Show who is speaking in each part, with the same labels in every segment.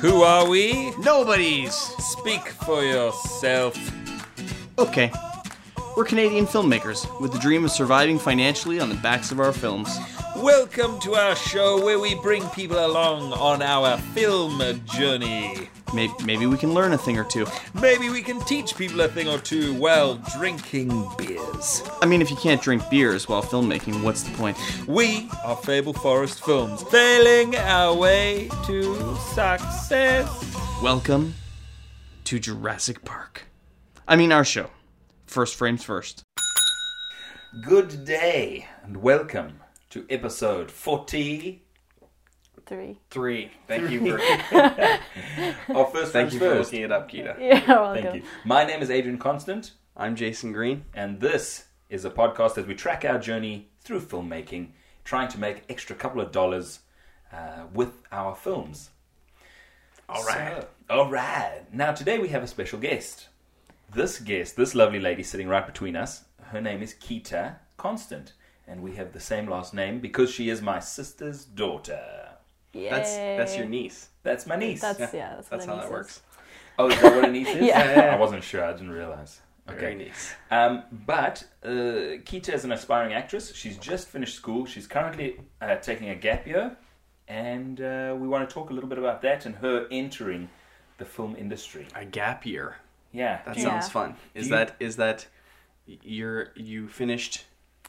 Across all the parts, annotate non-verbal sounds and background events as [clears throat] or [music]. Speaker 1: Who are we?
Speaker 2: Nobody's!
Speaker 1: Speak for yourself.
Speaker 2: Okay. We're Canadian filmmakers with the dream of surviving financially on the backs of our films.
Speaker 1: Welcome to our show where we bring people along on our film journey.
Speaker 2: Maybe, maybe we can learn a thing or two.
Speaker 1: Maybe we can teach people a thing or two while drinking beers.
Speaker 2: I mean, if you can't drink beers while filmmaking, what's the point?
Speaker 1: We are Fable Forest Films, sailing our way to success.
Speaker 2: Welcome to Jurassic Park. I mean, our show. First frames first.
Speaker 1: Good day and welcome to episode 43.
Speaker 3: three. [laughs]
Speaker 1: Thank you
Speaker 2: [laughs]
Speaker 1: for our first
Speaker 4: Thank
Speaker 1: things
Speaker 4: you for
Speaker 1: first.
Speaker 4: looking it up, Keita.
Speaker 3: Yeah, welcome.
Speaker 1: Thank you. My name is Adrian Constant.
Speaker 4: I'm Jason Green.
Speaker 1: And this is a podcast as we track our journey through filmmaking, trying to make extra couple of dollars uh, with our films. All right. all right. Now, today we have a special guest. This guest, this lovely lady sitting right between us, her name is Keita Constant. And we have the same last name because she is my sister's daughter.
Speaker 4: That's that's your
Speaker 3: Yay.
Speaker 4: niece.
Speaker 1: That's my niece.
Speaker 3: That's yeah. that's,
Speaker 4: That's
Speaker 3: what
Speaker 4: how
Speaker 3: it
Speaker 4: that
Speaker 3: is.
Speaker 4: works.
Speaker 1: Oh, is that what a niece is?
Speaker 3: [laughs] Yeah.
Speaker 1: I wasn't sure. I didn't realize.
Speaker 4: Very nice.
Speaker 1: Um, but uh, Keita is an aspiring actress. She's just finished school. She's currently uh, taking a gap year, and uh, we want to talk a little bit about that and her entering the film industry.
Speaker 4: A gap year.
Speaker 1: Yeah,
Speaker 4: That
Speaker 1: Do you-
Speaker 3: Yeah.
Speaker 4: sounds fun. Is
Speaker 1: Do you-
Speaker 4: that is that you're you finished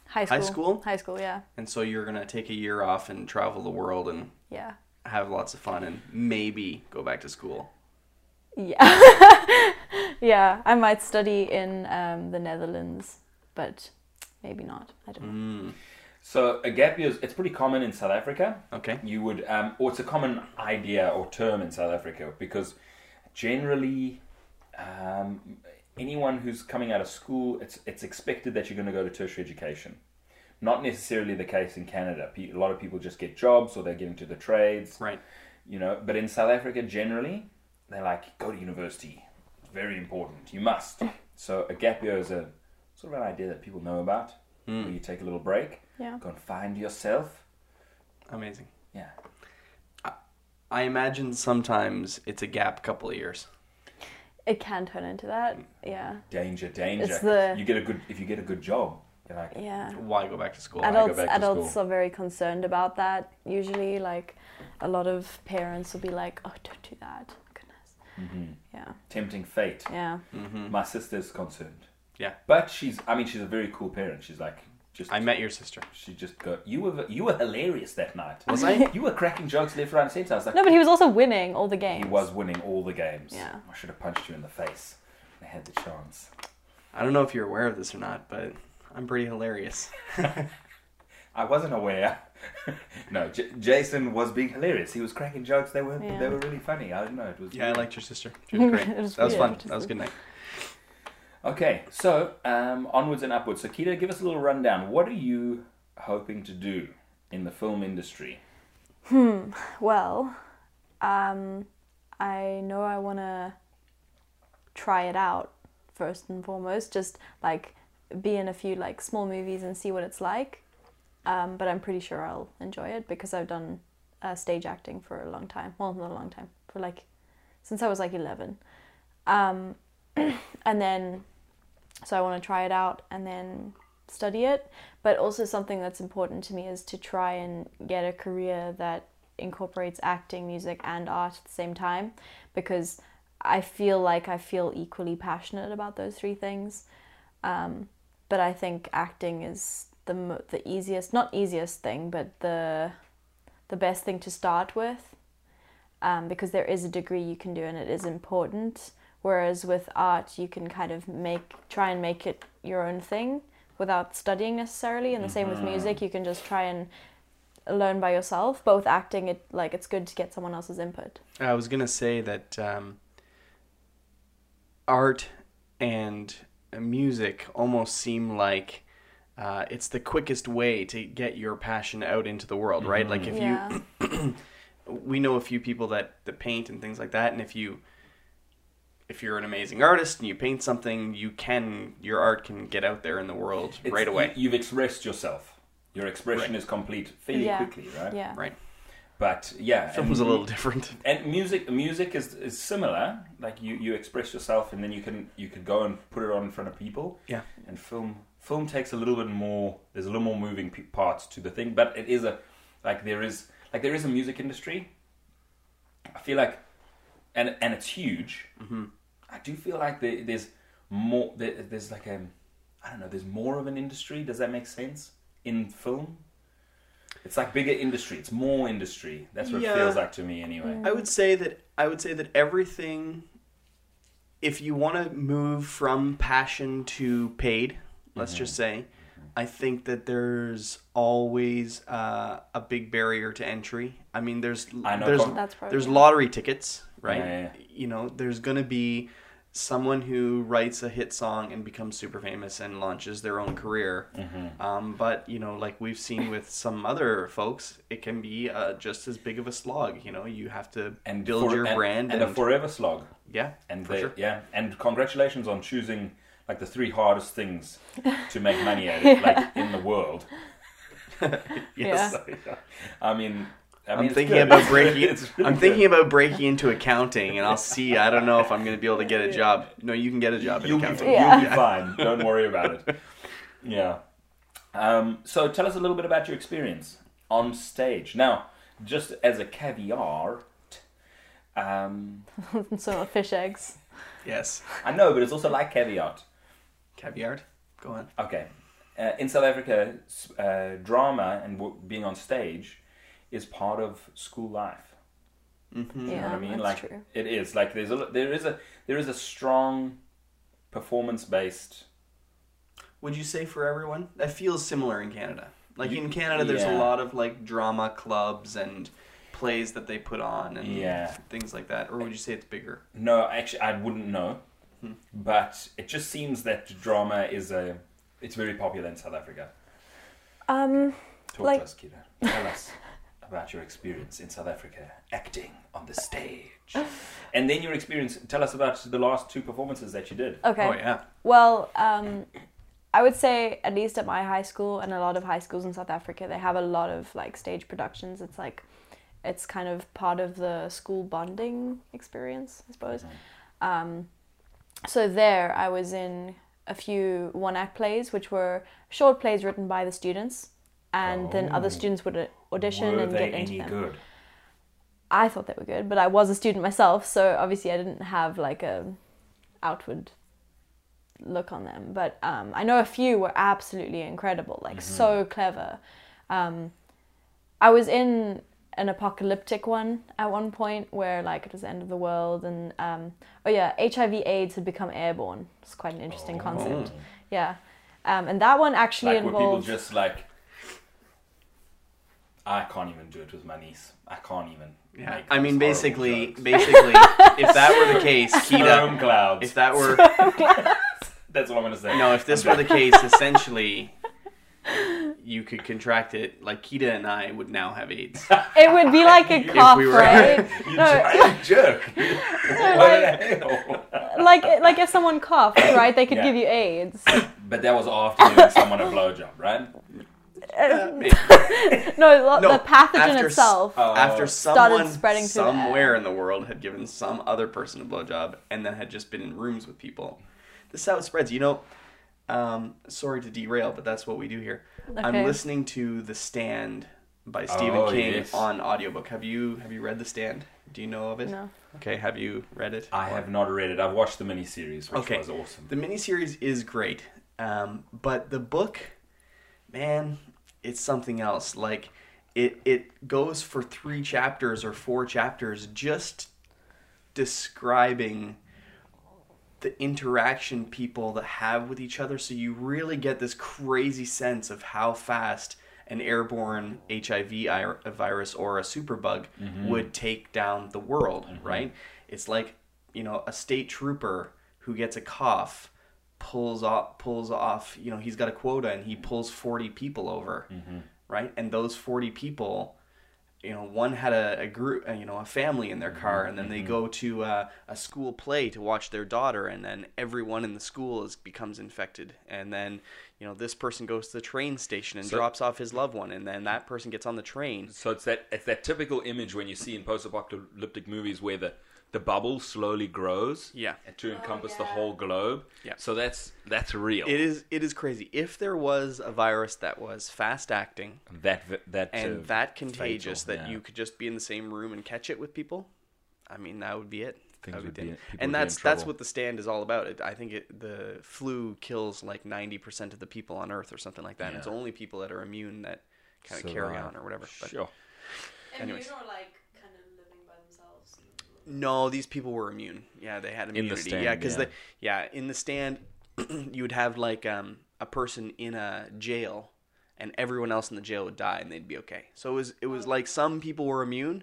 Speaker 3: High school.
Speaker 4: High school?
Speaker 3: High school. Yeah.
Speaker 4: and so you're gonna take a year off and travel the world and
Speaker 3: Yeah.
Speaker 4: have lots of fun and maybe go back to school.
Speaker 3: Yeah. yeah. I might study in um, the Netherlands, but maybe not. I don't
Speaker 4: Mm.
Speaker 3: know.
Speaker 1: So a gap year is it's pretty common in South Africa.
Speaker 4: Okay.
Speaker 1: You would, um, or it's a common idea or term in South Africa because generally, um, anyone who's coming out of school, it's it's expected that you're going to go to tertiary education. Not necessarily the case in Canada. Pe- A lot of people just get jobs or they get into the trades,
Speaker 4: Right.
Speaker 1: you know. But in South Africa, generally, they're like go to university. It's very important. You must. So a gap year is a sort of an idea that people know about. Where you take a little break,
Speaker 3: Yeah.
Speaker 1: go and find yourself.
Speaker 4: Amazing.
Speaker 1: Yeah.
Speaker 4: I imagine sometimes it's a gap couple of years.
Speaker 3: It can turn into that. Yeah.
Speaker 1: danger, danger.
Speaker 3: It's the-
Speaker 1: You get a good if you get a good job. You're like,
Speaker 3: Yeah.
Speaker 4: Why go back to school?
Speaker 1: go
Speaker 3: adults
Speaker 1: back to
Speaker 3: adults
Speaker 1: school.
Speaker 3: are very concerned about that usually like a lot of parents will be like oh don't do that goodness yeah
Speaker 1: mm-hmm, tempting fate.
Speaker 3: yeah
Speaker 1: My sister's concerned.
Speaker 4: Mm. Yeah.
Speaker 1: but she's. I mean, she's a very cool parent. She's like, just.
Speaker 4: I met your sister.
Speaker 1: She just go. You were you were hilarious that night.
Speaker 4: Was I?
Speaker 1: You were cracking jokes left, right, and centre. I was like,
Speaker 3: no but he was also winning all the
Speaker 1: he
Speaker 3: games
Speaker 1: was winning all the games.
Speaker 3: Yeah.
Speaker 1: I should have punched you in the face. I had the chance.
Speaker 4: I don't know if you're aware of this or not, but I'm pretty
Speaker 3: [laughs]
Speaker 4: hilarious.
Speaker 1: I wasn't aware. [laughs] no, J- Jason was being hilarious. He was cracking jokes. They were
Speaker 3: Yeah.
Speaker 1: they were really funny. I don't know. It was
Speaker 4: Yeah, I liked your sister. She was great.
Speaker 3: [laughs] It was
Speaker 4: that was
Speaker 3: weird,
Speaker 4: fun. That was a good night.
Speaker 1: Okay, so um, onwards and upwards. So, Keita, give us a little rundown. What are you hoping to do in the film industry?
Speaker 3: well um i know i want to try it out first and foremost just like be in a few like small movies and see what it's like um, but i'm pretty sure i'll enjoy it because i've done uh, stage acting for a long time well not a long time for like since i was like 11 um, [clears throat] and then so i want to try it out and then study it but also something that's important to me is to try and get a career that incorporates acting music and art at the same time because i feel like i feel equally passionate about those three things um, but i think acting is the mo- the easiest not easiest thing but the the best thing to start with um, because there is a degree you can do and it is important. Whereas with art, you can kind of make try and make it your own thing without studying necessarily. And the same with
Speaker 4: Mm-hmm.
Speaker 3: music, you can just try and learn by yourself. But with acting, it like it's good to get someone else's input.
Speaker 4: I was gonna say that um, art and music almost seem like uh, it's the quickest way to get your passion out into the world, right?
Speaker 1: Mm-hmm.
Speaker 4: Like if
Speaker 3: yeah,
Speaker 4: you, we know a few people that that paint and things like that, and if you, if you're an amazing artist and you paint something, you can your art can get out there in the world
Speaker 1: It's-
Speaker 4: right away,
Speaker 1: you- You've expressed yourself. Your expression is complete fairly
Speaker 3: Yeah.
Speaker 1: quickly, right?
Speaker 3: yeah,
Speaker 4: right?
Speaker 1: But e- yeah,
Speaker 4: Film was a little different.
Speaker 1: and music music is, is similar like you, you express yourself and then you can you can go and put it on in front of people
Speaker 4: Yeah.
Speaker 1: and film film takes a little bit more there's a little more moving p- parts to the thing but it is a like there is like there is a music industry i feel like and and it's huge mm-hmm. i do feel like there, there's more there, there's like a i don't know there's more of an industry does that make sense in film it's like bigger industry it's more industry that's what
Speaker 4: Yeah.
Speaker 1: it feels like to me anyway
Speaker 4: I would say that I would say that everything if you want to move from passion to paid, let's just
Speaker 1: Mm-hmm.
Speaker 4: say, I think that there's always uh, a big barrier to entry. I mean, there's
Speaker 1: I know
Speaker 4: there's
Speaker 1: com-
Speaker 3: That's probably-
Speaker 4: there's lottery tickets, right?
Speaker 1: Yeah, yeah,
Speaker 4: You know, there's going to be someone who writes a hit song and becomes super famous and launches their own career.
Speaker 1: Mm-hmm.
Speaker 4: Um, but you know, like we've seen with some other folks, it can be uh, just as big of a slog. You know, you have to
Speaker 1: and
Speaker 4: build
Speaker 1: for-
Speaker 4: your
Speaker 1: and-
Speaker 4: brand
Speaker 1: and, a forever slog.
Speaker 4: yeah,
Speaker 1: And
Speaker 4: for
Speaker 1: they-
Speaker 4: sure.
Speaker 1: yeah, and congratulations on choosing like the three hardest things to make money at it, like in the
Speaker 4: [laughs]
Speaker 1: world.
Speaker 4: Yes.
Speaker 1: So, yeah. I mean, I mean,
Speaker 4: I'm
Speaker 1: it's
Speaker 4: thinking
Speaker 1: good.
Speaker 4: about
Speaker 1: It's
Speaker 4: breaking.
Speaker 1: really- [laughs] it's really
Speaker 4: I'm thinking
Speaker 1: good.
Speaker 4: about breaking into accounting, and I'll see. I don't know if I'm going to be able to get a job. No, you can get a job in
Speaker 1: You'll be,
Speaker 4: accounting.
Speaker 3: Yeah.
Speaker 1: you'll be fine. Don't worry about it. Yeah. Um, so tell us a little bit about your experience on stage. Now, just as a caveat, um,
Speaker 3: [laughs] so fish eggs.
Speaker 4: Yes,
Speaker 1: I know, but it's also like caveat.
Speaker 4: caviar. Go on.
Speaker 1: Okay. Uh, in South Africa, s- uh, drama and w- being on stage is part of school life.
Speaker 3: yeah,
Speaker 1: You know what I mean?
Speaker 3: that's
Speaker 1: like
Speaker 3: true.
Speaker 1: it is. Like there's a lo- there is a there is a strong performance based.
Speaker 4: Would you say for everyone? That feels similar in Canada. Like in Canada, there's
Speaker 1: yeah.
Speaker 4: a lot of like drama clubs and plays that they put on and
Speaker 1: Yeah.
Speaker 4: things like that. Or would you say it's bigger?
Speaker 1: No, actually, I wouldn't know, but it just seems that drama is a. It's very popular in South Africa.
Speaker 3: Um,
Speaker 1: Talk
Speaker 3: Like-
Speaker 1: to us, Kira. Tell us [laughs] about your experience in South Africa acting on the stage,
Speaker 3: [laughs]
Speaker 1: and then your experience. Tell us about the last two performances that you did.
Speaker 3: okay.
Speaker 4: Oh yeah.
Speaker 3: Well, um, I would say at least at my high school and a lot of high schools in South Africa, they have a lot of like stage productions. It's like it's kind of part of the school bonding experience, I suppose.
Speaker 1: Mm-hmm.
Speaker 3: Um, so there, I was in a few one act plays, which were short plays written by the students, and then
Speaker 1: Oh.
Speaker 3: other students would uh, audition
Speaker 1: Were
Speaker 3: and
Speaker 1: they
Speaker 3: get into
Speaker 1: any
Speaker 3: them.
Speaker 1: good?
Speaker 3: I thought they were good, but I was a student myself, so obviously I didn't have like a outward look on them. But um, I know a few were absolutely incredible, like so
Speaker 1: Mm-hmm.
Speaker 3: clever. Um, I was in an apocalyptic one at one point where like it was the end of the world, and um, oh yeah, HIV/AIDS had become airborne. It's quite an interesting concept. Yeah, um, and that one actually
Speaker 1: Oh. Hmm. Like were people
Speaker 3: involved.
Speaker 1: just like, I can't even do it with my niece. I can't even.
Speaker 4: Yeah.
Speaker 1: make
Speaker 4: I mean,
Speaker 1: those horrible
Speaker 4: basically,
Speaker 1: jokes." [laughs]
Speaker 4: basically, if that were the case, Kita,
Speaker 1: Foam clouds.
Speaker 4: if
Speaker 1: [laughs]
Speaker 4: that were
Speaker 1: That's what I'm gonna say.
Speaker 4: No,
Speaker 3: [laughs]
Speaker 4: if this
Speaker 1: I'm
Speaker 4: were the case, essentially, you could contract it. Like Kita and I would now have AIDS.
Speaker 1: [laughs]
Speaker 3: it would be like a
Speaker 4: If
Speaker 3: cough,
Speaker 4: we were-
Speaker 3: right?
Speaker 1: You
Speaker 3: No.
Speaker 1: giant
Speaker 3: [laughs]
Speaker 1: jerk.
Speaker 3: like like if someone coughed, right? They could
Speaker 1: Yeah.
Speaker 3: give you AIDS.
Speaker 1: but that was after giving someone a blowjob, right?
Speaker 3: No, lo-
Speaker 4: No,
Speaker 3: Uh, the pathogen
Speaker 4: after s- uh,
Speaker 3: itself.
Speaker 1: Oh.
Speaker 4: After
Speaker 3: Started
Speaker 4: someone
Speaker 3: spreading through the
Speaker 4: somewhere in the world had given some other person a blowjob and then had just been in rooms with people, this is how it spreads. You know, um, sorry to derail, but that's what we do here. I'm
Speaker 3: Okay.
Speaker 4: listening to The Stand by Stephen
Speaker 1: Oh,
Speaker 4: King
Speaker 1: yes.
Speaker 4: on audiobook. Have you have you read The Stand? Do you know of it?
Speaker 3: No.
Speaker 4: Okay, have you read it?
Speaker 1: I have not read it. I've watched the miniseries, which
Speaker 4: Okay.
Speaker 1: was awesome.
Speaker 4: The miniseries is great, um, but the book, man, it's something else. Like, it it goes for three chapters or four chapters just describing the interaction people that have with each other. So you really get this crazy sense of how fast an airborne HIV ir- a virus or a superbug would take down the world, right? It's like, you know, a state trooper who gets a cough pulls off pulls off, you know, he's got a quota and he pulls 40 people over, right? And those 40 people you know one had a, a group uh, you know a family in their car and then they go to uh, a school play to watch their daughter and then everyone in the school is becomes infected and then you know this person goes to the train station and drops off his loved one and then that person gets on the train
Speaker 1: So it's that it's that typical image when you see in post-apocalyptic movies where the the bubble slowly grows,
Speaker 4: Yeah.
Speaker 1: to encompass the
Speaker 3: Oh, yeah.
Speaker 1: whole globe.
Speaker 4: Yeah.
Speaker 1: So that's that's real.
Speaker 4: it is it is crazy if there was a virus that was fast acting
Speaker 1: that v- that
Speaker 4: and
Speaker 1: uh,
Speaker 4: that contagious
Speaker 1: fatal,
Speaker 4: that
Speaker 1: yeah.
Speaker 4: you could just be in the same room and catch it with people. I mean, that would be it.
Speaker 1: Things
Speaker 4: That
Speaker 1: would be-
Speaker 4: it.
Speaker 1: people would be in
Speaker 4: and that's that's
Speaker 1: trouble.
Speaker 4: what the stand is all about. It, I think it, the flu kills like ninety percent of the people on Earth or something like that. And it's
Speaker 1: Yeah.
Speaker 4: only people that are immune that kind of
Speaker 1: Survive.
Speaker 4: carry on or whatever. But
Speaker 1: Sure.
Speaker 3: And
Speaker 4: Anyways.
Speaker 3: you're not like kind of living by themselves.
Speaker 4: No, these people were immune. Yeah, they had
Speaker 1: the
Speaker 4: immunity.
Speaker 1: stand,
Speaker 4: yeah, because
Speaker 1: yeah.
Speaker 4: they yeah in the stand [clears throat] you would have like um, a person in a jail, and everyone else in the jail would die, and they'd be okay. So it was it was like some people were immune,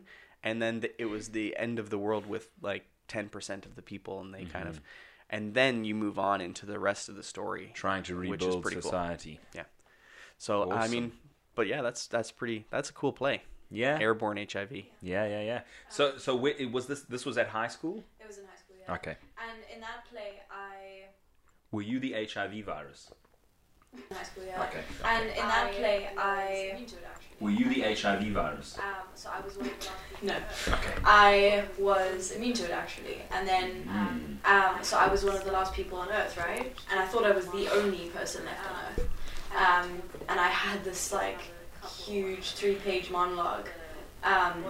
Speaker 4: and then the, it was the end of the world with like ten percent of the people, and they kind of,
Speaker 1: Mm-hmm.
Speaker 4: and then you move on into the rest of the story,
Speaker 1: Trying to
Speaker 4: which is
Speaker 1: rebuild
Speaker 4: pretty cool.
Speaker 1: society.
Speaker 4: Yeah. So I
Speaker 1: Awesome.
Speaker 4: mean, but yeah, that's that's pretty. That's a cool play.
Speaker 1: Yeah.
Speaker 4: Airborne HIV.
Speaker 1: Yeah, yeah, yeah. So so wh- it was this this was at high school?
Speaker 3: It was in high school, yeah.
Speaker 1: Okay.
Speaker 3: And in that play, I
Speaker 1: Were you the HIV virus?
Speaker 3: in high school, yeah.
Speaker 1: Okay, okay.
Speaker 3: And in that play, I
Speaker 1: Were you the HIV virus?
Speaker 3: um, so I was one of the last people. No,
Speaker 1: Okay.
Speaker 3: I was immune to it actually, and then um, so I was one of the last people on Earth, right? And I thought I was the only person left on Earth, um, and I had this like huge three-page monologue. Um,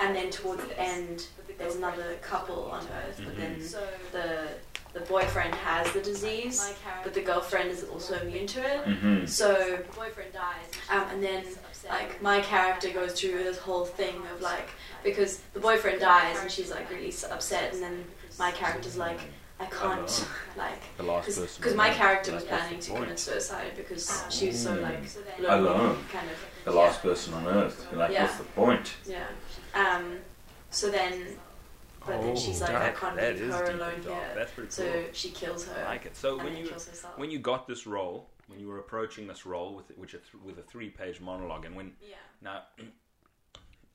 Speaker 3: and then towards the end, there's another couple on Earth, but then
Speaker 1: Mm-hmm.
Speaker 3: the the boyfriend has the disease, but the girlfriend is also immune to it.
Speaker 1: Mm-hmm.
Speaker 3: So
Speaker 5: the boyfriend dies.
Speaker 3: um, and then like my character goes through this whole thing of like because the boyfriend dies and she's like really s- upset and then my character's like I can't [laughs] like
Speaker 1: The last
Speaker 3: because
Speaker 1: person.
Speaker 3: my character was
Speaker 1: That's
Speaker 3: planning
Speaker 1: the
Speaker 3: to
Speaker 1: point. Mm.
Speaker 3: commit suicide because she was so like lonely,
Speaker 1: Alone.
Speaker 3: kind of
Speaker 1: The last person on earth. You're like,
Speaker 3: Yeah.
Speaker 1: what's the point?
Speaker 3: yeah um so then but then she's like I can't
Speaker 1: Oh, that
Speaker 3: leave
Speaker 1: is
Speaker 3: her
Speaker 1: deep and
Speaker 3: alone
Speaker 1: dark.
Speaker 3: here
Speaker 1: That's pretty
Speaker 3: so
Speaker 1: cool.
Speaker 3: she kills her
Speaker 1: I like it. So
Speaker 3: and
Speaker 1: when
Speaker 3: then
Speaker 1: you
Speaker 3: kills herself
Speaker 1: when you got this role, when you were approaching this role with which a th- with a three page monologue, and when
Speaker 3: yeah
Speaker 1: now [clears throat]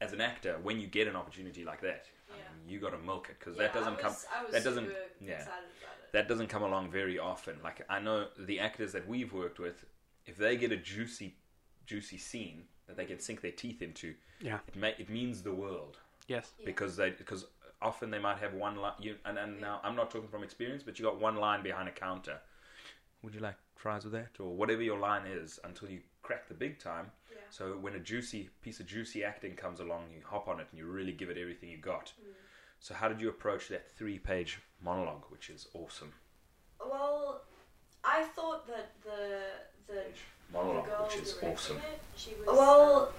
Speaker 1: as an actor, when you get an opportunity like that, I
Speaker 3: Yeah.
Speaker 1: mean, you got to milk it because
Speaker 3: Yeah,
Speaker 1: that doesn't
Speaker 3: I
Speaker 1: come
Speaker 3: was, I was
Speaker 1: that doesn't-
Speaker 3: super
Speaker 1: yeah.
Speaker 3: excited about it.
Speaker 1: that doesn't come along very often. Like I know the actors that we've worked with, if they get a juicy, juicy scene that they can sink their teeth into,
Speaker 4: Yeah.
Speaker 1: it may, it means the world
Speaker 4: Yes.
Speaker 1: because they because often they might have one line. You, and, and now I'm not talking from experience, but you got one line behind a counter. Would you like fries with that or whatever your line is until you crack the big time? So when a juicy piece of juicy acting comes along, you hop on it and you really give it everything you got.
Speaker 5: Mm.
Speaker 1: So how did you approach that three-page monologue, which is awesome?
Speaker 5: Well, I thought that the the
Speaker 1: monologue, Oh, which is awesome.
Speaker 5: well,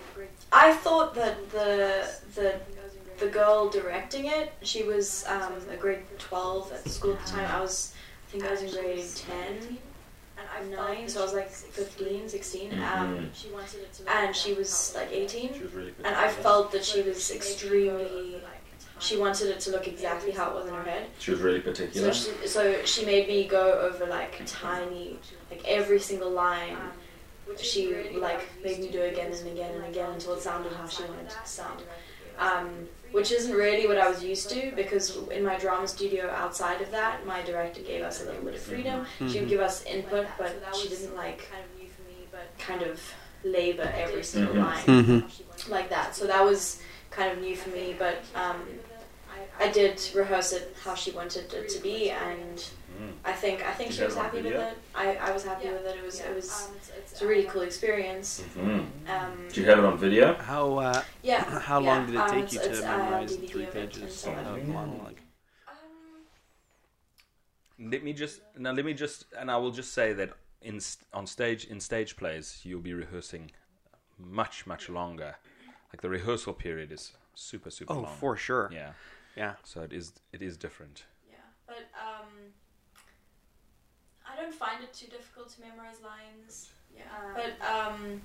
Speaker 5: I thought that the the the girl directing it, she was um, a grade twelve at the school at the time. I was, I think I was in grade ten. I'm nine, so I was like 15, 16, um, and she was like 18,
Speaker 1: She was really good.
Speaker 5: and I felt that she was extremely. She wanted it to look exactly how it was in her head.
Speaker 1: She was really
Speaker 5: So
Speaker 1: particular.
Speaker 5: she, so she made me go over like tiny, like every single line. um, She like made me do again and again and again until it sounded how she wanted it to sound. Um, which isn't really what I was used to because in my drama studio outside of that, my director gave us a little bit of freedom. She would give us input, but she didn't like
Speaker 3: kind of new for me but
Speaker 5: kind of labor every single
Speaker 1: Mhm.
Speaker 5: line like that. So that was kind of new for me, but um, I did rehearse it how she wanted it to be, and
Speaker 1: Mm.
Speaker 5: I think I think
Speaker 1: Is
Speaker 5: she was
Speaker 1: that on
Speaker 5: happy with
Speaker 1: video?
Speaker 5: it. I, I was happy
Speaker 3: Yeah.
Speaker 5: with it. It was it was
Speaker 3: um, it's,
Speaker 5: it's a really cool experience.
Speaker 1: Mm.
Speaker 5: Um,
Speaker 1: Do you have it on video?
Speaker 4: How uh,
Speaker 5: yeah.
Speaker 4: How
Speaker 5: yeah,
Speaker 4: long did it
Speaker 5: um,
Speaker 4: take
Speaker 5: it's-
Speaker 4: you to
Speaker 5: it's, uh,
Speaker 4: memorize
Speaker 5: DVD
Speaker 4: three
Speaker 5: of it and
Speaker 4: pages
Speaker 5: so on.
Speaker 4: of monologue?
Speaker 3: Um,
Speaker 1: Let me just now. Let me just, and I will just say that in st- on stage in stage plays, you'll be rehearsing much much longer. Like the rehearsal period is super super
Speaker 4: Oh,
Speaker 1: long.
Speaker 4: for sure.
Speaker 1: yeah,
Speaker 4: Yeah.
Speaker 1: so it is it is different.
Speaker 3: Yeah, but um, I don't find it too difficult to memorize lines. Yeah,
Speaker 5: Um,
Speaker 3: but um,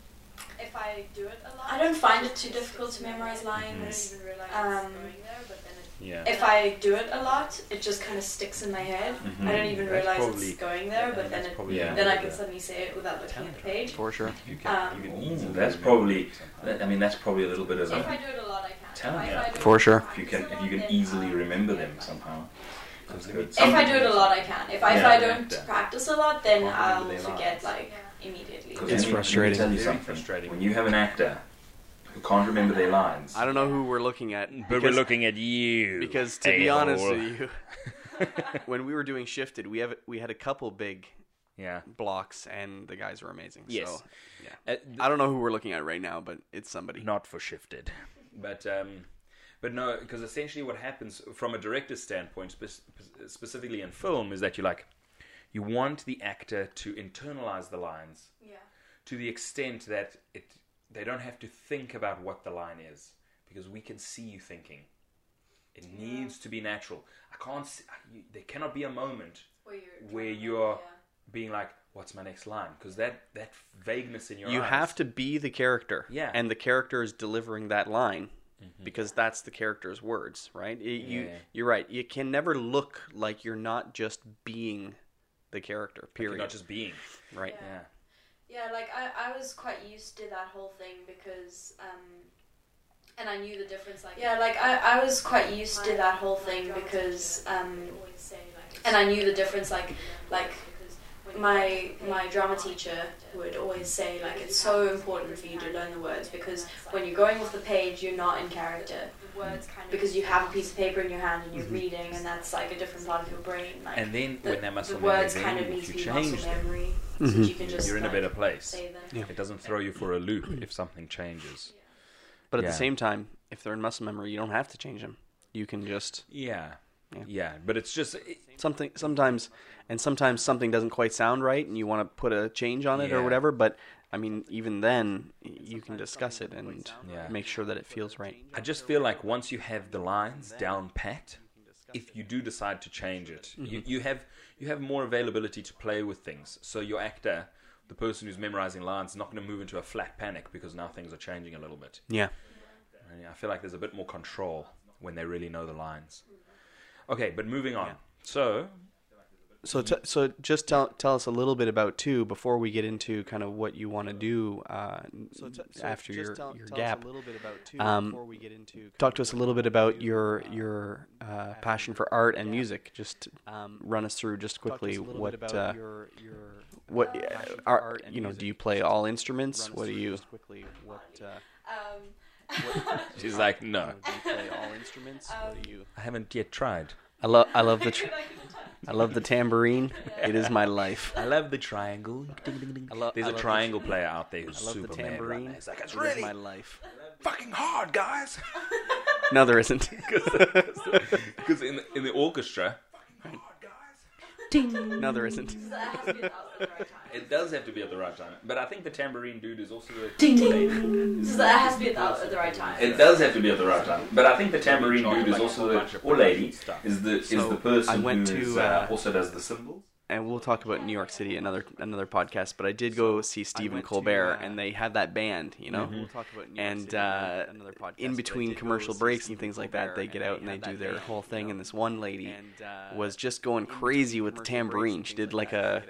Speaker 5: if I do it a lot,
Speaker 3: I don't find it too difficult to memorize lines.
Speaker 5: even realize
Speaker 3: Um,
Speaker 5: there, but then it
Speaker 1: Yeah,
Speaker 3: If I do it a lot, it just kind of sticks in my head.
Speaker 1: Mm-hmm.
Speaker 3: I don't even
Speaker 1: That's
Speaker 3: realize
Speaker 1: probably-
Speaker 3: it's going there, but then it,
Speaker 1: probably
Speaker 5: Yeah.
Speaker 3: then I can suddenly say it without looking at the page.
Speaker 4: For sure.
Speaker 1: you
Speaker 3: can- um,
Speaker 1: that's probably. I mean, that's probably a little bit of
Speaker 5: if I do it a lot,
Speaker 1: telling you, if
Speaker 4: For sure.
Speaker 1: you can, if you can easily remember them somehow. That's good.
Speaker 5: If I do it a lot, I can. If I, if
Speaker 1: Yeah,
Speaker 5: I don't
Speaker 1: yeah.
Speaker 5: practice a lot, then
Speaker 1: Or
Speaker 5: I'll
Speaker 1: maybe they
Speaker 5: forget
Speaker 1: laugh.
Speaker 5: like immediately.
Speaker 1: 'Cause let
Speaker 4: It's
Speaker 1: me- let me
Speaker 4: frustrating.
Speaker 1: tell you
Speaker 6: Very
Speaker 1: something.
Speaker 6: frustrating.
Speaker 1: When you have an actor who can't remember their lines,
Speaker 6: I don't know who we're looking at,
Speaker 7: But
Speaker 6: because,
Speaker 7: we're looking at you.
Speaker 6: because to be
Speaker 7: a-hole.
Speaker 6: honest with you,
Speaker 7: [laughs]
Speaker 4: When we were doing Shifted, we have we had a couple big
Speaker 7: yeah.
Speaker 4: blocks, and the guys were amazing.
Speaker 7: Yes.
Speaker 4: So,
Speaker 7: Uh,
Speaker 4: yeah.
Speaker 7: th-
Speaker 4: I don't know who we're looking at right now, but it's somebody.
Speaker 7: Not for shifted.
Speaker 1: But um, but no, because essentially what happens from a director's standpoint, spe- specifically in film, is that you like you want the actor to internalize the lines
Speaker 5: Yeah.
Speaker 1: to the extent that it they don't have to think about what the line is because we can see you thinking. It needs to be natural. I can't. See, I- you, there cannot be a moment
Speaker 5: Where you're.
Speaker 1: where
Speaker 5: trying to-
Speaker 1: you are
Speaker 5: yeah.
Speaker 1: being like, "What's my next line?" Because that that vagueness in your
Speaker 4: You
Speaker 1: eyes-
Speaker 4: have to be the character.
Speaker 1: Yeah. Mm-hmm.
Speaker 4: And the character is delivering that line because that's the character's words, right? It- you
Speaker 1: Yeah.
Speaker 4: you're right. You can never look like you're not just being the character.
Speaker 1: You're
Speaker 4: Period.
Speaker 1: not just being.
Speaker 4: right.
Speaker 5: Yeah.
Speaker 1: Yeah.
Speaker 5: Yeah, like I, I was quite used to that whole thing because um and I knew the difference like Yeah, like I, I was quite used to that whole thing because um and I knew the difference like like my my drama teacher would always say like it's so important for you to learn the words because when you're going off the page you're not in character because you have a piece of paper in your hand and you're
Speaker 1: Mm-hmm.
Speaker 5: reading and that's like a different part of your brain like
Speaker 1: And then
Speaker 5: the,
Speaker 1: when that muscle
Speaker 5: the words
Speaker 1: memory,
Speaker 5: kind of
Speaker 1: then
Speaker 5: need to
Speaker 1: if
Speaker 5: be
Speaker 1: you change
Speaker 5: muscle
Speaker 1: them,
Speaker 5: memory so that you can just
Speaker 1: you're in a
Speaker 5: like,
Speaker 1: better place.
Speaker 5: say them
Speaker 1: It doesn't throw you for a loop if something changes.
Speaker 4: But at
Speaker 1: Yeah.
Speaker 4: the same time, if they're in muscle memory, you don't have to change them. You can just
Speaker 1: Yeah. Yeah,
Speaker 4: Yeah.
Speaker 1: but it's just it-
Speaker 4: something sometimes and sometimes something doesn't quite sound right and you want to put a change on it
Speaker 1: Yeah.
Speaker 4: or whatever, but I mean, even then, y- you can discuss it and
Speaker 1: Yeah.
Speaker 4: make sure that it feels right.
Speaker 1: I just feel like once you have the lines down pat, if you do decide to change it, you, you have you have more availability to play with things. So your actor, the person who's memorizing lines, is not going to move into a flat panic because now things are changing a little bit.
Speaker 4: Yeah.
Speaker 1: And I feel like there's a bit more control when they really know the lines. Okay, but moving on. So
Speaker 4: So, t- so just tell tell us a little bit about two before we get into kind of what you want to do uh, after your your gap. Um, Talk to us a little bit about your your uh, passion for art and music. Just run us through just quickly what uh, what uh, are you know? Do you play all instruments? What do you? Quickly,
Speaker 1: uh,
Speaker 4: what
Speaker 5: Um,
Speaker 4: [laughs]
Speaker 1: she's like, "No,
Speaker 4: do you play all instruments? What do you?
Speaker 1: I haven't yet tried.
Speaker 4: I love I love the tr- I love the [laughs] tambourine. It is my life.
Speaker 1: I love the triangle.
Speaker 4: I lo-
Speaker 1: There's a
Speaker 4: I love the-
Speaker 1: triangle player out there who's
Speaker 4: I love
Speaker 1: super
Speaker 4: the
Speaker 1: mad right
Speaker 4: tambourine.
Speaker 1: now. It's like, it's
Speaker 4: It is
Speaker 1: really
Speaker 4: my life.
Speaker 1: fucking hard, guys.
Speaker 4: No, there isn't. [laughs]
Speaker 1: Because in, the- in the orchestra,
Speaker 4: no, there isn't.
Speaker 5: so [laughs] that has to be announced at the right time.
Speaker 1: it does have to be at the right time. But I think the tambourine dude is also the
Speaker 5: So that has to be announced at the right time.
Speaker 1: It does have to be at the right time. But I think the tambourine dude is also the or lady is the is
Speaker 4: So,
Speaker 1: the person
Speaker 4: I went
Speaker 1: who
Speaker 4: to,
Speaker 1: is, uh,
Speaker 4: uh,
Speaker 1: also does the cymbals.
Speaker 4: And we'll talk about New York City another another podcast. But I uh, did go see Stephen Colbert, and they had that band, you know. We'll talk about New and uh, another podcast. In between commercial breaks and things like that, they get out and they do their whole thing. And this one lady Uh, was just going crazy with the tambourine. She did like a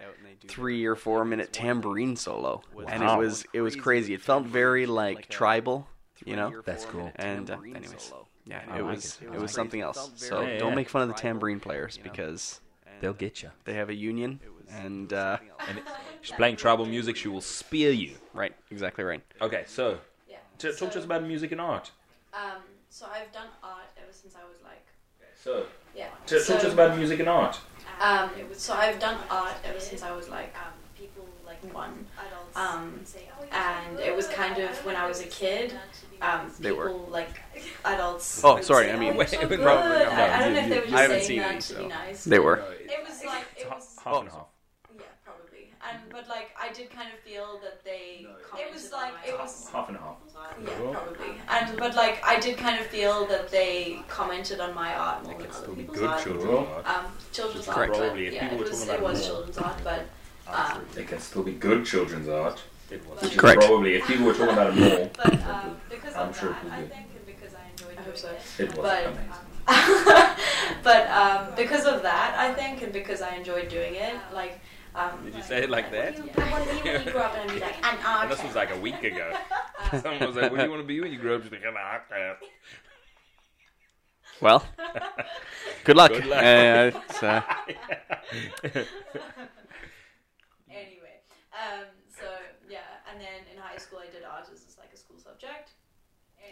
Speaker 4: three or four minute tambourine solo, and it
Speaker 1: Wow.
Speaker 4: was it was crazy. It felt very like uh, tribal, you know.
Speaker 1: That's cool.
Speaker 4: And uh, anyways, yeah,
Speaker 1: I
Speaker 4: it
Speaker 1: like
Speaker 4: was
Speaker 1: it. I
Speaker 4: it uh, was
Speaker 1: like
Speaker 4: something else. So
Speaker 1: very
Speaker 4: don't
Speaker 1: like
Speaker 4: make fun of the tambourine players because
Speaker 1: They'll get you.
Speaker 4: they have a union and uh,
Speaker 8: [laughs]
Speaker 1: [laughs] She's playing tribal music. She will spear you.
Speaker 4: right, exactly right.
Speaker 1: Okay, so
Speaker 5: Yeah.
Speaker 1: t- talk to us about music and art.
Speaker 5: Um, so I've done art ever since I was like
Speaker 1: So
Speaker 5: yeah.
Speaker 1: t- talk
Speaker 5: so,
Speaker 1: to us about music and art.
Speaker 5: um, so I've done art ever since I was like um, people like one. Um, and it was kind of when I was a kid. Um,
Speaker 4: They were.
Speaker 5: people, like
Speaker 8: [laughs]
Speaker 5: adults.
Speaker 4: Oh,
Speaker 5: would
Speaker 4: sorry,
Speaker 5: say,
Speaker 4: I mean,
Speaker 5: "Oh, you're so
Speaker 1: probably
Speaker 5: good."
Speaker 1: not.
Speaker 5: I, I don't know if they were
Speaker 4: I
Speaker 5: just
Speaker 4: haven't
Speaker 5: saying
Speaker 4: seen
Speaker 5: that
Speaker 4: any,
Speaker 5: to
Speaker 4: so-
Speaker 5: be nice.
Speaker 4: They
Speaker 5: but
Speaker 4: were.
Speaker 5: It was like it
Speaker 1: [laughs]
Speaker 5: was.
Speaker 1: half and half.
Speaker 5: Yeah, probably. And but like I did kind of feel that they. It was
Speaker 8: commented
Speaker 5: like
Speaker 8: on my
Speaker 5: it was.
Speaker 1: Half and half.
Speaker 5: Yeah, probably. And but like I did kind of feel that they commented on my art more than other people's art.
Speaker 1: art.
Speaker 5: Um, children's art.
Speaker 4: Correct.
Speaker 5: but
Speaker 1: Probably, if
Speaker 5: yeah,
Speaker 1: people
Speaker 5: it
Speaker 1: were
Speaker 5: was,
Speaker 1: talking
Speaker 5: it
Speaker 1: about
Speaker 5: was
Speaker 1: more.
Speaker 5: children's art, but um,
Speaker 1: It can still be good children's art. It was. Which is
Speaker 4: Correct.
Speaker 1: Probably, if people were talking about it more,
Speaker 8: But um, because
Speaker 1: I'm
Speaker 8: of
Speaker 1: sure
Speaker 8: that,
Speaker 1: it will
Speaker 8: I
Speaker 1: be.
Speaker 8: think, and because I enjoy
Speaker 5: I
Speaker 8: doing
Speaker 5: hope so.
Speaker 8: it,
Speaker 1: it was
Speaker 5: But-
Speaker 1: amazing.
Speaker 8: [laughs]
Speaker 5: but um, because of that, I think, and because I enjoyed doing it, like. Um,
Speaker 1: Did you say it like that?
Speaker 5: I want to be when you grow up and be like an
Speaker 8: "Ah,
Speaker 1: And
Speaker 5: artist.
Speaker 1: this was like a week ago. Someone was like, "What do you want to be when you grow up?" She's like, "I'm an actor."
Speaker 9: Well, good luck.
Speaker 7: Good luck.
Speaker 9: Uh,
Speaker 8: [laughs]
Speaker 9: it's, uh,
Speaker 8: Anyway, um, so yeah, and then in high school I did art as just, like a school subject.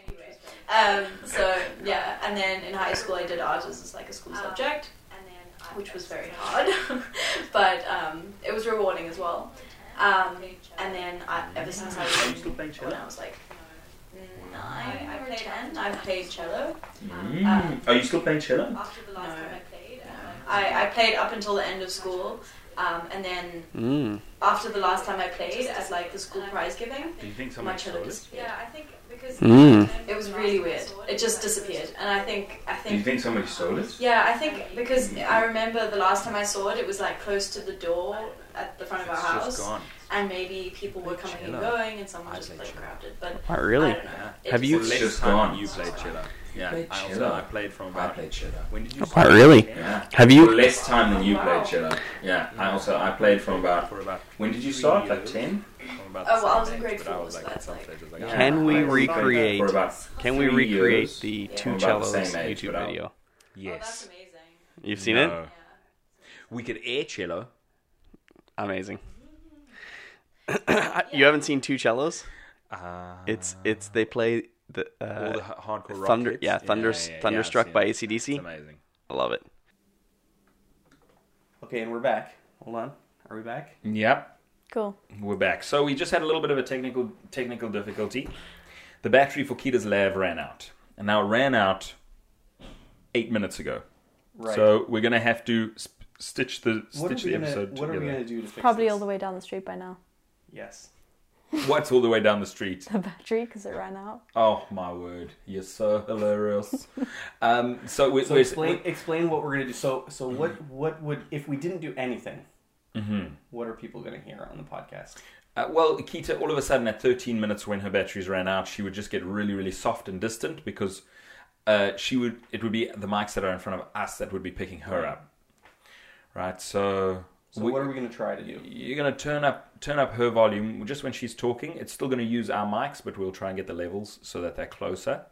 Speaker 8: Anyway, um, so yeah, and then in high school I did art as just, like a school subject, which was very
Speaker 5: [laughs]
Speaker 8: hard, [laughs] but um, it was rewarding as well. Um, and then I, ever since I was in- when I was like nine or ten, I played cello. Um,
Speaker 1: Mm. Are you still playing cello?
Speaker 8: After the last time I played,
Speaker 5: um,
Speaker 8: I, I played up until the end of school, um, and then
Speaker 9: mm.
Speaker 8: after the last time I played at like the school prize giving,
Speaker 1: Do you think
Speaker 8: my
Speaker 1: someone
Speaker 8: cello
Speaker 1: stole it?
Speaker 8: disappeared.
Speaker 5: I think because
Speaker 9: Mm.
Speaker 8: It was really weird. It just disappeared, and I think I
Speaker 1: Do you
Speaker 8: think.
Speaker 1: think somebody stole it?
Speaker 8: Yeah, I think because I remember the last time I saw it, it was like close to the door at the front of our
Speaker 7: It's just
Speaker 8: house,
Speaker 7: gone.
Speaker 8: and maybe people were coming and
Speaker 7: cello.
Speaker 8: going, and someone
Speaker 7: I
Speaker 8: just
Speaker 7: play
Speaker 8: like
Speaker 7: cello.
Speaker 8: grabbed it. But
Speaker 9: Oh, really?
Speaker 8: I don't know. It
Speaker 9: Have you-
Speaker 8: just-
Speaker 1: It's
Speaker 7: Last
Speaker 1: just
Speaker 7: time
Speaker 1: gone.
Speaker 7: You played cello. Yeah,
Speaker 1: played
Speaker 7: I also
Speaker 1: cello?
Speaker 7: I played from
Speaker 1: I
Speaker 7: about.
Speaker 1: played cello.
Speaker 7: When did you?
Speaker 9: Oh, really?
Speaker 1: Yeah.
Speaker 9: Have
Speaker 1: For
Speaker 9: you?
Speaker 1: less time than you played cello. Yeah. I also I played from about.
Speaker 7: For about.
Speaker 1: When did you
Speaker 7: three
Speaker 1: start? Like
Speaker 7: years.
Speaker 1: ten.
Speaker 7: From about
Speaker 8: Oh,
Speaker 7: the
Speaker 8: well, I
Speaker 7: same
Speaker 8: was in
Speaker 7: age,
Speaker 8: grade
Speaker 7: but
Speaker 8: four,
Speaker 7: I was
Speaker 8: so
Speaker 7: like at
Speaker 8: that's
Speaker 7: some
Speaker 8: like-
Speaker 7: stage, I was like,
Speaker 1: Yeah.
Speaker 7: ah,
Speaker 9: Can we
Speaker 1: I played
Speaker 9: recreate-
Speaker 1: For about
Speaker 9: Can we
Speaker 1: three
Speaker 9: recreate
Speaker 1: years.
Speaker 9: the
Speaker 8: Yeah.
Speaker 9: two
Speaker 1: About the
Speaker 9: cellos
Speaker 1: same age,
Speaker 9: YouTube
Speaker 1: but I'll-
Speaker 9: video?
Speaker 8: Oh, that's
Speaker 7: Yes.
Speaker 8: amazing.
Speaker 9: You've seen it?
Speaker 7: No. We could air cello.
Speaker 9: Amazing. [coughs] you haven't seen two cellos?
Speaker 7: Uh,
Speaker 9: It's it's they play the,
Speaker 7: all the
Speaker 9: uh,
Speaker 7: h- hardcore rock
Speaker 9: thunder.
Speaker 7: hits.
Speaker 9: Yeah, thunders
Speaker 7: yeah, yeah,
Speaker 9: thunderstruck
Speaker 7: I've
Speaker 9: by
Speaker 7: seen it. It's
Speaker 9: ACDC.
Speaker 7: amazing.
Speaker 9: I love it.
Speaker 4: Okay, and we're back. Hold on. Are we back?
Speaker 1: Yep.
Speaker 3: Cool.
Speaker 1: We're back. So we just had a little bit of a technical technical difficulty. The battery for Kita's lav ran out, and now ran out eight minutes ago.
Speaker 4: Right.
Speaker 1: So we're gonna have to sp- stitch the
Speaker 4: what are
Speaker 1: stitch
Speaker 4: we
Speaker 1: the
Speaker 4: gonna
Speaker 1: episode
Speaker 4: What are we
Speaker 1: together.
Speaker 4: gonna do to fix
Speaker 3: Probably
Speaker 4: this?
Speaker 3: all the way down the street by now. [laughs]
Speaker 4: Yes.
Speaker 1: What's all the way down the street?
Speaker 3: The battery because it ran out.
Speaker 1: Oh my word! You're so hilarious.
Speaker 4: [laughs]
Speaker 1: um, so we're,
Speaker 4: So
Speaker 1: we're
Speaker 4: explain explain what we're gonna do. So so
Speaker 1: Mm-hmm.
Speaker 4: what what would if we didn't do anything? What are people gonna hear on the podcast?
Speaker 1: Uh, well, Kita, all of a sudden at 13 minutes when her batteries ran out, she would just get really, really soft and distant because uh, she would. It would be the mics that are in front of us that would be picking her up, right? So,
Speaker 4: So
Speaker 1: we-
Speaker 4: what are we gonna try to do?
Speaker 1: you're going to turn up turn up her volume just when she's talking. It's still going to use our mics, but we'll try and get the levels so that they're closer.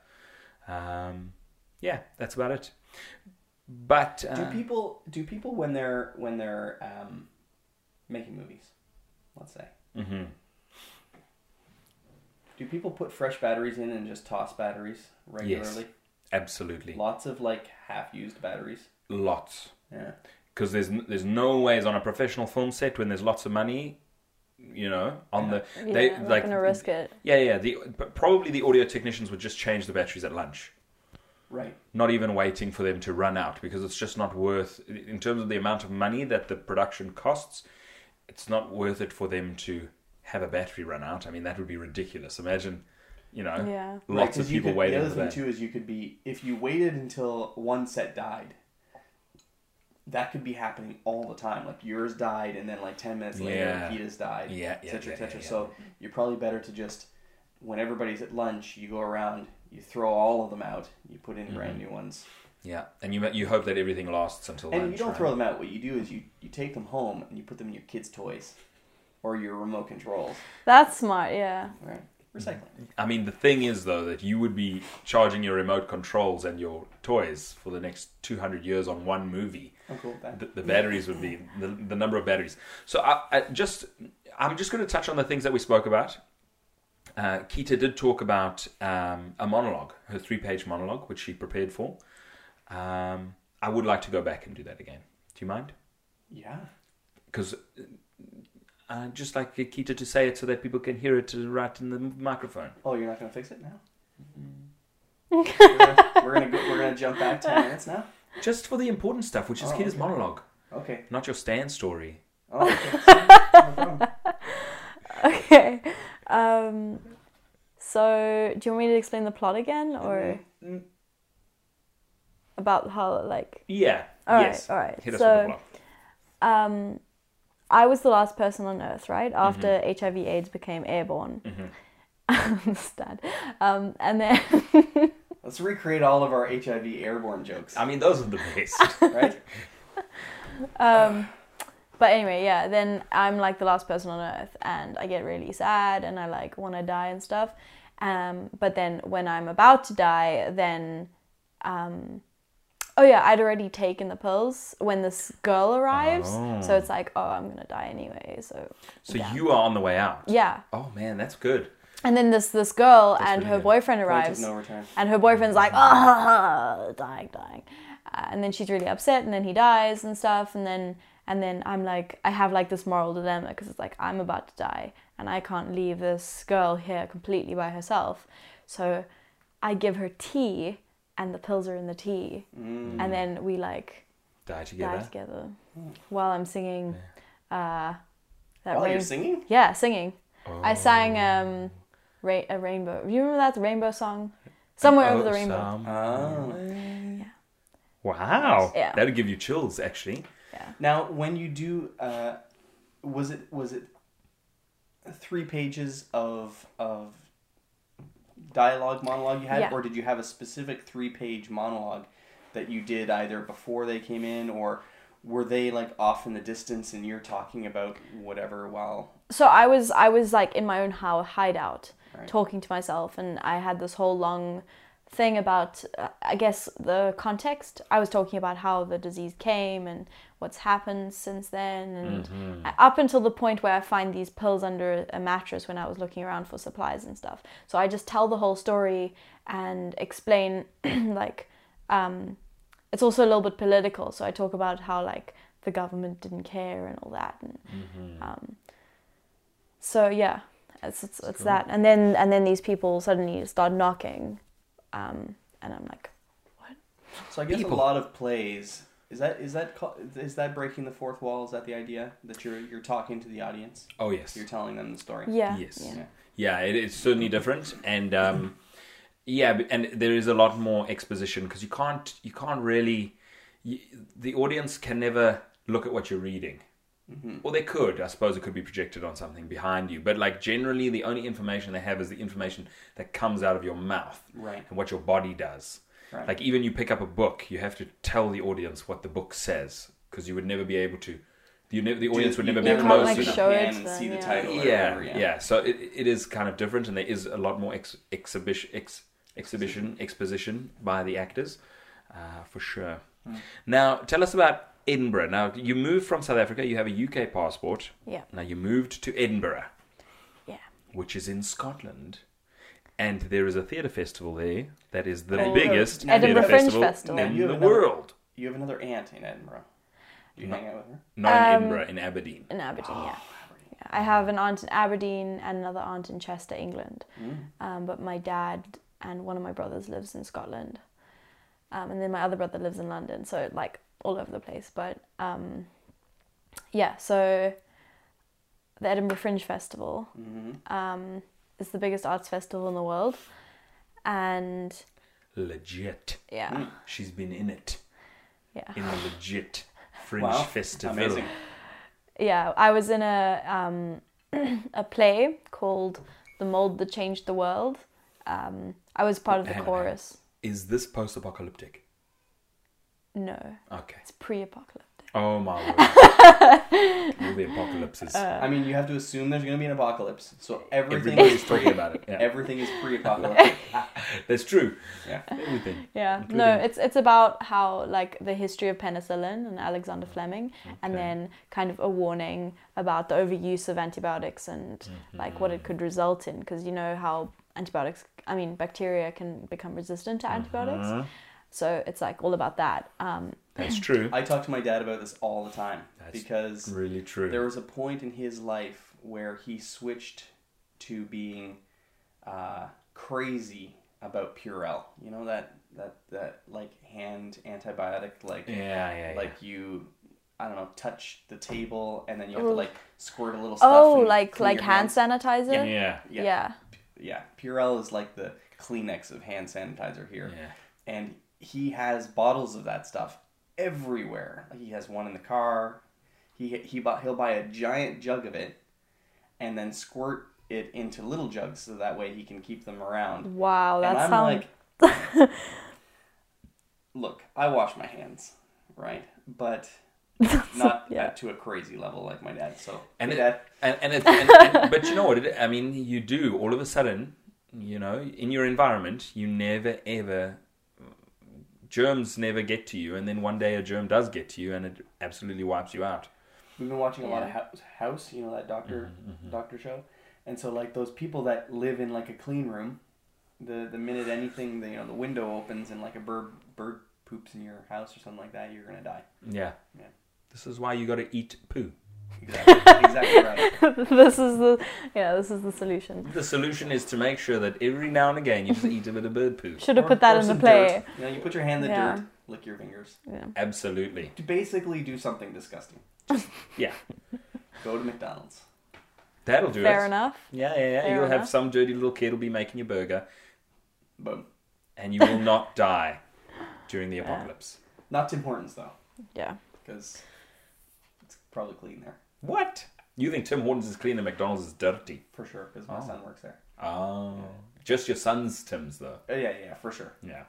Speaker 1: Um, yeah, that's about it. But
Speaker 4: Do
Speaker 1: uh,
Speaker 4: people do people when they're when they're um, making movies, let's say,
Speaker 1: mhm.
Speaker 4: do people put fresh batteries in and just toss batteries regularly?
Speaker 1: absolutely,
Speaker 4: Lots of like half-used batteries.
Speaker 1: lots.
Speaker 4: Yeah.
Speaker 1: because there's n- there's no ways on a professional film set when there's lots of money, you know, on the
Speaker 3: Yeah,
Speaker 1: they
Speaker 3: I'm
Speaker 1: like
Speaker 3: not gonna risk it.
Speaker 1: yeah yeah the but probably the audio technicians would just change the batteries at lunch,
Speaker 4: Right.
Speaker 1: not even waiting for them to run out because it's just not worth in terms of the amount of money that the production costs, it's not worth it for them to have a battery run out. I mean that would be ridiculous. Imagine, you know,
Speaker 3: Yeah.
Speaker 4: Right,
Speaker 1: lots
Speaker 4: 'cause
Speaker 1: of
Speaker 4: you
Speaker 1: people
Speaker 4: could-
Speaker 1: waiting
Speaker 4: The
Speaker 1: for
Speaker 4: other thing
Speaker 1: that.
Speaker 4: too is you could be if you waited until one set died. That could be happening all the time. Like yours died, and then like ten minutes later,
Speaker 1: Yeah.
Speaker 4: Akita's died.
Speaker 1: Yeah, yeah,
Speaker 4: etc. Cetera,
Speaker 1: yeah,
Speaker 4: et cetera.
Speaker 1: yeah, yeah.
Speaker 4: So you're probably better to just when everybody's at lunch, you go around, you throw all of them out, you put in brand
Speaker 1: Mm-hmm.
Speaker 4: new ones,
Speaker 1: Yeah, and you you hope that everything lasts until
Speaker 4: and
Speaker 1: lunch,
Speaker 4: you don't
Speaker 1: right?
Speaker 4: throw them out. What you do is you you take them home and you put them in your kids' toys, or your remote controls.
Speaker 3: That's smart. Yeah. [laughs]
Speaker 4: Right,
Speaker 1: Mm-hmm.
Speaker 4: recycling.
Speaker 1: I mean, the thing is, though, that you would be charging your remote controls and your toys for the next 200 years on one movie.
Speaker 4: I'm cool with that.
Speaker 1: The, the batteries would be the, the number of batteries. So I, I just, I'm just going to touch on the things that we spoke about. Uh, Keita did talk about um, a monologue, her three-page monologue, which she prepared for. Um, I would like to go back and do that again. Do you mind?
Speaker 4: Yeah.
Speaker 1: because I uh, just like Keita to say it so that people can hear it right in the microphone.
Speaker 4: Oh, you're not gonna fix it now.
Speaker 3: Mm-hmm.
Speaker 4: we're gonna go, we're gonna jump back
Speaker 3: [laughs]
Speaker 4: ten minutes now.
Speaker 1: Just for the important stuff, which is
Speaker 4: Oh,
Speaker 1: Kita's
Speaker 4: okay.
Speaker 1: monologue,
Speaker 4: Okay.
Speaker 1: not your stand story.
Speaker 4: Oh, okay. No
Speaker 3: [laughs]
Speaker 4: problem.
Speaker 3: Okay. Um. So, do you want me to explain the plot again, or Mm-hmm.
Speaker 1: Mm,
Speaker 3: about how like?
Speaker 1: Yeah.
Speaker 3: All right.
Speaker 1: yes.
Speaker 3: All right.
Speaker 1: Hit us with the
Speaker 3: so,
Speaker 1: block.
Speaker 3: um, I was the last person on Earth, right?
Speaker 1: Mm-hmm.
Speaker 3: After HIV/AIDS became airborne. [laughs] Understand. Um, and then [laughs]
Speaker 4: Let's recreate all of our HIV airborne jokes,
Speaker 1: I mean, those are the
Speaker 3: [laughs]
Speaker 1: best.
Speaker 4: right?
Speaker 3: um, but anyway, yeah, then I'm like the last person on earth and I get really sad and I like want to die and stuff. Um, but then when I'm about to die, then um, oh yeah, I'd already taken the pills when this girl arrives. So it's like, oh, I'm gonna die anyway. So
Speaker 1: So
Speaker 3: yeah.
Speaker 1: you are on the way out.
Speaker 3: yeah.
Speaker 1: Oh man, that's good.
Speaker 3: And then this this girl and her
Speaker 1: really good.
Speaker 3: boyfriend
Speaker 4: Point of
Speaker 3: arrives,
Speaker 4: no return.
Speaker 3: and her boyfriend's like, oh, dying, dying, uh, and then she's really upset, and then he dies and stuff, and then and then I'm like, I have like this moral dilemma because it's like I'm about to die, and I can't leave this girl here completely by herself, so I give her tea, and the pills are in the tea,
Speaker 4: Mm.
Speaker 3: and then we like
Speaker 1: Die together.
Speaker 3: die together while I'm singing. Uh, that
Speaker 4: While you're
Speaker 3: rain-
Speaker 4: singing?
Speaker 3: yeah, singing. I sang um, ra- a rainbow. You remember that rainbow song?
Speaker 1: Oh,
Speaker 3: Somewhere over the rainbow. Uh,
Speaker 1: some-
Speaker 4: Oh.
Speaker 1: Wow.
Speaker 3: Yeah.
Speaker 1: That'd give you chills, actually.
Speaker 4: Now, when you do, uh, was it was it three pages of of dialogue monologue you had,
Speaker 3: Yeah.
Speaker 4: or did you have a specific three page monologue that you did either before they came in, or were they like off in the distance and you're talking about whatever while
Speaker 3: So I was I was like in my own how hideout, talking to myself, and I had this whole long thing about uh, I guess the context. I was talking about how the disease came and what's happened since then, and uh, up until the point where I find these pills under a mattress when I was looking around for supplies and stuff. So I just tell the whole story and explain [clears throat] like um, it's also a little bit political. So I talk about how like the government didn't care and all that, and um, so yeah, it's it's, it's that. And then and then these people suddenly start knocking, um, and I'm like,
Speaker 4: So I guess a lot of plays is that is that ca- is that breaking the fourth wall? Is that the idea that you're you're talking to the audience?
Speaker 1: Oh, yes.
Speaker 4: You're telling them the story.
Speaker 3: yeah,
Speaker 1: Yes.
Speaker 3: yeah.
Speaker 1: Yeah, it, it's certainly different, and um, yeah, b- and there is a lot more exposition because you can't you can't really you, the audience can never look at what you're reading.
Speaker 4: Mm-hmm.
Speaker 1: Well, they could. I suppose it could be projected on something behind you, but like generally, the only information they have is the information that comes out of your mouth,
Speaker 4: Right.
Speaker 1: and what your body does.
Speaker 4: Right.
Speaker 1: Like even you pick up a book, you have to tell the audience what the book says because you would never be able to. You never, the audience would never be
Speaker 3: you
Speaker 1: close
Speaker 3: can't, like,
Speaker 1: enough
Speaker 3: show it
Speaker 4: hand
Speaker 3: to
Speaker 4: and
Speaker 3: them,
Speaker 4: see the
Speaker 3: yeah.
Speaker 4: title. or
Speaker 1: yeah,
Speaker 4: whatever,
Speaker 1: yeah, So it, it is kind of different, and there is a lot more ex- exhibition, ex- exhibition, exposition by the actors, uh, for sure.
Speaker 4: Hmm.
Speaker 1: Now, tell us about Edinburgh. Now, you moved from South Africa. You have a UK passport.
Speaker 3: Yeah.
Speaker 1: Now you moved to Edinburgh,
Speaker 3: yeah.
Speaker 1: which is in Scotland, and there is a theatre festival there that is the
Speaker 4: Now you-
Speaker 1: biggest
Speaker 4: now you-
Speaker 1: theatre
Speaker 3: Oh, Edinburgh Fringe
Speaker 1: festival
Speaker 3: Festival.
Speaker 1: in
Speaker 4: Now you
Speaker 1: the
Speaker 4: have another-
Speaker 1: world.
Speaker 4: You have another aunt in Edinburgh. Do you hang out with her?
Speaker 1: Not in
Speaker 3: Um,
Speaker 1: Edinburgh, in Aberdeen.
Speaker 3: in Aberdeen, yeah. Yeah, I have an aunt in Aberdeen and another aunt in Chester, England. Um, but my dad and one of my brothers lives in Scotland. Um, and then my other brother lives in London, so like all over the place. But um, yeah, so the Edinburgh Fringe Festival um, is the biggest arts festival in the world. And
Speaker 1: Legit.
Speaker 3: yeah,
Speaker 1: She's been in it.
Speaker 3: Yeah.
Speaker 1: In a legit fringe
Speaker 4: Wow,
Speaker 1: festival.
Speaker 4: amazing.
Speaker 3: yeah, I was in a um, [clears throat] a play called "The Mold That Changed the World." Um, I was part of the
Speaker 1: Hang on, hang on.
Speaker 3: chorus.
Speaker 1: Is this post apocalyptic?
Speaker 3: No,
Speaker 1: Okay.
Speaker 3: it's pre-apocalyptic.
Speaker 1: Oh [laughs] my word. All the apocalypses.
Speaker 4: I mean, you have to assume there's going to be an apocalypse, so everything
Speaker 1: Everybody's
Speaker 4: is pre-
Speaker 1: talking about it. Yeah.
Speaker 4: everything is pre-apocalyptic.
Speaker 1: [laughs] That's true.
Speaker 4: yeah.
Speaker 1: Everything.
Speaker 3: Yeah, no, it's it's about how like the history of penicillin and Alexander Fleming, and
Speaker 1: Okay.
Speaker 3: then kind of a warning about the overuse of antibiotics and
Speaker 4: Mm-hmm.
Speaker 3: like what it could result in, because you know how antibiotics, I mean, bacteria can become resistant to antibiotics.
Speaker 4: Uh-huh.
Speaker 3: So it's like all about that. Um,
Speaker 1: That's true.
Speaker 4: I talk to my dad about this all the time
Speaker 1: That's
Speaker 4: because
Speaker 1: really true.
Speaker 4: there was a point in his life where he switched to being uh, crazy about Purell. You know that that that like hand antibiotic like
Speaker 1: yeah, yeah, yeah.
Speaker 4: like you I don't know touch the table and then you have to
Speaker 3: Ooh.
Speaker 4: like squirt a little stuff.
Speaker 3: oh,
Speaker 4: and
Speaker 3: like
Speaker 4: clean
Speaker 3: like
Speaker 4: your
Speaker 3: hand
Speaker 4: hands.
Speaker 3: sanitizer.
Speaker 1: yeah.
Speaker 4: Yeah.
Speaker 3: yeah.
Speaker 4: Yeah, Purell is like the Kleenex of hand sanitizer here,
Speaker 1: Yeah.
Speaker 4: and he has bottles of that stuff everywhere. Like he has one in the car. He he bought he'll buy a giant jug of it, and then squirt it into little jugs so that way he can keep them around.
Speaker 3: Wow,
Speaker 4: and
Speaker 3: that
Speaker 4: I'm
Speaker 3: sounds
Speaker 4: like,
Speaker 3: [laughs]
Speaker 4: look, I wash my hands, right?
Speaker 3: [laughs]
Speaker 4: But not
Speaker 3: yeah.
Speaker 4: at- to a crazy level like my dad. So
Speaker 1: and
Speaker 4: hey,
Speaker 1: it,
Speaker 4: dad,
Speaker 1: and, and, [laughs] it, and, and but you know what it, i mean you do all of a sudden you know in your environment you never ever germs never get to you, and then one day a germ does get to you, and it absolutely wipes you out.
Speaker 4: We've been watching a lot of Hou- House, you know that doctor
Speaker 1: Mm-hmm,
Speaker 4: doctor show, and so like those people that live in like a clean room, the the minute anything the, you know the window opens and like a bird bird poops in your house or something like that, you're gonna
Speaker 3: [laughs]
Speaker 4: die.
Speaker 1: Yeah.
Speaker 4: Yeah.
Speaker 1: This is why you got to eat poo.
Speaker 4: Exactly, exactly right.
Speaker 3: [laughs] this is the yeah, this is the solution.
Speaker 1: The solution is to make sure that every now and again you just eat a bit of bird poo.
Speaker 3: Should have
Speaker 4: Or-
Speaker 3: put that
Speaker 4: or
Speaker 3: in the
Speaker 4: some
Speaker 3: play.
Speaker 4: dirt. You know, you put your hand in the
Speaker 3: Yeah.
Speaker 4: dirt, lick your fingers.
Speaker 1: Absolutely.
Speaker 4: To basically do something disgusting.
Speaker 1: [laughs] Yeah.
Speaker 4: Go to McDonald's.
Speaker 1: That'll do
Speaker 3: Fair
Speaker 1: it.
Speaker 3: enough.
Speaker 1: Yeah, yeah, yeah.
Speaker 3: Fair
Speaker 1: You'll have
Speaker 3: enough.
Speaker 1: some dirty little kid will be making your burger,
Speaker 4: Boom.
Speaker 1: and you will not
Speaker 3: [laughs]
Speaker 1: die during the apocalypse.
Speaker 4: Not Tim Hortons though,
Speaker 3: Yeah.
Speaker 4: because it's probably clean there
Speaker 1: What? You think Tim Hortons is clean and McDonald's is dirty?
Speaker 4: for sure, because my son works there.
Speaker 1: Oh. Just your son's Tim's, though.
Speaker 4: Uh, yeah, yeah, for sure.
Speaker 1: Yeah.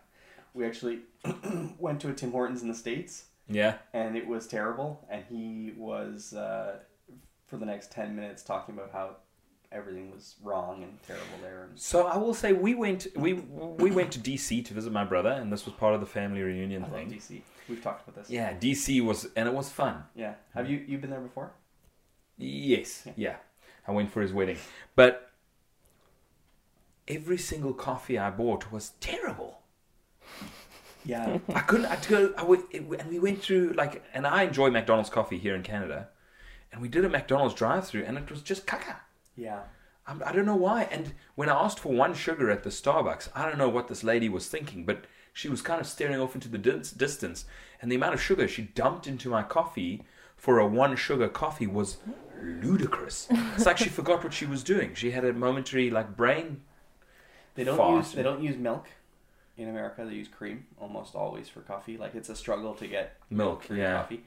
Speaker 4: We actually [clears throat] went to a Tim Hortons in the States,
Speaker 1: Yeah.
Speaker 4: and it was terrible. And he was, uh, for the next 10 minutes, talking about how everything was wrong and terrible there. And
Speaker 1: So I will say we went we we went to DC to visit my brother, and this was part of the family reunion
Speaker 4: I love
Speaker 1: thing.
Speaker 4: DC. We've talked about this.
Speaker 1: Yeah, DC was, and it was fun.
Speaker 4: Yeah. Have you you been there before?
Speaker 1: Yes, yeah. I went for his wedding. But every single coffee I bought was terrible.
Speaker 4: Yeah.
Speaker 1: I couldn't, I had to go, I went, it, and we went through, like, and I enjoy McDonald's coffee here in Canada. And we did a McDonald's drive through and it was just caca.
Speaker 4: [laughs] yeah.
Speaker 1: I'm, I don't know why. And when I asked for one sugar at the Starbucks, I don't know what this lady was thinking, but she was kind of staring off into the dis- distance. And the amount of sugar she dumped into my coffee for a one sugar coffee was ludicrous. it's like [laughs] she forgot what she was doing. She had a momentary like brain.
Speaker 4: They don't
Speaker 1: Fast.
Speaker 4: use they don't use milk in America. They use cream almost always for coffee. Like it's a struggle to get
Speaker 1: Milk,
Speaker 4: for your
Speaker 1: yeah.
Speaker 4: coffee.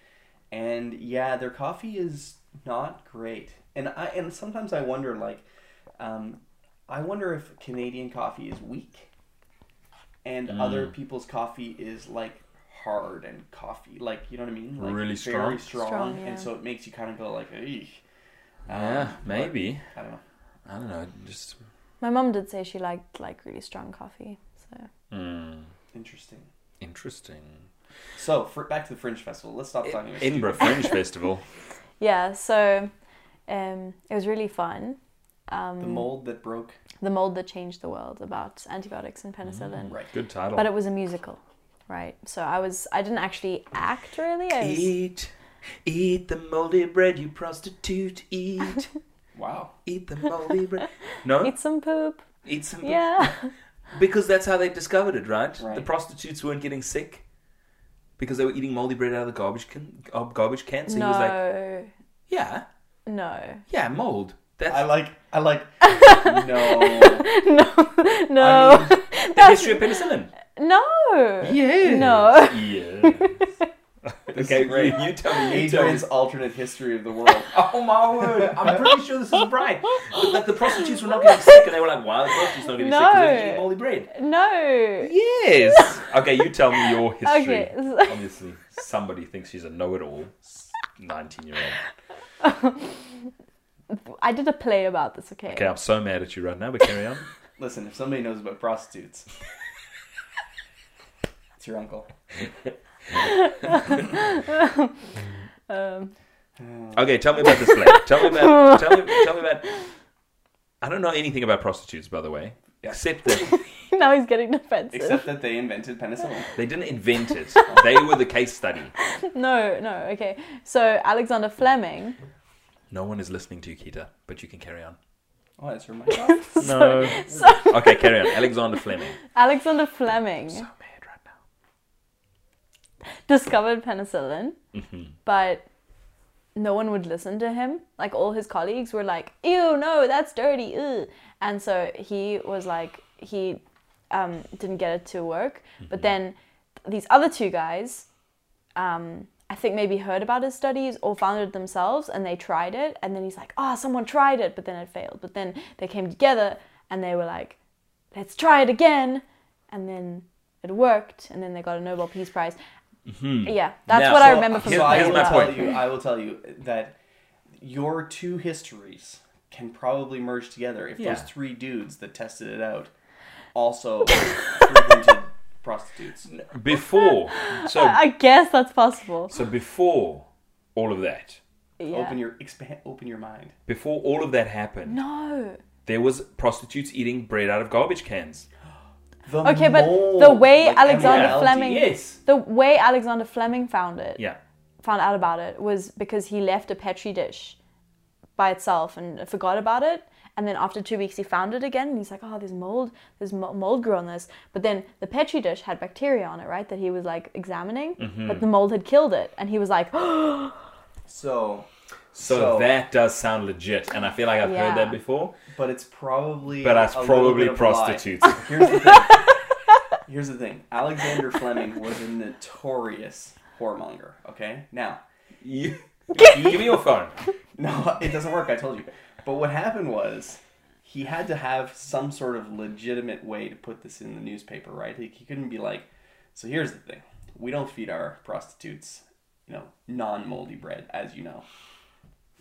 Speaker 4: And yeah, their coffee is not great. And I and sometimes I wonder like, um, I wonder if Canadian coffee is weak, and
Speaker 1: Mm.
Speaker 4: other people's coffee is like hard and coffee like you know what I mean like
Speaker 1: Really strong?
Speaker 4: very strong,
Speaker 3: Strong, yeah.
Speaker 4: and so it makes you kind of go like Eesh.
Speaker 1: Yeah, Ah, maybe.
Speaker 4: I don't know
Speaker 1: I don't know. Just
Speaker 3: My mum did say she liked like really strong coffee. So
Speaker 4: interesting
Speaker 1: Hmm. interesting.
Speaker 4: so for, back to the Fringe Festival let's stop talking about
Speaker 1: Edinburgh Fringe [laughs] Festival.
Speaker 3: yeah, so um, it was really fun. Um,
Speaker 4: the mold that broke
Speaker 3: The mold that changed the world about antibiotics and penicillin.
Speaker 4: right
Speaker 1: Good title.
Speaker 3: But it was a musical, right? So I was I didn't actually act really. I was,
Speaker 1: Eat, eat the moldy bread, you prostitute. Eat,
Speaker 4: Wow.
Speaker 1: eat the moldy bread. [laughs] No,
Speaker 3: eat some
Speaker 1: [laughs]
Speaker 3: poop.
Speaker 1: Eat some
Speaker 3: Yeah.
Speaker 1: because that's how they discovered it, right?
Speaker 4: Right.
Speaker 1: The prostitutes weren't getting sick because they were eating moldy bread out of the garbage can. uh, Garbage can. So he was like,
Speaker 3: no.
Speaker 1: "Yeah,
Speaker 3: No. [laughs]
Speaker 1: yeah, mold. That's
Speaker 4: I like.
Speaker 1: [laughs]
Speaker 4: I like. no.
Speaker 3: No. No.
Speaker 4: I mean,
Speaker 3: [laughs]
Speaker 1: the history of penicillin."
Speaker 3: No.
Speaker 1: Yeah.
Speaker 3: No.
Speaker 1: Yeah. [laughs] okay,
Speaker 4: great.
Speaker 1: You, you tell me. You tell me.
Speaker 4: Adrian's alternate history of the world.
Speaker 1: Oh my word! [laughs] I'm pretty sure this is right. That the prostitutes were not getting sick, and they were like, "Why are the prostitutes not getting sick? Because they're
Speaker 3: No.
Speaker 1: eating moldy
Speaker 3: [laughs]
Speaker 1: bread."
Speaker 3: No.
Speaker 1: Yes. okay, you tell me your history.
Speaker 3: Okay.
Speaker 1: Obviously, somebody thinks she's a know-it-all. Nineteen-year-old.
Speaker 3: [laughs] I did a play about this, okay?
Speaker 1: Okay, I'm so mad at you right now, but carry on.
Speaker 4: Listen, if somebody knows
Speaker 1: [laughs]
Speaker 4: about prostitutes, it's your uncle.
Speaker 3: [laughs] Um, [laughs]
Speaker 4: Uh,
Speaker 1: okay, tell me about this play. Tell me about. Tell me. Tell me about. I don't know anything about prostitutes, by the way, except that
Speaker 3: now he's getting defensive.
Speaker 4: Except that they invented penicillin.
Speaker 1: they didn't invent it. They were the case study.
Speaker 3: [laughs] No, no, okay. So Alexander Fleming. [laughs]
Speaker 1: No one is listening to you, Keita, but you can carry on.
Speaker 4: Oh,
Speaker 1: [laughs]
Speaker 4: that's from my job.
Speaker 1: No. okay, carry on. Alexander Fleming.
Speaker 3: Alexander Fleming
Speaker 1: I'm mad right now.
Speaker 3: discovered penicillin, but no one would listen to him. Like all his colleagues were like, "Ew, no, that's dirty." Ew. And so he was like, he um, didn't get it to work. But then these other two guys, um, I think maybe heard about his studies or found it themselves, and they tried it. And then he's like, "Ah, someone tried it," but then it failed. But then they came together and they were like, "Let's try it again," and then. It worked, and then they got a Nobel Peace Prize. Yeah, that's
Speaker 1: Now-
Speaker 3: what I
Speaker 1: So-
Speaker 3: remember from
Speaker 1: Here's-
Speaker 4: So I
Speaker 1: here's
Speaker 4: will
Speaker 1: my
Speaker 4: tell
Speaker 1: point.
Speaker 4: you. I will tell you that your two histories can probably merge together if
Speaker 1: Yeah. [laughs]
Speaker 4: those three dudes that tested it out also frequented prostitutes.
Speaker 1: Before, so
Speaker 3: I guess that's possible.
Speaker 1: so before all of that,
Speaker 3: Yeah.
Speaker 4: Open your expand. Open your mind.
Speaker 1: before all of that happened,
Speaker 3: no.
Speaker 1: there was prostitutes eating bread out of garbage cans.
Speaker 4: The
Speaker 3: Okay, but
Speaker 4: mole,
Speaker 3: the way
Speaker 4: like
Speaker 3: Alexander
Speaker 4: immorality.
Speaker 3: Fleming,
Speaker 1: Yes.
Speaker 3: the way Alexander Fleming found it,
Speaker 1: Yeah.
Speaker 3: found out about it, was because he left a petri dish by itself and forgot about it. And then after two weeks, he found it again, and he's like, "Oh, there's mold. There's mo- mold grew on this." But then the petri dish had bacteria on it, right? That he was like examining,
Speaker 1: Mm-hmm.
Speaker 3: but the mold had killed it, and he was like,
Speaker 4: So,
Speaker 1: So, that does sound legit, and I feel like I've
Speaker 3: Yeah.
Speaker 1: heard that before.
Speaker 4: but it's probably.
Speaker 1: But that's
Speaker 4: a little
Speaker 1: probably
Speaker 4: bit of a lie.
Speaker 1: prostitutes.
Speaker 4: [laughs] Here's the thing. Here's the thing. Alexander Fleming was a notorious whoremonger. Okay, now [laughs]
Speaker 3: [laughs]
Speaker 1: you, you give me your phone.
Speaker 4: No, it doesn't work. I told you. But what happened was he had to have some sort of legitimate way to put this in the newspaper, right? He, he couldn't be like, so here's the thing: we don't feed our prostitutes, you know, non-moldy bread, as you know.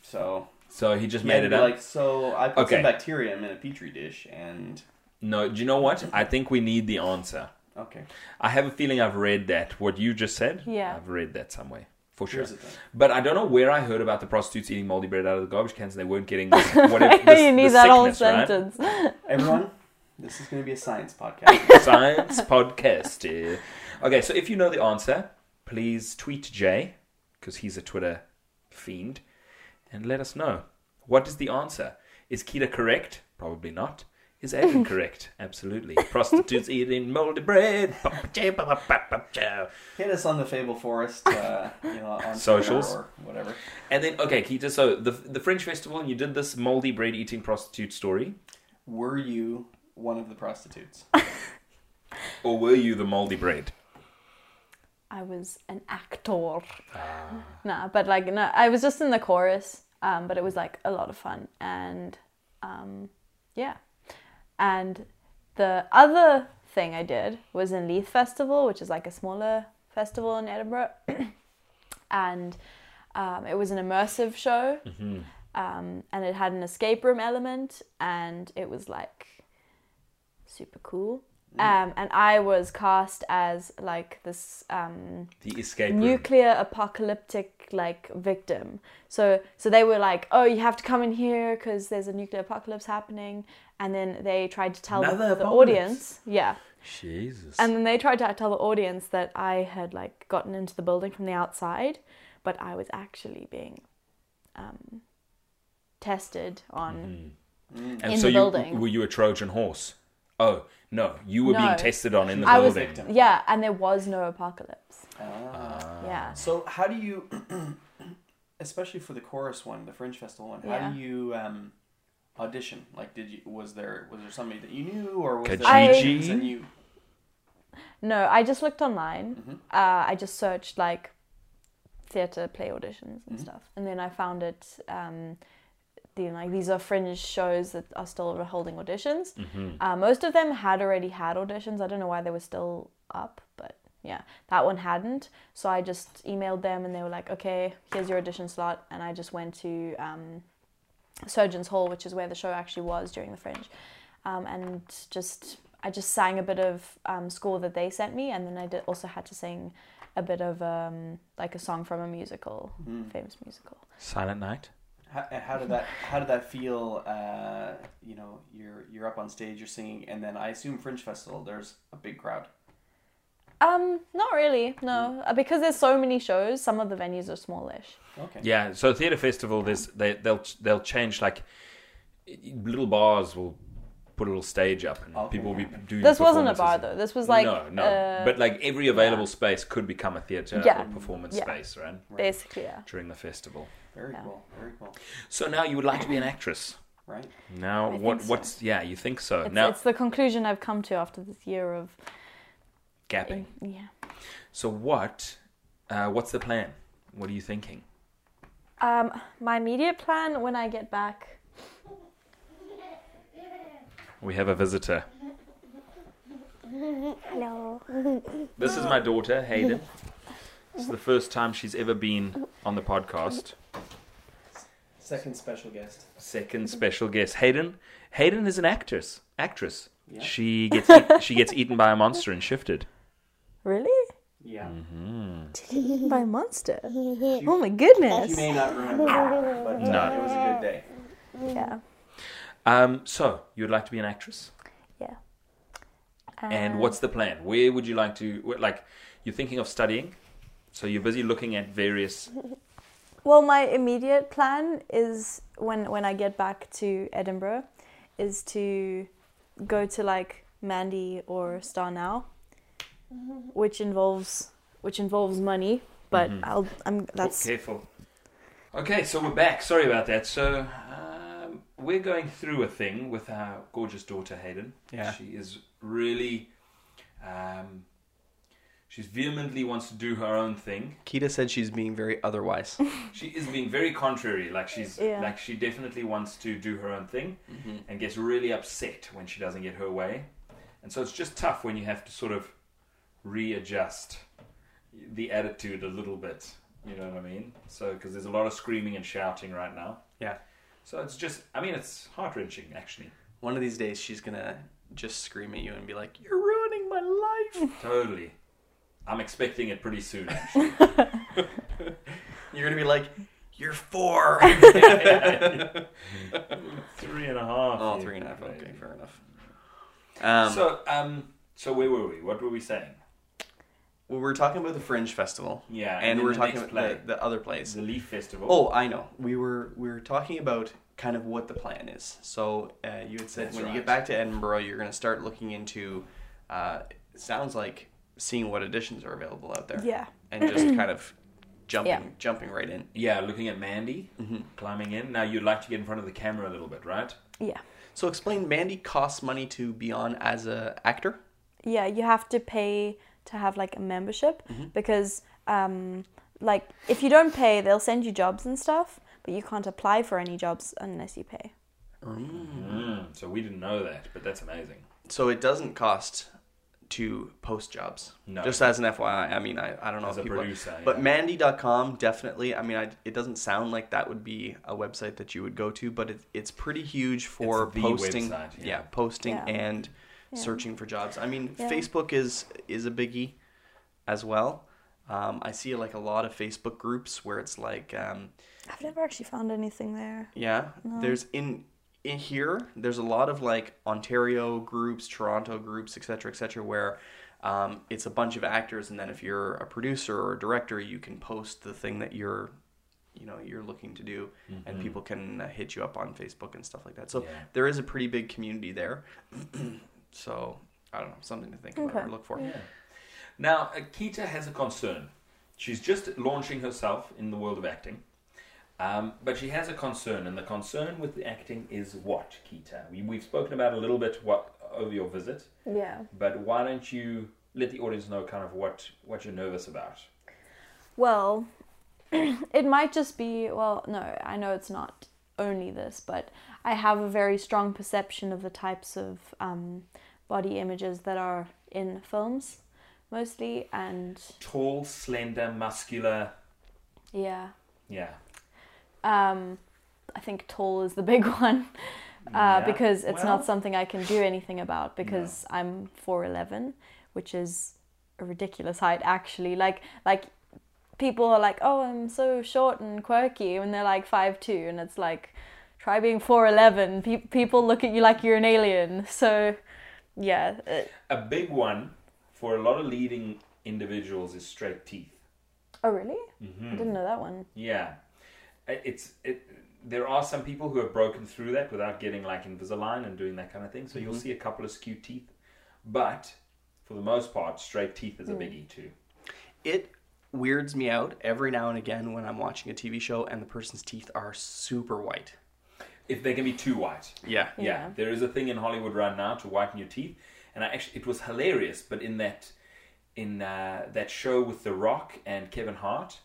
Speaker 4: So
Speaker 1: So he just
Speaker 4: he
Speaker 1: made
Speaker 4: had to
Speaker 1: it
Speaker 4: be
Speaker 1: up.
Speaker 4: like, so I put
Speaker 1: Okay.
Speaker 4: some bacterium in a petri dish, and
Speaker 1: no, do you know what? I think we need the answer.
Speaker 4: okay,
Speaker 1: I have a feeling I've read that. What you just said,
Speaker 3: Yeah.
Speaker 1: I've read that somewhere for sure.
Speaker 4: here's the thing.
Speaker 1: But I don't know where I heard about the prostitutes eating moldy bread out of the garbage cans and they weren't getting this, whatever.
Speaker 3: [laughs]
Speaker 1: this-
Speaker 3: "You need
Speaker 1: the
Speaker 3: that whole
Speaker 1: sickness, right?
Speaker 3: sentence."
Speaker 4: Everyone, [laughs] this is going to be a science podcast.
Speaker 1: Science podcast. eh? Okay, so if you know the answer, please tweet Jay because he's a Twitter fiend, and let us know what is the answer. Is Keita correct? Probably not. Is Adrian correct? Absolutely. Prostitutes eating moldy bread.
Speaker 4: Hit us on the Fable Forest, uh, you know, on Twitter
Speaker 1: Socials.
Speaker 4: or whatever.
Speaker 1: And then, okay, Keita. So the the French festival, you did this moldy bread eating prostitute story,
Speaker 4: Were you one of the prostitutes?
Speaker 1: or were you the moldy bread?
Speaker 3: I was an actor.
Speaker 1: Ah.
Speaker 3: Nah, but like no, I was just in the chorus. Um, but it was like a lot of fun, and um, yeah. And the other thing I did was in Leith Festival, which is like a smaller festival in Edinburgh, [clears throat] and um, it was an immersive show,
Speaker 1: Mm-hmm.
Speaker 3: um, and it had an escape room element, and it was like super cool. Um, and I was cast as like this um,
Speaker 1: The escape room.
Speaker 3: nuclear apocalyptic like victim. So so they were like, oh, you have to come in here because there's a nuclear apocalypse happening, and then they tried to tell the,
Speaker 1: Another
Speaker 3: the
Speaker 1: apocalypse.
Speaker 3: audience, yeah,
Speaker 1: Jesus.
Speaker 3: and then they tried to tell the audience that I had like gotten into the building from the outside, but I was actually being um, tested on.
Speaker 1: Mm.
Speaker 4: Mm,
Speaker 1: And
Speaker 3: in
Speaker 1: so
Speaker 3: the
Speaker 1: you,
Speaker 3: building.
Speaker 1: were you a Trojan horse? Oh no, you were being
Speaker 3: No.
Speaker 1: tested on in the
Speaker 3: I was
Speaker 1: building.
Speaker 3: yeah, and there was no apocalypse.
Speaker 1: Uh. Ah.
Speaker 3: Yeah.
Speaker 4: ah. So how do you, [clears throat] especially for the chorus one, the Fringe Festival one, how
Speaker 3: Yeah.
Speaker 4: do you um, audition? Like, did you was there was there somebody that you knew or was there
Speaker 3: I-
Speaker 4: auditions and you? mm-hmm,
Speaker 3: No, I just looked online. Uh, I just searched like theater play auditions
Speaker 1: Mm.
Speaker 3: and stuff, and then I found it. Um, the, like these are fringe shows that are still holding auditions.
Speaker 1: Mm-hmm.
Speaker 3: Uh, most of them had already had auditions. I don't know why they were still up, but yeah, that one hadn't. So I just emailed them, and they were like, "Okay, here's your audition slot." And I just went to um, Surgeons Hall, which is where the show actually was during the Fringe, um, and just I just sang a bit of um, score that they sent me, and then I did, also had to sing a bit of um, like a song from a musical,
Speaker 4: mm-hmm.
Speaker 1: Mm.
Speaker 3: famous musical.
Speaker 1: Silent Night.
Speaker 4: How, and how did that How did that feel? Uh, you know, you're you're up on stage, you're singing, and then I assume Fringe Festival, there's a big crowd.
Speaker 3: Um, not really,
Speaker 1: Mm.
Speaker 3: no, Uh, because there's so many shows. Some of the venues are smallish.
Speaker 4: Okay.
Speaker 1: Yeah, so theater festival, there's, they they'll they'll change like little bars will put a little stage up and
Speaker 4: Okay.
Speaker 1: people will be doing.
Speaker 3: Oh. This wasn't a
Speaker 1: performances.
Speaker 3: bar though. This was like
Speaker 1: no, no,
Speaker 3: uh,
Speaker 1: but like every available space could become a theater
Speaker 3: Yeah.
Speaker 1: or performance
Speaker 3: Yeah.
Speaker 1: space, right?
Speaker 3: basically yeah.
Speaker 1: During the festival.
Speaker 4: Very
Speaker 3: Yeah.
Speaker 4: cool. Very cool.
Speaker 1: So now you would like to be an actress.
Speaker 4: Right.
Speaker 1: Now
Speaker 3: I
Speaker 1: what?
Speaker 3: think so.
Speaker 1: What's yeah? You think so?
Speaker 3: It's,
Speaker 1: now
Speaker 3: it's the conclusion I've come to after this year of
Speaker 1: gapping.
Speaker 3: yeah.
Speaker 1: So what? Uh, what's the plan? What are you thinking?
Speaker 3: Um, my immediate plan when I get back
Speaker 1: We have a visitor. Hello. This is my daughter, Hayden. It's the first time she's ever been on the podcast.
Speaker 4: Second special guest.
Speaker 1: Second special guest, Hayden. Hayden is an actress. Actress.
Speaker 4: Yeah.
Speaker 1: She gets eat- she gets eaten by a monster and shifted.
Speaker 3: Really?
Speaker 4: Yeah.
Speaker 3: Did he eaten by a monster? oh my goodness.
Speaker 4: You may not remember, but uh, it was a good day.
Speaker 3: Yeah.
Speaker 1: Um, so you would like to be an actress,
Speaker 3: Yeah. Uh, Um,
Speaker 1: and what's the plan? Where would you like to? wh- Like, you're thinking of studying, so you're busy looking at various.
Speaker 3: Well, my immediate plan is when when I get back to Edinburgh, is to go to like Mandy or Star Now, which involves which involves money. But
Speaker 1: Mm-hmm.
Speaker 3: I'll I'm that's
Speaker 1: Oh, Careful. Okay, so we're back. Sorry about that. So um, we're going through a thing with our gorgeous daughter Hayden.
Speaker 4: Yeah.
Speaker 1: She is really. Um, she vehemently wants to do her own thing.
Speaker 4: Kita said she's being very otherwise.
Speaker 1: She is being very contrary. Like she's
Speaker 3: Yeah.
Speaker 1: like she definitely wants to do her own thing, and gets really upset when she doesn't get her way, and so it's just tough when you have to sort of readjust the attitude a little bit. You know what I mean? So because there's a lot of screaming and shouting right now.
Speaker 4: Yeah.
Speaker 1: So it's just I mean it's heart wrenching actually.
Speaker 4: [laughs] One of these days, she's gonna just scream at you and be like, "You're ruining my life."
Speaker 1: [laughs] Totally. I'm expecting it pretty soon. Actually.
Speaker 4: You're gonna be like, "You're four.
Speaker 1: [laughs]
Speaker 4: [laughs]
Speaker 1: three and a half.
Speaker 4: oh,
Speaker 1: you
Speaker 4: three and a half. Okay,
Speaker 1: crazy.
Speaker 4: fair enough. Um,
Speaker 1: So um, so where were we? What were we saying?
Speaker 4: well, we're talking about the Fringe Festival,
Speaker 1: Yeah,
Speaker 4: and,
Speaker 1: then
Speaker 4: we're
Speaker 1: the
Speaker 4: talking
Speaker 1: next
Speaker 4: about
Speaker 1: play.
Speaker 4: the, the other plays.
Speaker 1: the Leaf Festival.
Speaker 4: Oh, I know. We were we were talking about kind of what the plan is. So uh, you had said
Speaker 1: That's
Speaker 4: when you
Speaker 1: right.
Speaker 4: get back to Edinburgh, you're going to start looking into. Uh, it sounds like seeing what editions are available out there.
Speaker 3: Yeah.
Speaker 4: And
Speaker 3: [clears throat]
Speaker 4: just kind of jumping
Speaker 3: Yeah.
Speaker 4: jumping right in.
Speaker 1: Yeah, looking at Mandy
Speaker 4: Mm-hmm.
Speaker 1: climbing in. Now you'd like to get in front of the camera a little bit, right?
Speaker 3: yeah.
Speaker 4: So explain. Mandy costs money to be on as a actor.
Speaker 3: yeah you have to pay to have like a membership because um, like if you don't pay they'll send you jobs and stuff but you can't apply for any jobs unless you pay
Speaker 1: Mm, so we didn't know that, but that's amazing.
Speaker 4: So it doesn't cost to post jobs.
Speaker 1: No.
Speaker 4: Just as an FYI, I mean, I, I don't know
Speaker 1: As
Speaker 4: if
Speaker 1: a
Speaker 4: people,
Speaker 1: producer,
Speaker 4: but
Speaker 1: yeah.
Speaker 4: Mandy.com definitely. I mean, I, it doesn't sound like that would be a website that you would go to, but it, it's pretty huge for
Speaker 1: It's the
Speaker 4: posting.
Speaker 1: website, yeah.
Speaker 4: posting
Speaker 3: Yeah.
Speaker 4: and searching for jobs. I mean,
Speaker 3: Yeah.
Speaker 4: Facebook is is a biggie as well. Um, I see like a lot of Facebook groups where it's like. Um,
Speaker 3: i've never actually found anything there
Speaker 4: yeah. There's in in here. There's a lot of like Ontario groups, Toronto groups, etc., cetera, etc., cetera, where um, it's a bunch of actors, and then if you're a producer or a director, you can post the thing that you're, you know, you're looking to do, and people can uh, hit you up on Facebook and stuff like that. So
Speaker 1: Yeah.
Speaker 4: there is a pretty big community there. [clears throat] so I don't know, something to think about
Speaker 3: Okay.
Speaker 4: or look for.
Speaker 1: Now, Akita has a concern. She's just launching herself in the world of acting, um, but she has a concern, and the concern with the acting is what, Kita? We, we've spoken about a little bit what over your visit,
Speaker 3: yeah
Speaker 1: but why don't you let the audience know kind of what, what you're nervous about?
Speaker 3: Well, [clears throat] it might just be, well, no, I know it's not only this, but I have a very strong perception of the types of um, body images that are in films mostly, and
Speaker 1: Tall, slender, muscular.
Speaker 3: yeah,
Speaker 1: Yeah.
Speaker 3: um, I think tall is the [laughs] big one. Uh,
Speaker 1: Yeah.
Speaker 3: Because it's
Speaker 1: Well-
Speaker 3: not something I can do anything about because I'm 4'11, which is a ridiculous height, actually. Like, like people are like, oh, I'm so short and quirky, and they're like 5'2, and it's like, try being 4'11. Pe- people look at you like you're an alien. [laughs] So, yeah. uh,
Speaker 1: A big one for a lot of leading individuals is straight teeth.
Speaker 3: oh, really?
Speaker 1: Mm-hmm.
Speaker 3: I didn't know that one.
Speaker 1: Yeah, I- it's it. There are some people who have broken through that without getting like Invisalign and doing that kind of thing. So
Speaker 3: Mm-hmm.
Speaker 1: you'll see a couple of skewed teeth, but for the most part, straight teeth is a biggie
Speaker 3: Mm.
Speaker 1: too.
Speaker 4: it weirds me out every now and again when I'm watching a TV show and the person's teeth are super white.
Speaker 1: If they can be too white,
Speaker 4: Yeah.
Speaker 1: yeah.
Speaker 3: Yeah.
Speaker 1: There is a thing in Hollywood right now to whiten your teeth, and I actually it was hilarious. But in that in uh, that show with The Rock and Kevin Hart,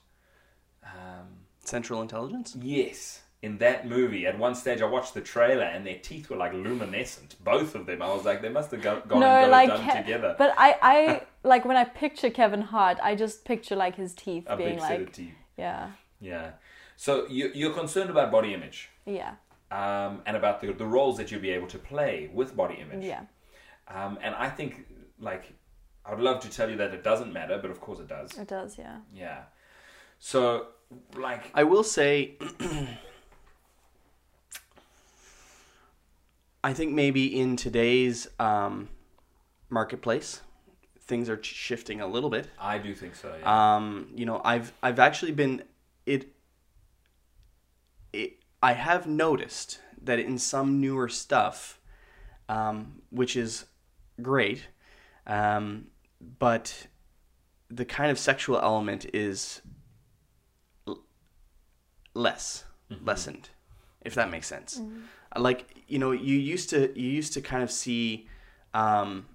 Speaker 1: um,
Speaker 4: Central Intelligence?
Speaker 1: Yes. In that movie, at one stage, I watched the trailer and their teeth were like luminescent. Both of them. I was like, they must have go- gone and got it done
Speaker 3: Ke-
Speaker 1: together.
Speaker 3: But I, I,
Speaker 1: [laughs]
Speaker 3: like, when I picture Kevin Hart, I just picture, like, his teeth
Speaker 1: a
Speaker 3: being
Speaker 1: big set
Speaker 3: like,
Speaker 1: of teeth.
Speaker 3: yeah,
Speaker 1: Yeah. So you, you're concerned about body image
Speaker 3: yeah,
Speaker 1: um, and about the, the roles that you'll be able to play with body image.
Speaker 3: yeah.
Speaker 1: Um, and I think, like, I would love to tell you that it doesn't matter, but of course it does.
Speaker 3: It does, yeah.
Speaker 1: Yeah. So, like,
Speaker 4: I will say, [clears throat] I think maybe in today's um, marketplace, things are shifting a little bit.
Speaker 1: I do think so. Yeah.
Speaker 4: Um, you know, I've I've actually been it, it. I have noticed that in some newer stuff, um, which is great, um, but the kind of sexual element is less lessened if that makes sense Uh, like you know you used to you used to kind of see um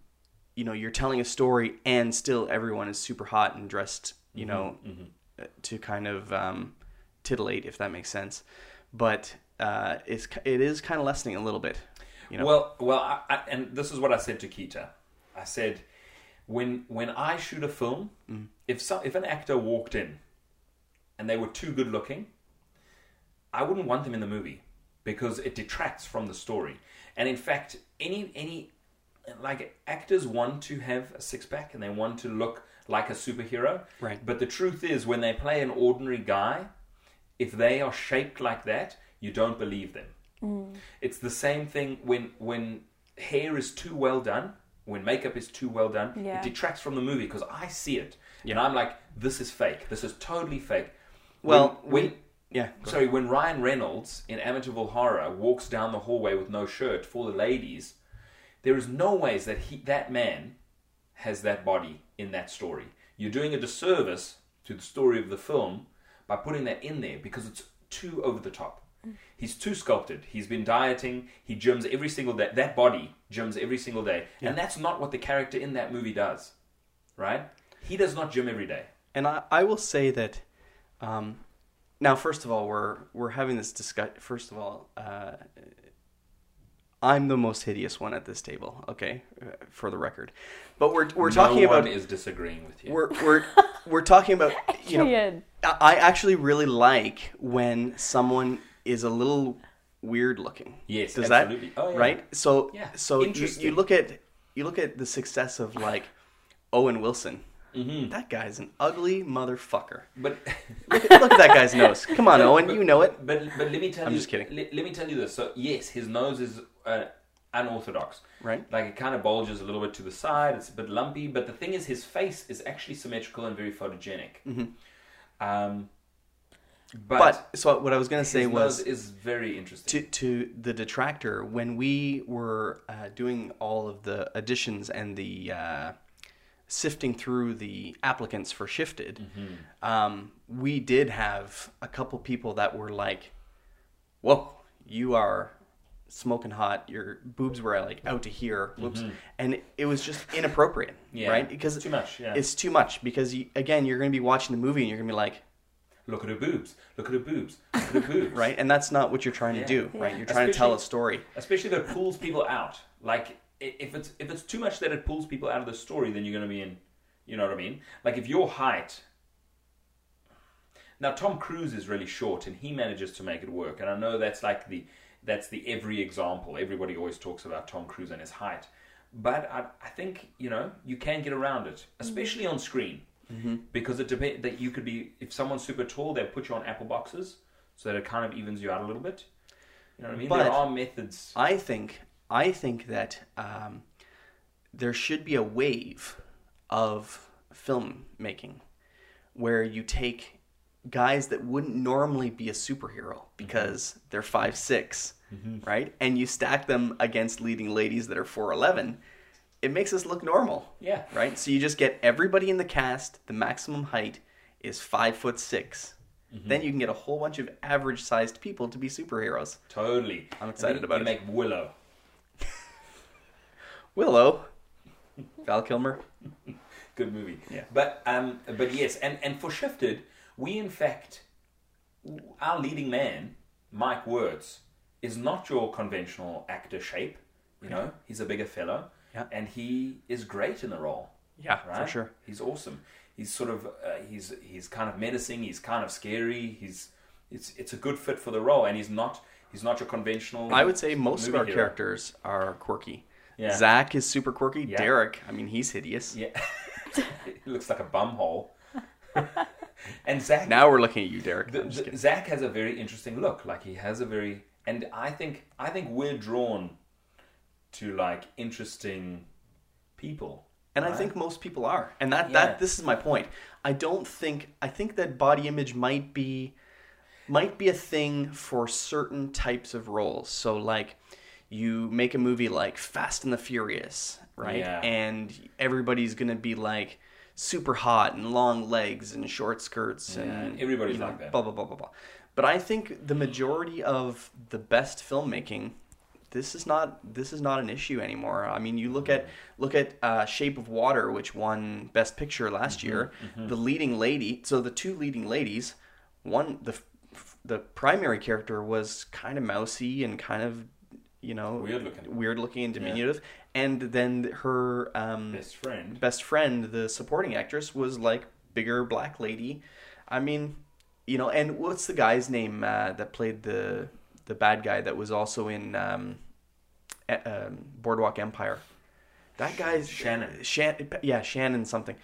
Speaker 4: you know you're telling a story and still everyone is super hot and dressed you know uh, to kind of um titillate if that makes sense but uh it's ki- it is kind of lessening a little bit you know
Speaker 1: Well, well, I, I, and this is what I said to Keita. I said, when when I shoot a film,
Speaker 4: Mm.
Speaker 1: if some, if an actor walked in, and they were too good looking, I wouldn't want them in the movie because it detracts from the story. And in fact, any any like actors want to have a six pack and they want to look like a superhero.
Speaker 4: Right.
Speaker 1: But the truth is, when they play an ordinary guy, if they are shaped like that, you don't believe them.
Speaker 4: Mm.
Speaker 1: It's the same thing when when hair is too well done, when makeup is too well done,
Speaker 3: Yeah.
Speaker 1: it detracts from the movie because I see it and I'm like, this is fake. This is totally fake.
Speaker 4: Well,
Speaker 1: when,
Speaker 4: we- yeah go
Speaker 1: sorry, when Ryan Reynolds in Amityville Horror walks down the hallway with no shirt for the ladies, there is no ways that he that man has that body in that story. You're doing a disservice to the story of the film by putting that in there because it's too over the top.
Speaker 4: Mm.
Speaker 1: He's too sculpted. He's been dieting. He gyms every single day. That body gyms every single day. And that's not what the character in that movie does, right? He does not gym every day.
Speaker 4: and I, I will say that um, now first of all we're we're having this discuss first of all uh, I'm the most hideous one at this table okay uh, for the record but we're we're talking
Speaker 1: no
Speaker 4: about
Speaker 1: one is disagreeing with you.
Speaker 4: we're we're we're talking about you
Speaker 3: [laughs]
Speaker 4: know
Speaker 3: Period.
Speaker 4: I I actually really like when someone is a little weird looking.
Speaker 1: Yes,
Speaker 4: does
Speaker 1: absolutely.
Speaker 4: that
Speaker 1: Oh, yeah.
Speaker 4: right? So
Speaker 1: Yeah,
Speaker 4: so you, you
Speaker 1: interesting.
Speaker 4: look at you look at the success of like Owen Wilson. Mm-hmm. That guy's an ugly motherfucker.
Speaker 1: but [laughs]
Speaker 4: Look at, look at that guy's nose. Come on, Owen,
Speaker 1: but-
Speaker 4: you know it.
Speaker 1: But but let me tell
Speaker 4: I'm
Speaker 1: you.
Speaker 4: just kidding.
Speaker 1: Let, let me tell you this. So yes, his nose is uh, unorthodox.
Speaker 4: Right.
Speaker 1: Like it kind of bulges a little bit to the side. It's a bit lumpy. But the thing is, his face is actually symmetrical and very photogenic. Um, but,
Speaker 4: Mm-hmm. But so what I was gonna say
Speaker 1: his
Speaker 4: was
Speaker 1: nose is very interesting.
Speaker 4: to, to the detractor when we were uh, doing all of the additions and the uh, sifting through the applicants for shifted
Speaker 1: Mm-hmm.
Speaker 4: um, we did have a couple people that were like whoa you are smoking hot your boobs were like out to here whoops and it was just inappropriate
Speaker 1: Mm-hmm. Yeah.
Speaker 4: right because
Speaker 1: Too much, yeah.
Speaker 4: it's too much because you, again you're going to be watching the movie and you're going to be like
Speaker 1: look at her boobs. Look at her boobs. Look at her boobs.
Speaker 4: [laughs] right and that's not what you're trying
Speaker 1: Yeah.
Speaker 4: to do right you're trying to tell a
Speaker 1: Especially-
Speaker 4: story
Speaker 1: Especially that it pulls people out. Like i- if it's if it's too much that it pulls people out of the story, then you're going to be in. You know what I mean? Like if your height. Now Tom Cruise is really short, and he manages to make it work. And I know that's like the that's the every example. Everybody always talks about Tom Cruise and his height, but I, I think you know you can get around it, especially on screen, because it depends that you could be if someone's super tall, they'll put you on apple boxes so that it kind of evens you out a little bit. You know what I mean?
Speaker 4: But-
Speaker 1: there are methods.
Speaker 4: I think I think that um, there should be a wave of filmmaking where you take guys that wouldn't normally be a superhero because they're five right? And you stack them against leading ladies that are four eleven. It makes us look normal.
Speaker 1: Yeah.
Speaker 4: Right. So you just get everybody in the cast. The maximum height is five foot 6 Then you can get a whole bunch of average sized people to be superheroes.
Speaker 1: Totally.
Speaker 4: I'm excited
Speaker 1: And then
Speaker 4: about
Speaker 1: you
Speaker 4: it.
Speaker 1: make Willow.
Speaker 4: Willow, Val Kilmer.
Speaker 1: Good movie.
Speaker 4: Yeah.
Speaker 1: But um but yes, and, and for Shifted, we in fact our leading man, Mike Words, is not your conventional actor shape. You know, he's a bigger fellow.
Speaker 4: Yeah.
Speaker 1: And he is great in the role.
Speaker 4: Yeah,
Speaker 1: right? He's awesome. He's sort of uh, he's he's kind of menacing. He's kind of scary. He's it's it's a good fit for the role, and he's not he's not your conventional.
Speaker 4: I would say most of
Speaker 1: movie
Speaker 4: our
Speaker 1: hero.
Speaker 4: characters are quirky.
Speaker 1: Yeah.
Speaker 4: Zach is super quirky.
Speaker 1: Yeah.
Speaker 4: Derek, I mean, he's hideous.
Speaker 1: Yeah. [laughs] it looks like a bum hole. [laughs] and Zach
Speaker 4: Now we're looking at you, Derek.
Speaker 1: the,
Speaker 4: I'm just
Speaker 1: the-
Speaker 4: kidding.
Speaker 1: Zach has a very interesting look. Like he has a very and I think I think we're drawn to like interesting people.
Speaker 4: and I think most people are. And that,
Speaker 1: Yeah.
Speaker 4: that this is my point. I don't think I think that body image might be might be a thing for certain types of roles. So like you make a movie like Fast and the Furious, right?
Speaker 1: Yeah.
Speaker 4: And everybody's going to be like super hot and long legs and short skirts and
Speaker 1: Yeah, everybody's
Speaker 4: you know,
Speaker 1: like that.
Speaker 4: Blah blah blah blah blah. But I think the majority of the best filmmaking, this is not this is not an issue anymore. I mean, you look at
Speaker 1: Mm-hmm.
Speaker 4: look at uh, Shape of Water, which won Best Picture last
Speaker 1: Mm-hmm.
Speaker 4: year. The leading lady, so the two leading ladies, one the f- the primary character was kind of mousy and kind of you know
Speaker 1: Weird looking.
Speaker 4: weird looking and diminutive, and then her um,
Speaker 1: Best friend.
Speaker 4: best friend, the supporting actress, was like bigger black lady. I mean, you know, and what's the guy's name uh, that played the the bad guy that was also in um, e- um, Boardwalk Empire? That guy's
Speaker 1: Shannon.
Speaker 4: Shan- yeah, Shannon something.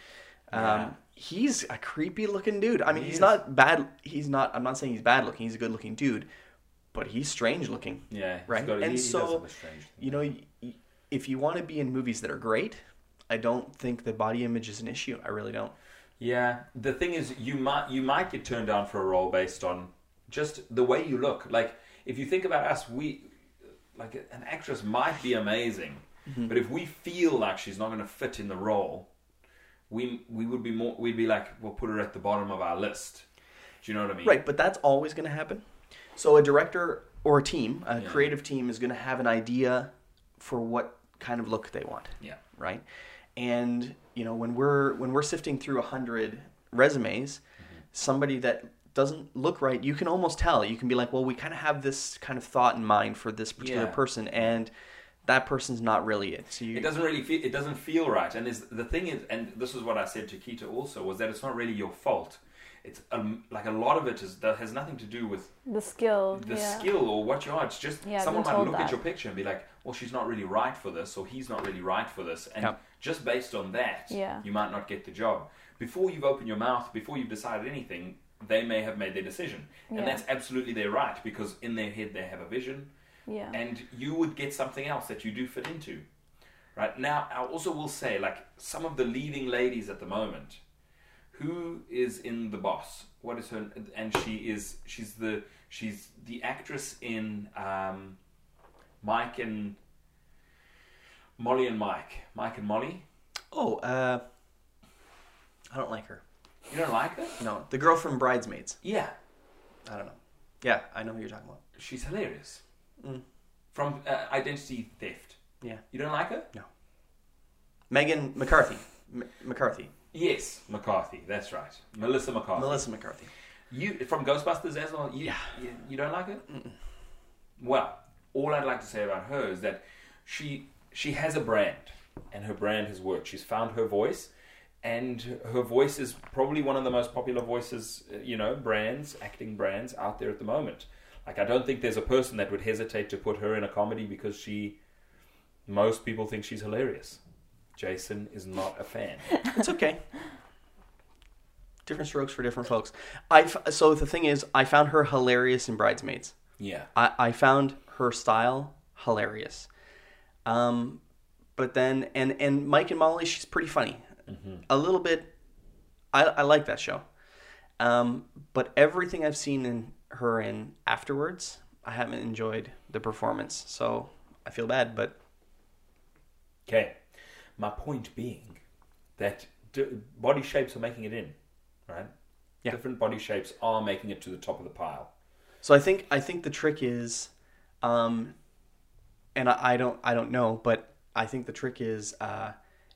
Speaker 4: Um,
Speaker 1: Yeah.
Speaker 4: He's a creepy looking dude. I mean,
Speaker 1: He
Speaker 4: he's
Speaker 1: is.
Speaker 4: not bad. He's not. I'm not saying he's bad looking. He's a good looking dude, but he's strange looking.
Speaker 1: Yeah. he's
Speaker 4: right.
Speaker 1: got- he-
Speaker 4: and
Speaker 1: he does
Speaker 4: so
Speaker 1: have a strange-
Speaker 4: you know, y- y- if you want to be in movies that are great, I don't think the body image is an issue. I really don't.
Speaker 1: Yeah, the thing is, you might you might get turned down for a role based on just the way you look. Like if you think about us, we like an actress might be amazing, but if we feel like she's not going to fit in the role, we we would be more we'd be like we'll put her at the bottom of our list. Do you know what I mean?
Speaker 4: Right, but that's always going to happen. So a director or a team, a
Speaker 1: Yeah.
Speaker 4: creative team, is going to have an idea for what kind of look they want.
Speaker 1: Yeah.
Speaker 4: right? And you know, when we're when we're sifting through a hundred resumes,
Speaker 1: Mm-hmm.
Speaker 4: somebody that doesn't look right, you can almost tell. You can be like, well, we kind of have this kind of thought in mind for this particular
Speaker 1: Yeah.
Speaker 4: person, and that person's not really it. So you,
Speaker 1: It doesn't really feel it doesn't feel right. And is the thing is, and this is what I said to Keita also was that it's not really your fault. It's um, like a lot of it is that has nothing to do with
Speaker 3: The skill.
Speaker 1: the
Speaker 3: yeah.
Speaker 1: skill or what you are. It's just
Speaker 3: Yeah, I've
Speaker 1: someone
Speaker 3: been
Speaker 1: might
Speaker 3: told
Speaker 1: look at
Speaker 3: that.
Speaker 1: your picture and be like, "Well, she's not really right for this, or he's not really right for this," and
Speaker 4: Yeah.
Speaker 1: just based on that,
Speaker 3: Yeah.
Speaker 1: you might not get the job. Before you've opened your mouth, before you've decided anything, they may have made their decision,
Speaker 3: Yeah.
Speaker 1: and that's absolutely their right because in their head they have a vision,
Speaker 3: Yeah.
Speaker 1: and you would get something else that you do fit into. Right now, I also will say, like some of the leading ladies at the moment, who is in the boss? What is her? And she is she's the she's the actress in um, Mike and Molly and Mike, Mike and Molly.
Speaker 4: oh, uh, I don't like her.
Speaker 1: You don't like her?
Speaker 4: No, the girl from Bridesmaids.
Speaker 1: Yeah,
Speaker 4: I don't know. Yeah, I know who you're talking about.
Speaker 1: she's hilarious. From uh, Identity Theft.
Speaker 4: Yeah,
Speaker 1: You don't like her?
Speaker 4: Megan McCarthy. M- McCarthy.
Speaker 1: Yes, McCarthy. That's right, Melissa McCarthy.
Speaker 4: Melissa McCarthy.
Speaker 1: You from Ghostbusters as well. You, you, you don't like it. Well, all I'd like to say about her is that she she has a brand, and her brand has worked. She's found her voice, and her voice is probably one of the most popular voices, uh, you know, brands, acting brands out there at the moment. Like I don't think there's a person that would hesitate to put her in a comedy because she, most people think she's hilarious. Jason is not a fan.
Speaker 4: It's okay. different strokes for different folks. I f- so the thing is, I found her hilarious in Bridesmaids.
Speaker 1: Yeah.
Speaker 4: I, I found her style hilarious. Um, but then and and Mike and Molly, she's pretty funny. A little bit. I I like that show. Um, but everything I've seen in her in afterwards, I haven't enjoyed the performance. So I feel bad, but
Speaker 1: Okay. My point being that d- body shapes are making it in, right?
Speaker 4: Yeah.
Speaker 1: Different body shapes are making it to the top of the pile.
Speaker 4: So I think I think the trick is, um, and I, I don't I don't know, but I think the trick is uh,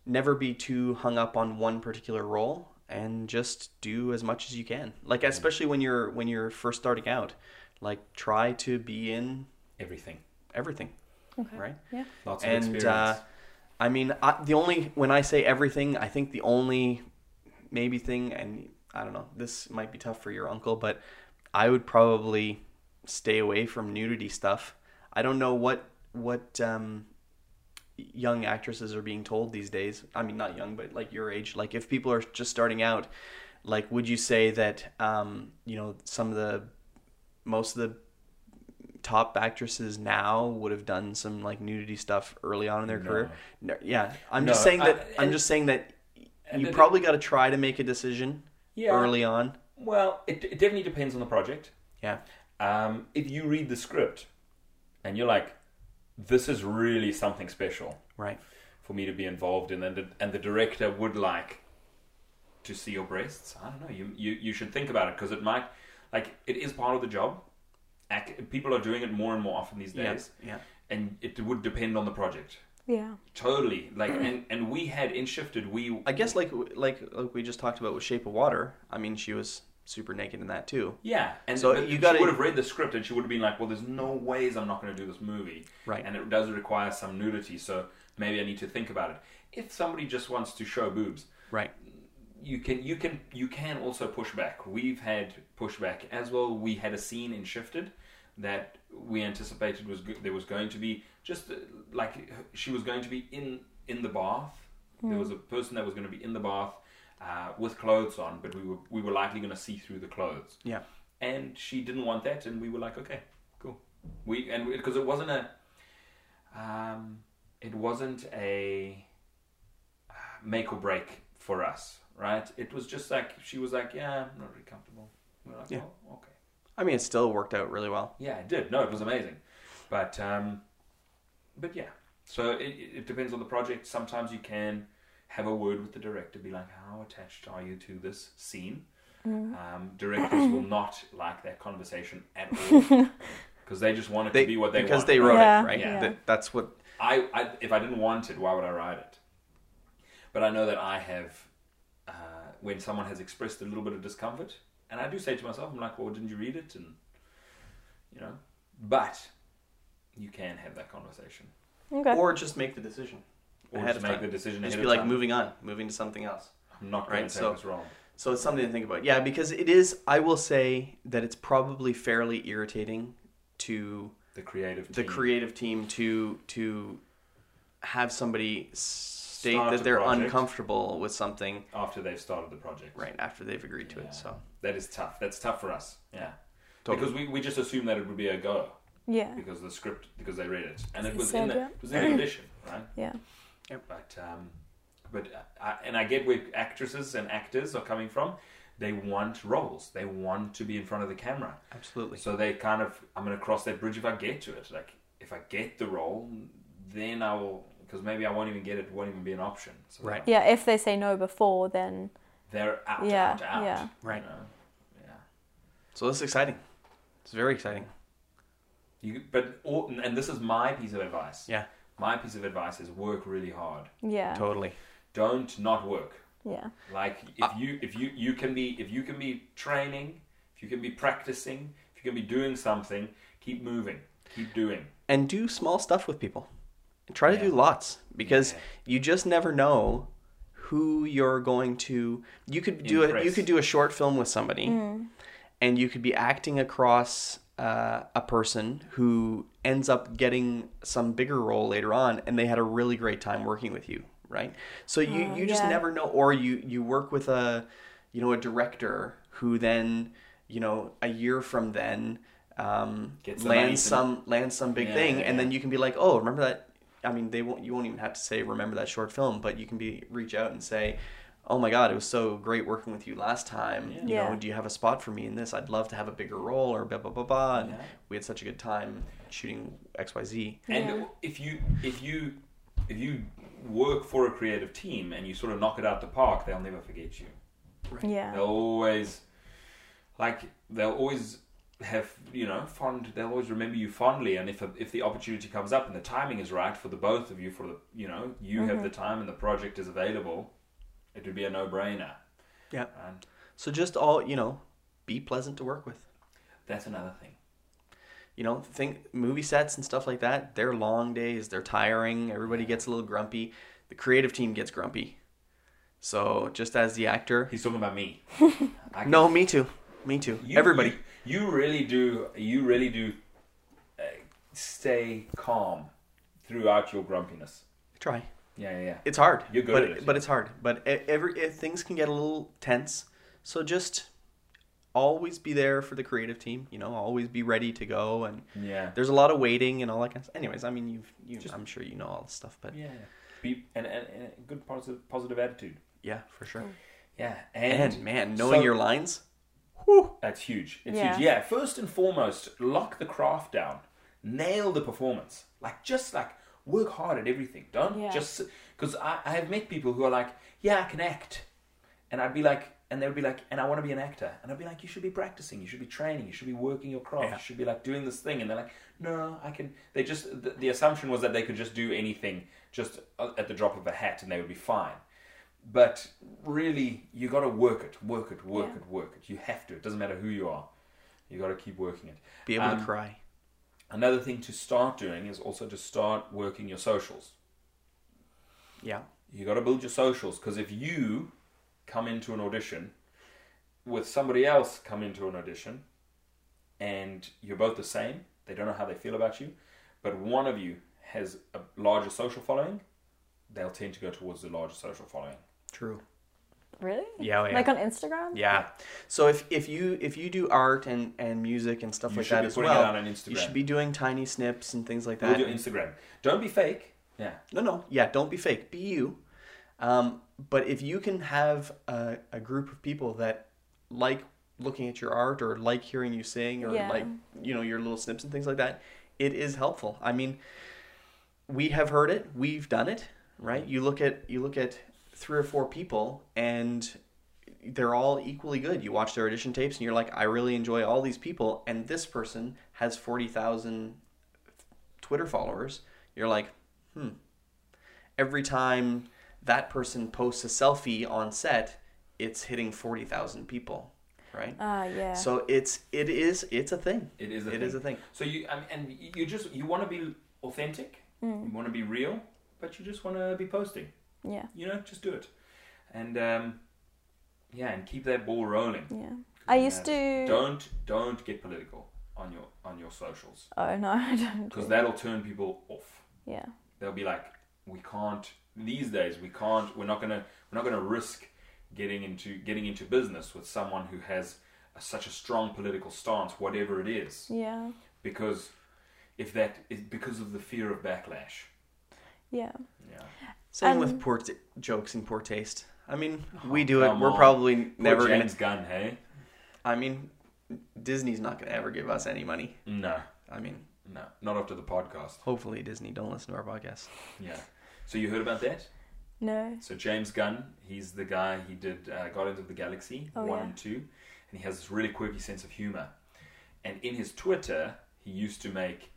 Speaker 4: never be too hung up on one particular role and just do as much as you can. Like especially when you're when you're first starting out, like try to be in
Speaker 1: Everything.
Speaker 4: everything,
Speaker 3: Okay.
Speaker 4: right?
Speaker 3: Yeah.
Speaker 1: Lots of
Speaker 4: and
Speaker 1: experience.
Speaker 4: uh, I mean, I, the only when I say everything, I think the only maybe thing, and I don't know, this might be tough for your uncle, but I would probably stay away from nudity stuff. I don't know what what um, young actresses are being told these days. I mean, not young, but like your age. Like, if people are just starting out, like, would you say that um, you know some of the most of the top actresses now would have done some like nudity stuff early on in their career? No, yeah, I'm just
Speaker 1: No,
Speaker 4: saying
Speaker 1: I-
Speaker 4: that. I, am
Speaker 1: and-
Speaker 4: just saying that
Speaker 1: and
Speaker 4: you
Speaker 1: the-
Speaker 4: probably got to try to make a decision
Speaker 1: Yeah.
Speaker 4: early on.
Speaker 1: Well, it, it definitely depends on the project.
Speaker 4: Yeah.
Speaker 1: Um, if you read the script and you're like, this is really something special
Speaker 4: Right.
Speaker 1: for me to be involved in, and the, and the director would like to see your breasts, I don't know. You, you, you should think about it because it might, like, it is part of the job. Ac- People are doing it more and more often these days.
Speaker 4: Yeah. yeah.
Speaker 1: And it would depend on the project.
Speaker 3: Yeah.
Speaker 1: Totally.
Speaker 4: [clears throat]
Speaker 1: Like, and, and we had in Shifted, we.
Speaker 4: I guess like like like we just talked about with Shape of Water. I mean, she was super naked in that too.
Speaker 1: Yeah, and
Speaker 4: So
Speaker 1: but
Speaker 4: you
Speaker 1: she
Speaker 4: gotta-
Speaker 1: would have read the script and she would have been like, "Well, there's no ways I'm not going to do this movie."
Speaker 4: Right.
Speaker 1: and it does require some nudity, so maybe I need to think about it. If somebody just wants to show boobs,
Speaker 4: Right.
Speaker 1: you can you can you can also push back. We've had pushback as well. We had a scene in Shifted that we anticipated was go- there was going to be just uh, like she was going to be in in the bath. There was a person that was going to be in the bath uh, with clothes on, but we were we were likely going to see through the clothes
Speaker 4: Yeah.
Speaker 1: and she didn't want that and we were like okay cool we and because it wasn't a um it wasn't a uh, make or break for us right it was just like she was like yeah i'm not really comfortable we're like
Speaker 4: Yeah.
Speaker 1: oh okay
Speaker 4: I mean, it still worked out really well.
Speaker 1: yeah it did no it was amazing but um but yeah so it, it it depends on the project sometimes you can have a word with the director be like how attached are you to this scene um, directors will not like that conversation at all because they just want it
Speaker 4: They
Speaker 1: to be what they
Speaker 4: because
Speaker 1: want.
Speaker 4: they wrote
Speaker 3: Yeah,
Speaker 4: it right.
Speaker 1: yeah.
Speaker 4: That, that's what.
Speaker 1: I, I, if I didn't want it, why would I write it? But I know that I have, uh, when someone has expressed a little bit of discomfort, and I do say to myself, I'm like, well, didn't you read it? And, you know, but you can have that conversation.
Speaker 3: Okay.
Speaker 4: Or just make the decision.
Speaker 1: Or
Speaker 4: Ahead
Speaker 1: just
Speaker 4: of
Speaker 1: make
Speaker 4: time.
Speaker 1: the decision
Speaker 4: Just
Speaker 1: ahead
Speaker 4: be
Speaker 1: of
Speaker 4: like
Speaker 1: time.
Speaker 4: moving on, moving to something else.
Speaker 1: I'm not going to
Speaker 4: Right,
Speaker 1: say
Speaker 4: so-
Speaker 1: what's wrong.
Speaker 4: So it's something to think about. Yeah, because it is. I will say that it's probably fairly irritating to
Speaker 1: The creative
Speaker 4: the
Speaker 1: team.
Speaker 4: creative team to to have somebody state
Speaker 1: Start a
Speaker 4: that they're
Speaker 1: project.
Speaker 4: uncomfortable with something
Speaker 1: after they've started the project.
Speaker 4: right after they've agreed to
Speaker 1: Yeah.
Speaker 4: it. So
Speaker 1: That is tough. That's tough for us. Yeah.
Speaker 4: Totally.
Speaker 1: Because we, we just assumed that it would be a go
Speaker 3: Yeah.
Speaker 1: because the script because they read it and it
Speaker 3: It
Speaker 1: was
Speaker 3: said,
Speaker 1: in the,
Speaker 3: yeah.
Speaker 1: it was in the
Speaker 3: [clears throat]
Speaker 1: audition, right?
Speaker 3: Yeah.
Speaker 1: But um, but I, and I get where actresses and actors are coming from. They want roles. They want to be in front of the camera.
Speaker 4: absolutely.
Speaker 1: So they kind of I'm going to cross that bridge if I get to it. Like if I get the role, then I will because maybe I won't even get it. it Won't even be an option. So
Speaker 4: Right.
Speaker 3: Yeah, if they say no before, then
Speaker 1: They're out.
Speaker 3: Yeah,
Speaker 1: Out. Out.
Speaker 3: yeah.
Speaker 4: Right.
Speaker 1: You know? Yeah.
Speaker 4: So that's exciting. It's very exciting.
Speaker 1: You, but all, and this is my piece of advice.
Speaker 4: Yeah.
Speaker 1: My piece of advice is work really hard.
Speaker 3: yeah,
Speaker 4: Totally.
Speaker 1: Don't not work.
Speaker 3: yeah,
Speaker 1: Like if you if you you can be if you can be training, if you can be practicing, if you can be doing something, keep moving, keep doing.
Speaker 4: And do small stuff with people. And try to
Speaker 1: Yeah.
Speaker 4: do lots because
Speaker 1: Yeah.
Speaker 4: you just never know who you're going to you could do a, you
Speaker 1: Impress.
Speaker 4: could do a short film with somebody and you could be acting across uh, a person who ends up getting some bigger role later on and they had a really great time working with you right so you, you just
Speaker 3: yeah.
Speaker 4: never know or you you work with a you know a director who then you know a year from then um,
Speaker 1: Gets the
Speaker 4: lands
Speaker 1: money
Speaker 4: some lands some big
Speaker 1: Yeah,
Speaker 4: thing
Speaker 1: yeah,
Speaker 4: and
Speaker 1: yeah.
Speaker 4: then you can be like oh remember that i mean they won't you won't even have to say remember that short film but you can be reach out and say oh my god it was so great working with you last time you
Speaker 3: Yeah.
Speaker 4: know do you have a spot for me in this i'd love to have a bigger role or blah blah blah blah and
Speaker 1: Yeah.
Speaker 4: we had such a good time shooting xyz
Speaker 1: And if you if you if you work for a creative team and you sort of knock it out the park, they'll never forget you.
Speaker 3: yeah,
Speaker 1: They'll always like they'll always have you know fond. They'll always remember you fondly. And if if the opportunity comes up and the timing is right for the both of you, for the you know you have
Speaker 4: Mm-hmm.
Speaker 1: the time and the project is available, it would be a no brainer.
Speaker 4: Yeah.
Speaker 1: And
Speaker 4: so just all you know be pleasant to work with
Speaker 1: that's another thing.
Speaker 4: you know think movie sets and stuff like that they're long days they're tiring everybody gets a little grumpy the creative team gets grumpy so just as the actor
Speaker 1: He's talking about
Speaker 4: [laughs]
Speaker 1: me. I can-
Speaker 4: no me too me too
Speaker 1: you-
Speaker 4: everybody
Speaker 1: You, you really do. You really do. Uh, stay calm throughout your grumpiness.
Speaker 4: Try.
Speaker 1: Yeah, yeah, yeah.
Speaker 4: It's hard.
Speaker 1: You're good
Speaker 4: but,
Speaker 1: at it,
Speaker 4: But it's hard. But e- every if things can get a little tense. So just always be there for the creative team. You know, always be ready to go. And
Speaker 1: Yeah.
Speaker 4: there's a lot of waiting and all that kind of. Stuff. Anyways, I mean, you've you.
Speaker 1: Just-
Speaker 4: I'm sure you know all this stuff, but yeah,
Speaker 1: Yeah. Be, and, and, and a good positive, positive attitude.
Speaker 4: for sure.
Speaker 1: Mm. Yeah.
Speaker 4: And,
Speaker 1: And,
Speaker 4: man, knowing
Speaker 1: so-
Speaker 4: your lines.
Speaker 1: That's huge. It's
Speaker 3: Yeah.
Speaker 1: huge. Yeah. First and foremost, lock the craft down. Nail the performance. Like just like work hard at everything. Don't
Speaker 3: Yeah.
Speaker 1: just because I, I have met people who are like, yeah, I can act, and I'd be like, and they would be like, and I want to be an actor, and I'd be like, you should be practicing, you should be training, you should be working your craft,
Speaker 4: Yeah.
Speaker 1: you should be like doing this thing, and they're like, no, I can. They just the, the assumption was that they could just do anything just uh, at the drop of a hat and they would be fine. But really, you got to work it, work it, work
Speaker 3: Yeah.
Speaker 1: it, work it. You have to. It doesn't matter who you are. You got to keep working it.
Speaker 4: Be able
Speaker 1: Um,
Speaker 4: to cry.
Speaker 1: Another thing to start doing is also to start working your socials.
Speaker 4: Yeah.
Speaker 1: You got to build your socials because if you come into an audition with somebody else come into an audition and you're both the same, they don't know how they feel about you, but one of you has a larger social following, they'll tend to go towards the larger social following.
Speaker 4: True.
Speaker 3: Really?
Speaker 1: oh,
Speaker 4: Yeah, Oh, yeah.
Speaker 3: Like on Instagram?
Speaker 4: Yeah. So if, if you if you do art and, and music and stuff
Speaker 1: You
Speaker 4: like
Speaker 1: should
Speaker 4: that
Speaker 1: be
Speaker 4: as
Speaker 1: putting it
Speaker 4: well,
Speaker 1: out on
Speaker 4: you
Speaker 1: Instagram.
Speaker 4: should be doing tiny snips and things like that.
Speaker 1: Build your Instagram. Don't be fake. Yeah.
Speaker 4: No, no, yeah, don't be fake. Be you. Um, but if you can have a, a group of people that like looking at your art or like hearing you sing or
Speaker 3: Yeah.
Speaker 4: like you know your little snips and things like that, it is helpful. I mean, we have heard it, we've done it, right? You look at you look at three or four people and they're all equally good. You watch their audition tapes and you're like, I really enjoy all these people, and this person has forty thousand Twitter followers. You're like, hmm, every time that person posts a selfie on set, it's hitting 40,000 people, right?
Speaker 3: Ah, yeah.
Speaker 4: So it's it is it's a thing.
Speaker 1: It is a
Speaker 4: It
Speaker 1: thing.
Speaker 4: is a thing.
Speaker 1: So you um, and you just you want to be authentic.
Speaker 3: Hmm.
Speaker 1: You want to be real, but you just want to be posting.
Speaker 3: yeah.
Speaker 1: You know, just do it, and um, yeah, and keep that ball rolling. uh,
Speaker 3: Yeah. I used to.
Speaker 1: Don't don't get political on your on your socials
Speaker 3: Oh no, [laughs] I don't.
Speaker 1: because
Speaker 3: do-
Speaker 1: that'll turn people off.
Speaker 3: Yeah.
Speaker 1: They'll be like, we can't. These days, we can't. We're not gonna. We're not gonna risk getting into getting into business with someone who has a, such a strong political stance, whatever it is.
Speaker 3: Yeah.
Speaker 1: because if that is because of the fear of backlash.
Speaker 3: Yeah.
Speaker 1: Yeah.
Speaker 4: Same
Speaker 3: Um,
Speaker 4: with poor t- jokes and poor taste. I mean, we do it.
Speaker 1: Oh, come
Speaker 4: We're
Speaker 1: on.
Speaker 4: probably
Speaker 1: Never
Speaker 4: never going
Speaker 1: James
Speaker 4: to
Speaker 1: Gunn, hey?
Speaker 4: I mean, Disney's not going to ever give us any money.
Speaker 1: No,
Speaker 4: I mean,
Speaker 1: no, not after the podcast.
Speaker 4: hopefully Disney don't listen to our podcast.
Speaker 1: Yeah. So you heard about that?
Speaker 3: No.
Speaker 1: So James Gunn, he's the guy he did uh, Guardians of the Galaxy
Speaker 3: Oh,
Speaker 1: one
Speaker 3: yeah.
Speaker 1: and two, and he has this really quirky sense of humor. And in his Twitter, he used to make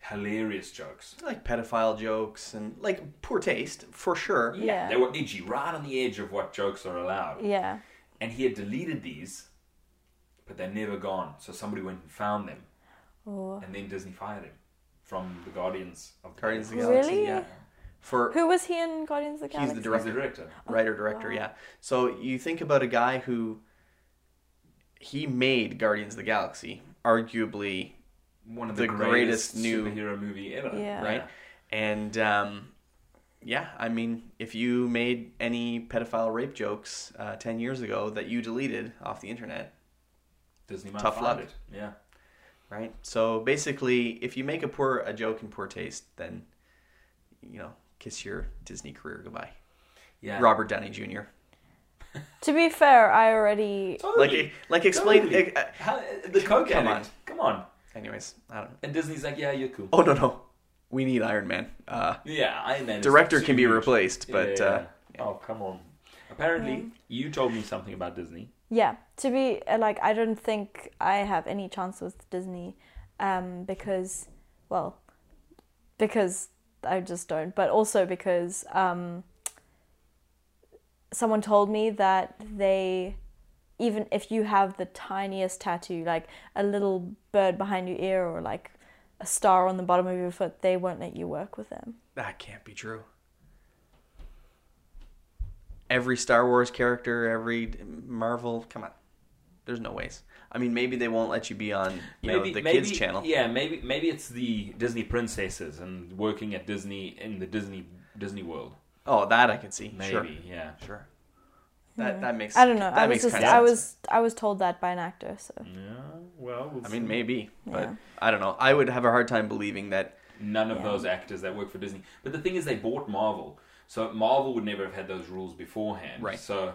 Speaker 1: hilarious jokes.
Speaker 4: Like pedophile jokes and like poor taste for sure.
Speaker 3: Yeah.
Speaker 1: They were edgy, right on the edge of what jokes are allowed.
Speaker 3: Yeah.
Speaker 1: And he had deleted these, but they're never gone. So somebody went and found them.
Speaker 3: Oh.
Speaker 1: and then Disney fired him from the Guardians of the
Speaker 4: Guardians of the
Speaker 1: Galaxy.
Speaker 4: Galaxy,
Speaker 3: Really?
Speaker 4: yeah. For
Speaker 3: Who was he in Guardians of the
Speaker 4: He's
Speaker 3: Galaxy?
Speaker 4: the
Speaker 1: He's the director.
Speaker 4: writer director yeah so you think about a guy who he made guardians of the galaxy arguably
Speaker 1: One of the,
Speaker 4: The
Speaker 1: greatest,
Speaker 4: greatest new-
Speaker 1: superhero movie ever.
Speaker 3: Yeah.
Speaker 4: right and um, yeah i mean if you made any pedophile rape jokes uh, 10 years ago that you deleted off the internet
Speaker 1: Disney might
Speaker 4: Tough
Speaker 1: find
Speaker 4: luck.
Speaker 1: it. Yeah.
Speaker 4: right so basically if you make a poor a joke in poor taste then you know kiss your disney career goodbye
Speaker 1: Yeah.
Speaker 4: robert downey jr
Speaker 3: To be fair, I already.
Speaker 4: like
Speaker 1: Totally.
Speaker 4: like explain
Speaker 1: Totally.
Speaker 4: eh, eh,
Speaker 1: How, uh, the coke
Speaker 4: Come
Speaker 1: addict. Come on.
Speaker 4: anyways i don't know
Speaker 1: And Disney's like, yeah, you're cool.
Speaker 4: oh no no we need iron man uh,
Speaker 1: Yeah, Iron Man. is
Speaker 4: director can be
Speaker 1: huge.
Speaker 4: replaced,
Speaker 1: Yeah,
Speaker 4: but
Speaker 1: yeah,
Speaker 4: uh,
Speaker 1: yeah. oh come on. Apparently, you told me something about Disney.
Speaker 3: Yeah. To be uh, like, I don't think I have any chance with Disney, um, because, well, because I just don't. But also because um, someone told me that they, even if you have the tiniest tattoo, like a little bird behind your ear or like a star on the bottom of your foot, they won't let you work with them.
Speaker 4: that can't be true. Every Star Wars character, every Marvel, come on, there's no ways. I mean, maybe they won't let you be on you know, the kids channel.
Speaker 1: Yeah, maybe maybe it's the Disney princesses and working at Disney in the Disney Disney World.
Speaker 4: Oh, that I can see.
Speaker 1: Maybe,
Speaker 4: Sure.
Speaker 1: yeah.
Speaker 4: Sure. That that makes.
Speaker 3: I don't know.
Speaker 4: That
Speaker 3: I was
Speaker 4: makes
Speaker 3: just
Speaker 4: kinda
Speaker 3: I
Speaker 4: sense. Mm.
Speaker 3: was I was told that by an actor. So
Speaker 1: Well,
Speaker 4: I mean, maybe, but
Speaker 3: Yeah.
Speaker 4: I don't know. I would have a hard time believing that.
Speaker 1: none of
Speaker 3: Yeah.
Speaker 1: those actors that work for Disney. But the thing is, they bought Marvel, so Marvel would never have had those rules beforehand.
Speaker 4: Right.
Speaker 1: So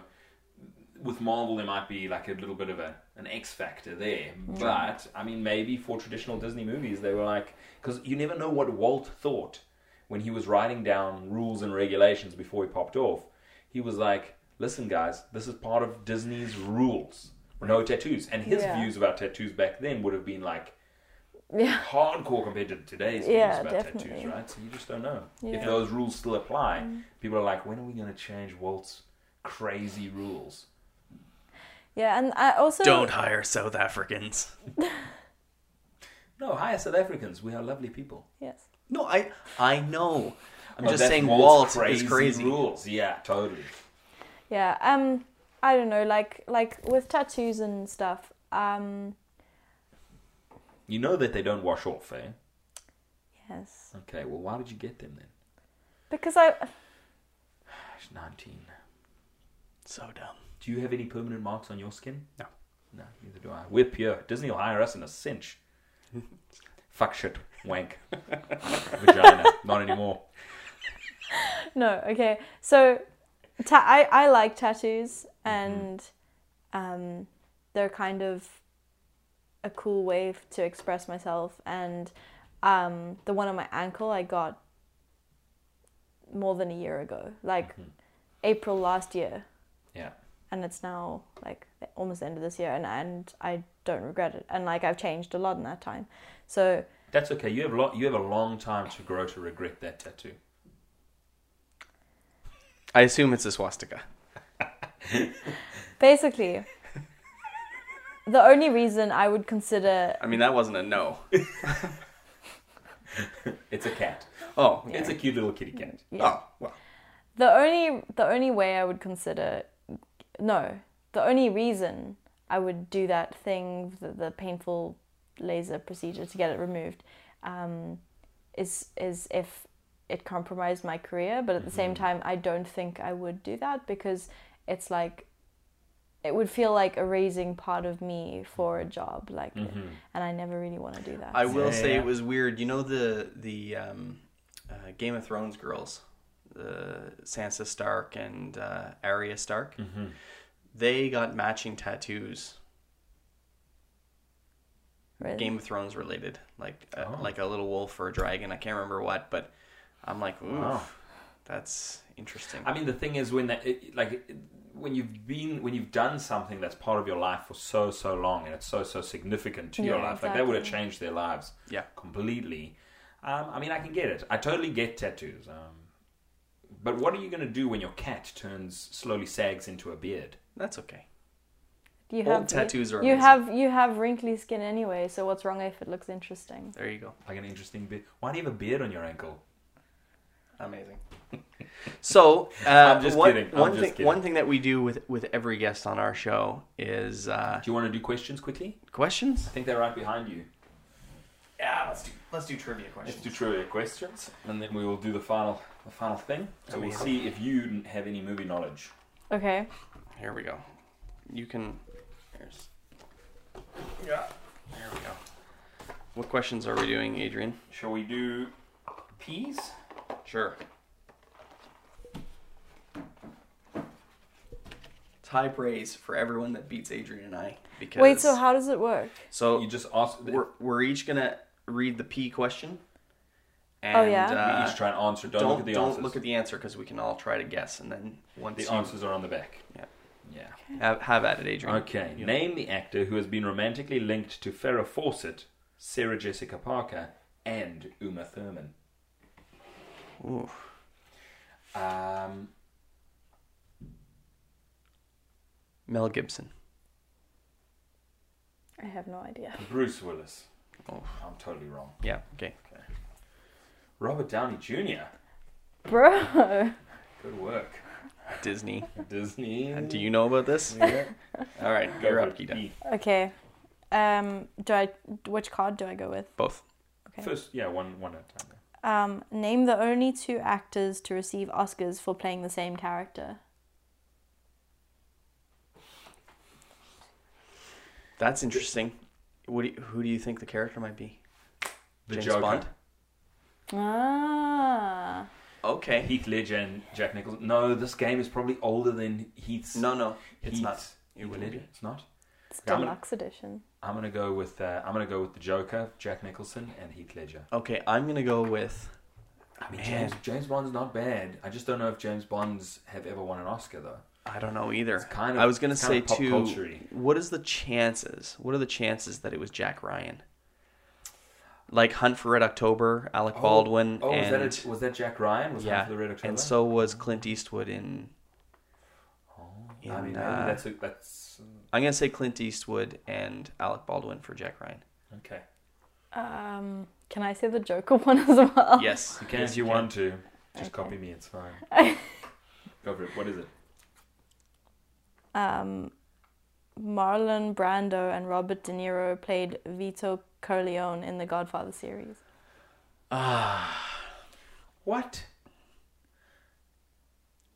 Speaker 1: with Marvel, there might be like a little bit of a an X factor there. But I mean, maybe for traditional Disney movies, they were like, because you never know what Walt thought when he was writing down rules and regulations before he popped off. He was like, "Listen, guys, this is part of Disney's rules." No tattoos, and his
Speaker 3: Yeah.
Speaker 1: views about tattoos back then would have been like
Speaker 3: yeah,
Speaker 1: hardcore compared to today's
Speaker 3: Yeah,
Speaker 1: rules about tattoos,
Speaker 3: definitely.
Speaker 1: right? So you just don't know if
Speaker 3: Yeah. Mm.
Speaker 1: those rules still apply. People are like, when are we going to change Walt's crazy rules?
Speaker 3: yeah, and I also
Speaker 4: Don't hire South Africans.
Speaker 1: No, hire South Africans. We are lovely people.
Speaker 3: yes.
Speaker 4: No, I I know. I'm
Speaker 1: Oh,
Speaker 4: just
Speaker 1: that's
Speaker 4: saying Walt
Speaker 1: Walt's
Speaker 4: is crazy.
Speaker 1: rules. Yeah, totally.
Speaker 3: Yeah. Um, I don't know. Like like with tattoos and stuff. Um,
Speaker 1: You know that they don't wash off, eh?
Speaker 3: yes,
Speaker 1: Okay, well, why did you get them then?
Speaker 3: because I
Speaker 1: Gosh, 19.
Speaker 4: So dumb.
Speaker 1: Do you have any permanent marks on your skin?
Speaker 4: No.
Speaker 1: No, neither do I. We're pure. Disney will hire us in a cinch. Fuck shit. Wank. [laughs] Vagina. Not anymore.
Speaker 3: no. Okay, so ta- I I like tattoos and um, they're kind of a cool way f- to express myself. And um, the one on my ankle I got more than a year ago, like April last year.
Speaker 1: Yeah.
Speaker 3: and it's now like almost the end of this year and, and I don't regret it and like I've changed a lot in that time so
Speaker 1: That's okay. You have a lot. You have a long time to grow to regret that tattoo.
Speaker 9: I assume it's a swastika.
Speaker 3: basically the only reason I would consider
Speaker 9: I mean, that wasn't a no.
Speaker 1: It's a cat.
Speaker 9: Oh,
Speaker 1: It's a cute little kitty cat.
Speaker 4: Ah.
Speaker 3: yeah.
Speaker 9: oh, well.
Speaker 3: the only the only way I would consider no the only reason I would do that thing the, the painful laser procedure to get it removed um, is is if it compromised my career but at the same
Speaker 4: Mm-hmm.
Speaker 3: time I don't think I would do that because it's like it would feel like erasing part of me for a job like and I never really want to do that
Speaker 4: Mm-hmm. I will say
Speaker 1: yeah.
Speaker 4: it was weird. You know the the um, uh, Game of Thrones girls, the Sansa Stark and uh, Arya Stark.
Speaker 1: Mm-hmm.
Speaker 4: They got matching tattoos,
Speaker 3: really.
Speaker 4: Game of Thrones related, like uh,
Speaker 1: Oh.
Speaker 4: like a little wolf or a dragon. I can't remember what, but I'm like, ooh,
Speaker 1: Wow.
Speaker 4: that's interesting.
Speaker 1: I mean, the thing is when that it, like it- when you've been when you've done something that's part of your life for so so long and it's so so significant to your
Speaker 3: Yeah,
Speaker 1: life, like that would have
Speaker 3: exactly.
Speaker 1: changed their lives.
Speaker 4: Yeah.
Speaker 1: completely. Um, I mean, I can get it. I totally get tattoos. Um, but what are you going to do when your cat turns slowly sags into a beard?
Speaker 4: that's okay.
Speaker 3: you
Speaker 4: Old tattoos are
Speaker 3: you
Speaker 4: amazing.
Speaker 3: have you have wrinkly skin anyway so what's wrong if it looks interesting
Speaker 4: There you go.
Speaker 1: Like an interesting beard. Why do you have a beard on your ankle?
Speaker 4: Amazing. So
Speaker 1: [laughs]
Speaker 4: uh,
Speaker 1: I'm just
Speaker 4: one,
Speaker 1: kidding. I'm
Speaker 4: one
Speaker 1: just
Speaker 4: thing,
Speaker 1: kidding.
Speaker 4: one thing that we do with with every guest on our show is uh,
Speaker 1: Do you want to do questions quickly?
Speaker 4: questions.
Speaker 1: I think they're right behind you.
Speaker 4: Yeah, let's do let's do trivia
Speaker 1: Let's do trivia questions, and then we will do the final, the final thing. So we'll
Speaker 4: Amazing.
Speaker 1: see if you have any movie knowledge.
Speaker 3: okay
Speaker 4: Here we go. You can. There's. Yeah. There we go. What questions are we doing, Adrian?
Speaker 1: Shall we do peas?
Speaker 4: Sure. It's high praise for everyone that beats Adrian and I because.
Speaker 3: Wait, so how does it work?
Speaker 4: So
Speaker 1: You just ask.
Speaker 4: we're we're each gonna read the P question. And,
Speaker 3: Oh, yeah?
Speaker 1: you
Speaker 4: Uh,
Speaker 1: each try and answer. Don't,
Speaker 4: don't
Speaker 1: look at the
Speaker 4: don't
Speaker 1: answers.
Speaker 4: look at the answer because we can all try to guess and then once
Speaker 1: the
Speaker 4: you
Speaker 1: answers are on the back.
Speaker 4: Yeah.
Speaker 1: Yeah.
Speaker 4: have, have at it, Adrian.
Speaker 1: Okay. Name the actor who has been romantically linked to Farrah Fawcett, Sarah Jessica Parker, and Uma Thurman.
Speaker 4: Ooh.
Speaker 1: Um,
Speaker 4: Mel Gibson.
Speaker 3: I have no idea.
Speaker 1: Bruce Willis.
Speaker 4: Oh.
Speaker 1: I'm totally wrong.
Speaker 4: Yeah. Okay.
Speaker 1: Robert Downey Jr.
Speaker 3: Bro, [laughs]
Speaker 1: Good
Speaker 4: [laughs]
Speaker 1: work.
Speaker 4: Disney.
Speaker 1: Disney.
Speaker 4: Do you know about this? All right,
Speaker 1: Go
Speaker 4: [laughs] you're
Speaker 1: for
Speaker 4: up, Gita.
Speaker 1: E.
Speaker 3: okay. Um, do I which card do I go with?
Speaker 4: Both.
Speaker 3: Okay.
Speaker 1: First, yeah, one one at a time.
Speaker 3: Um, name the only two actors to receive Oscars for playing the same character.
Speaker 4: That's interesting. What do you, who do you think the character might be?
Speaker 1: The Joker.
Speaker 3: Ah.
Speaker 4: Okay.
Speaker 1: Heath Ledger and Jack Nicholson. No, this game is probably older than Heath's.
Speaker 4: No, no, it's not.
Speaker 1: Heath's-
Speaker 4: It
Speaker 1: Heath
Speaker 4: wouldn't
Speaker 1: Ledger.
Speaker 4: be.
Speaker 1: It's not.
Speaker 3: It's
Speaker 1: Yeah, I'm gonna-
Speaker 3: deluxe edition.
Speaker 1: I'm gonna go with uh, I'm gonna go with the Joker, Jack Nicholson, and Heath Ledger.
Speaker 4: Okay, I'm gonna go with.
Speaker 1: I mean,
Speaker 4: Oh, Man.
Speaker 1: James, James Bond's not bad. I just don't know if James Bonds have ever won an Oscar though.
Speaker 4: I don't know either.
Speaker 1: It's kind of-
Speaker 4: I was gonna
Speaker 1: it's
Speaker 4: say
Speaker 1: kind of pop
Speaker 4: too.
Speaker 1: culture-y.
Speaker 4: What is the chances? What are the chances that it was Jack Ryan? Like Hunt for Red October, Alec Baldwin,
Speaker 1: Oh,
Speaker 4: and
Speaker 1: was that a, was that Jack Ryan? Was
Speaker 4: yeah,
Speaker 1: that for the Red October?
Speaker 4: and so was Clint Eastwood in.
Speaker 1: Oh,
Speaker 4: in,
Speaker 1: I mean, maybe
Speaker 4: uh,
Speaker 1: that's a, that's
Speaker 4: I'm gonna say Clint Eastwood and Alec Baldwin for Jack Ryan.
Speaker 1: okay.
Speaker 3: Um, can I say the Joker [laughs] one as well?
Speaker 4: Yes,
Speaker 1: You can
Speaker 4: yes,
Speaker 1: if you
Speaker 4: can.
Speaker 1: want to. Just
Speaker 3: Okay.
Speaker 1: copy me. It's fine. go for it. What is it?
Speaker 3: [laughs] Um, Marlon Brando and Robert De Niro played Vito Corleone in the Godfather series.
Speaker 4: Ah.
Speaker 1: What?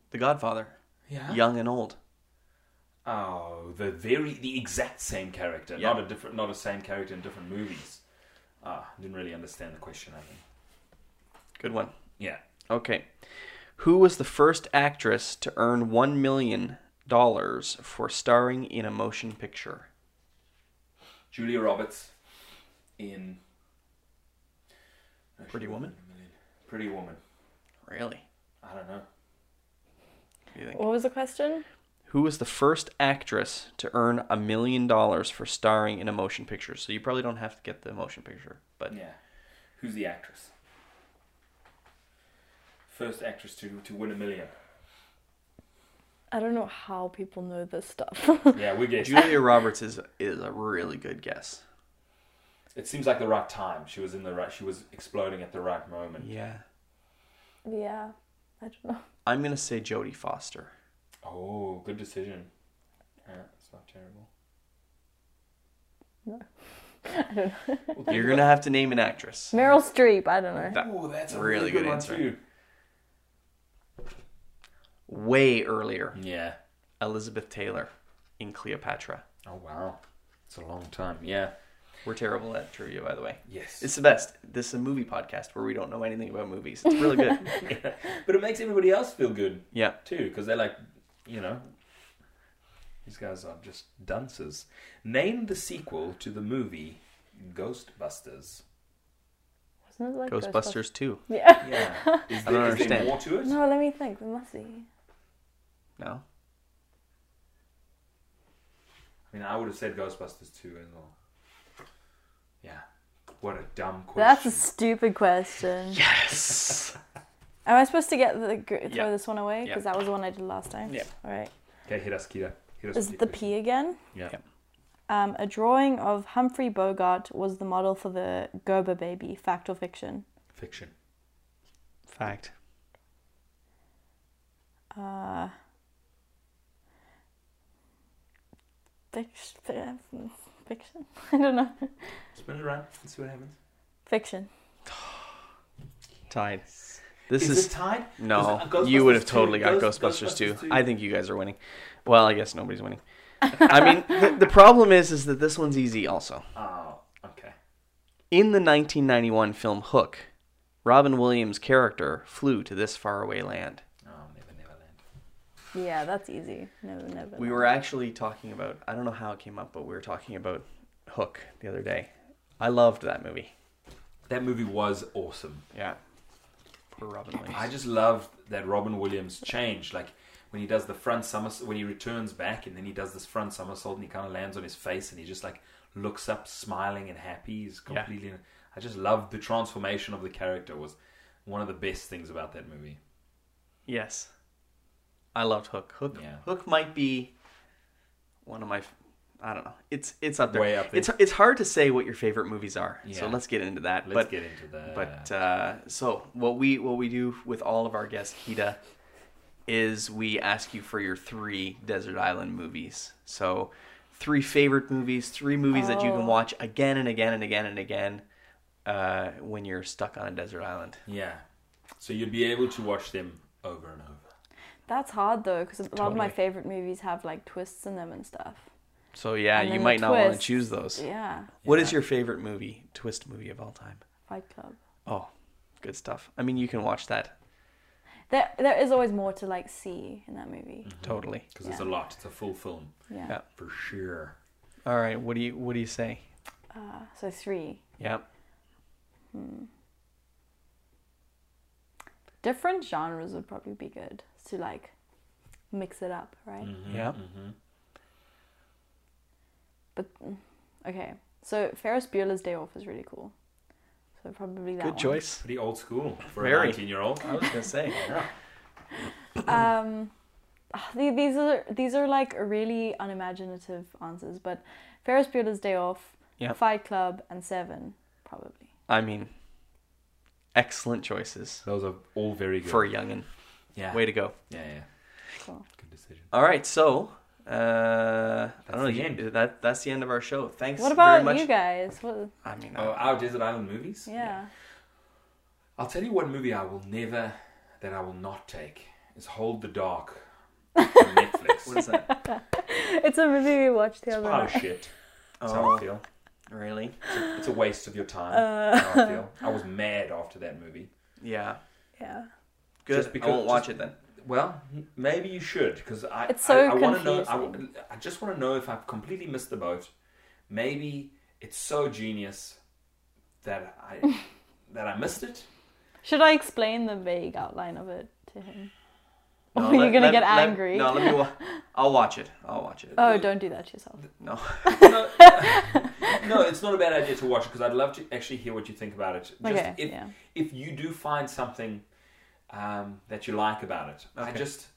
Speaker 4: The Godfather,
Speaker 1: Yeah.
Speaker 4: young and old.
Speaker 1: Oh, the very the exact same character,
Speaker 4: Yeah.
Speaker 1: not a different, not a same character in different movies. Ah, didn't really understand the question. I mean,
Speaker 4: Good one.
Speaker 1: yeah,
Speaker 4: Okay. Who was the first actress to earn $1 million for starring in a motion picture?
Speaker 1: Julia Roberts in
Speaker 4: Pretty Woman?
Speaker 1: Pretty Woman.
Speaker 4: Really?
Speaker 1: I don't know.
Speaker 4: What do you think?
Speaker 3: What was the question?
Speaker 4: Who was the first actress to earn a million dollars for starring in a motion picture? So you probably don't have to get the motion picture, but
Speaker 1: Yeah, who's the actress? First actress to to win a million.
Speaker 3: I don't know how people know this stuff. [laughs]
Speaker 1: Yeah, we guess.
Speaker 4: Julia Roberts is is a really good guess.
Speaker 1: It seems like the right time. She was in the right. She was exploding at the right moment.
Speaker 4: Yeah.
Speaker 3: yeah, I don't know. [laughs]
Speaker 4: I'm going to say Jodie Foster.
Speaker 1: Oh, good decision. Yeah, it's not terrible.
Speaker 3: [laughs]
Speaker 1: [laughs]
Speaker 4: You're going to have to name an actress.
Speaker 3: Meryl Streep, I don't know.
Speaker 1: Oh, that's a
Speaker 4: Really
Speaker 1: really,
Speaker 4: good
Speaker 1: good,
Speaker 4: answer.
Speaker 1: One too.
Speaker 4: Way earlier,
Speaker 1: Yeah.
Speaker 4: Elizabeth Taylor in Cleopatra.
Speaker 1: Oh wow, it's a long time. Yeah.
Speaker 4: We're terrible at trivia, by the way.
Speaker 1: Yes.
Speaker 4: It's the best. This is a movie podcast where we don't know anything about movies. It's really [laughs] good.
Speaker 1: but it makes everybody else feel good
Speaker 4: yeah.
Speaker 1: too, because they're like, you know, these guys are just dunces. Name the sequel to the movie Ghostbusters.
Speaker 3: Wasn't it like
Speaker 4: Ghostbusters 2.
Speaker 3: Yeah.
Speaker 1: Yeah.
Speaker 4: [laughs]
Speaker 1: Is there, is
Speaker 4: I don't
Speaker 1: there
Speaker 4: understand.
Speaker 1: more to it?
Speaker 3: No, let me think. There must be.
Speaker 4: No.
Speaker 1: I mean, I would have said Ghostbusters too as well. Yeah. What a dumb
Speaker 3: That's
Speaker 1: question.
Speaker 3: a stupid question.
Speaker 4: Yes.
Speaker 3: Am I supposed to get the gr- throw
Speaker 4: Yeah.
Speaker 3: this one away?
Speaker 4: Yeah.
Speaker 3: Because that was the one I did last time.
Speaker 4: Yeah.
Speaker 3: All right.
Speaker 1: Okay, hit us, Kira. Hit us
Speaker 3: Is
Speaker 1: with
Speaker 3: it the
Speaker 1: your
Speaker 3: P again?
Speaker 1: Yeah.
Speaker 4: Yeah.
Speaker 3: Um, a drawing of Humphrey Bogart was the model for the Gerber baby. Fact or fiction?
Speaker 1: Fiction.
Speaker 4: [laughs] Fact.
Speaker 3: Uh, fic- fi- fiction? [laughs] I don't know.
Speaker 1: Spin it around and see what happens.
Speaker 3: Fiction.
Speaker 4: Tied. This is,
Speaker 1: is, it tied?
Speaker 4: no.
Speaker 1: Is it-
Speaker 4: You would have
Speaker 1: Ghostbusters
Speaker 4: totally
Speaker 1: two.
Speaker 4: got
Speaker 1: Ghost-
Speaker 4: Ghostbusters,
Speaker 1: Ghostbusters
Speaker 4: 2.
Speaker 1: two.
Speaker 4: I think you guys are winning. Well, I guess nobody's winning. I
Speaker 1: [laughs]
Speaker 4: mean, the, the problem is is that this one's easy also.
Speaker 1: Oh, okay.
Speaker 4: In the 1991 film Hook, Robin Williams' character flew to this faraway land.
Speaker 1: Oh, never, never land.
Speaker 3: Yeah, that's easy. Never, never.
Speaker 4: We
Speaker 3: know.
Speaker 4: were actually talking about I don't know how it came up, but we were talking about Hook the other day. I loved that movie.
Speaker 1: That movie was awesome.
Speaker 4: Yeah. Poor Robin Williams.
Speaker 1: I just love that Robin Williams changed. Like when he does the front somersault, when he returns back, and then he does this front somersault, and he kind of lands on his face, and he just like looks up, smiling and happy. He's
Speaker 4: Yeah.
Speaker 1: completely. I just loved the transformation of the character. Was one of the best things about that movie.
Speaker 4: yes. I loved Hook. Hook
Speaker 1: Yeah.
Speaker 4: Hook might be one of my f- I don't know. It's it's up there.
Speaker 1: Way up there.
Speaker 4: It's it's hard to say what your favorite movies are. So
Speaker 1: Yeah.
Speaker 4: let's get into that.
Speaker 1: Let's
Speaker 4: but
Speaker 1: get into that.
Speaker 4: But uh, so what we what we do with all of our guests, Hida, is we ask you for your three desert island movies. So three favorite movies, three movies that you can
Speaker 3: Oh.
Speaker 4: watch again and again and again and again. uh, when you're stuck on a desert island.
Speaker 1: Yeah. So you'd be able to watch them over and over.
Speaker 3: That's hard though, because a lot of my favorite movies have like twists in them and stuff.
Speaker 4: So yeah,
Speaker 3: And
Speaker 4: you
Speaker 3: then the
Speaker 4: might not want to
Speaker 3: twists.
Speaker 4: choose those.
Speaker 3: Yeah,
Speaker 4: What is your favorite movie, twist movie of all time?
Speaker 3: Fight Club.
Speaker 4: Oh, good stuff. I mean, you can watch that
Speaker 1: Mm-hmm.
Speaker 3: There, there is always more to like see in that movie.
Speaker 4: totally.
Speaker 1: Because it's a lot. It's a full film.
Speaker 3: Yeah.
Speaker 4: Mm. Yeah.
Speaker 1: For sure.
Speaker 4: All right, what do you what do you say?
Speaker 3: Uh, So three
Speaker 4: Yep.
Speaker 3: different genres would probably be good to like mix it up, right?
Speaker 4: Yep.
Speaker 3: But mm, okay, so Ferris Bueller's Day Off is really cool. So probably that.
Speaker 4: Good
Speaker 3: one.
Speaker 4: choice.
Speaker 1: Pretty old school for a
Speaker 4: Very.
Speaker 1: 19 year old.
Speaker 4: I was gonna say.
Speaker 3: Um, ah, the- these are these are like really unimaginative answers, but Ferris Bueller's Day Off,
Speaker 4: Yeah.
Speaker 3: Fight Club, and Seven probably.
Speaker 4: I mean, excellent choices
Speaker 1: Those are all very good.
Speaker 4: for a youngin.
Speaker 1: yeah.
Speaker 4: Way to go.
Speaker 1: Yeah, yeah.
Speaker 3: Cool.
Speaker 1: Good decision.
Speaker 4: All right, so uh, I don't know.
Speaker 1: the
Speaker 4: you-
Speaker 1: end.
Speaker 4: That that's the end of our show. Thanks.
Speaker 3: What
Speaker 4: very
Speaker 3: about
Speaker 4: much.
Speaker 3: you guys? What?
Speaker 4: I mean,
Speaker 1: Oh,
Speaker 4: uh,
Speaker 1: our Desert Island movies?
Speaker 3: Yeah.
Speaker 1: I'll tell you one movie I will never, that I will not take is Hold the Dark
Speaker 4: [laughs]
Speaker 1: on Netflix.
Speaker 4: [laughs] what
Speaker 1: [laughs]
Speaker 4: is that?
Speaker 3: [laughs] It's a movie we watched the other
Speaker 1: Pile
Speaker 3: night.
Speaker 1: of shit. That's how I
Speaker 4: Oh. Uh.
Speaker 1: feel.
Speaker 4: really?
Speaker 1: It's a waste of your time. That's how I feel. I was mad after that movie.
Speaker 4: Yeah.
Speaker 3: Uh, [laughs] Yeah.
Speaker 4: Good.
Speaker 1: Just because-
Speaker 4: I won't watch
Speaker 1: just-
Speaker 3: [laughs]
Speaker 4: it then.
Speaker 1: Well, m- maybe you should because I.
Speaker 3: It's so
Speaker 1: I, I want to know. I,
Speaker 3: confusing.
Speaker 1: w- I just want to know if I've completely missed the boat. Maybe it's so genius that
Speaker 3: [laughs]
Speaker 1: I that I missed it.
Speaker 3: Should I explain the vague outline of it to him?
Speaker 4: No,
Speaker 3: [laughs] Or You're
Speaker 4: let-
Speaker 3: gonna
Speaker 4: let-
Speaker 3: get
Speaker 4: let-
Speaker 3: angry.
Speaker 4: no, let
Speaker 3: [laughs]
Speaker 4: me. Wa- I'll watch it. I'll watch it.
Speaker 3: Oh, don't do that to yourself.
Speaker 4: No.
Speaker 1: No, [laughs] no, it's not a bad idea to watch it because I'd love to actually hear what you think about it. Just
Speaker 3: Okay,
Speaker 1: if
Speaker 3: yeah.
Speaker 1: if you do find something um, that you like about it, I
Speaker 4: Okay.
Speaker 1: just.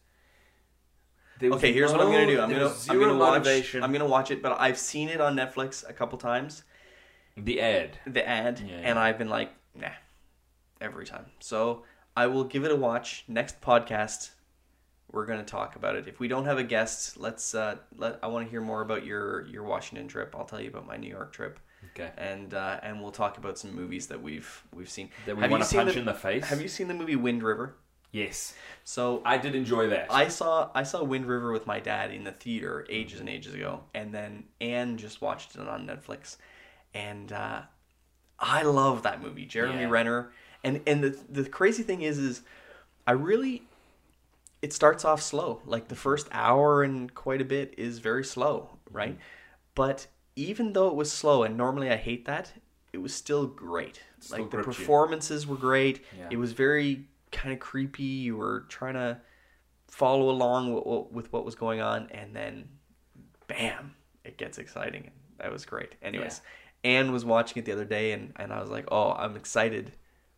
Speaker 1: there was
Speaker 4: Okay, here's what I'm gonna
Speaker 1: no-
Speaker 4: do. I'm
Speaker 1: there
Speaker 4: gonna,
Speaker 1: was
Speaker 4: I'm
Speaker 1: zero
Speaker 4: gonna watch.
Speaker 1: motivation.
Speaker 4: I'm gonna watch it, but I've seen it on Netflix a couple times.
Speaker 1: the ad.
Speaker 4: The ad,
Speaker 1: Yeah,
Speaker 4: and
Speaker 1: yeah.
Speaker 4: I've been like, nah, every time. So I will give it a watch. Next podcast, we're gonna talk about it. If we don't have a guest, let's. Uh, let I want to hear more about your your Washington trip. I'll tell you about my New York trip,
Speaker 1: Okay.
Speaker 4: and uh, and we'll talk about some movies that we've we've seen.
Speaker 1: That we
Speaker 4: Have you
Speaker 1: want to
Speaker 4: seen
Speaker 1: punch in the face.
Speaker 4: Have you seen the movie Wind River?
Speaker 1: Yes,
Speaker 4: So
Speaker 1: I did enjoy that.
Speaker 4: I saw I saw Wind River with my dad in the theater ages and ages ago, and then Anne just watched it on Netflix, and uh, I love that movie. Jeremy
Speaker 1: Yeah.
Speaker 4: Renner, and and the the crazy thing is is I really it starts off slow. Like the first hour and quite a bit is very slow,
Speaker 1: Mm-hmm.
Speaker 4: right? But even though it was slow, and normally I hate that, it was still great.
Speaker 1: Still
Speaker 4: like the
Speaker 1: gripped you.
Speaker 4: performances were great.
Speaker 1: Yeah.
Speaker 4: It was very kind of creepy. You were trying to follow along with, with what was going on, and then bam, it gets exciting. That was great. Anyways, Anne was watching it the other day, and, and I was like, oh, I'm excited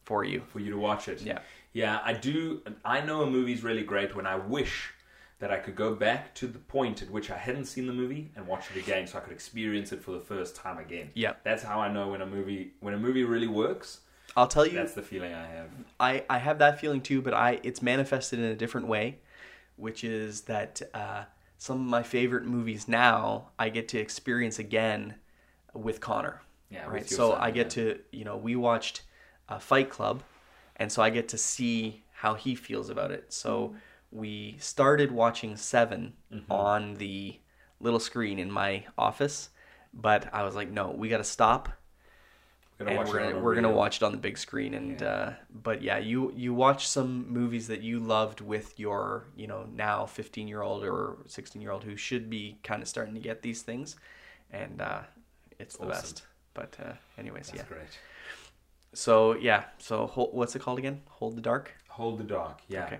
Speaker 4: for you.
Speaker 1: for you to watch it.
Speaker 4: Yeah.
Speaker 1: Yeah, I do. I know a movie's really great when I wish that I could go back to the point at which I hadn't seen the movie and watch it again, so I could experience it for the first time again.
Speaker 4: Yeah.
Speaker 1: that's how I know when a movie when a movie really works.
Speaker 4: I'll tell you,
Speaker 1: That's the feeling I have.
Speaker 4: I, I have that feeling too, but I it's manifested in a different way, which is that uh, some of my favorite movies now I get to experience again with Connor.
Speaker 1: Yeah, with
Speaker 4: right.
Speaker 1: your
Speaker 4: So
Speaker 1: son,
Speaker 4: I get
Speaker 1: yeah.
Speaker 4: to you know we watched uh, Fight Club, and so I get to see how he feels about it. So
Speaker 1: Mm-hmm.
Speaker 4: we started watching 7 on the little screen in my office, but I was like, no, we got to stop
Speaker 1: We're
Speaker 4: and we're
Speaker 1: it on
Speaker 4: gonna,
Speaker 1: a
Speaker 4: we're gonna
Speaker 1: reel.
Speaker 4: watch it on the big screen and uh, but yeah you you watch some movies that you loved with your you know now 15 year old or 16 year old who should be kind of starting to get these things and uh, it's the
Speaker 1: Awesome.
Speaker 4: best but uh, anyways yeah
Speaker 1: That's great.
Speaker 4: so yeah so hold, what's it called again hold the dark
Speaker 1: Hold the dark. Yeah.
Speaker 4: Okay.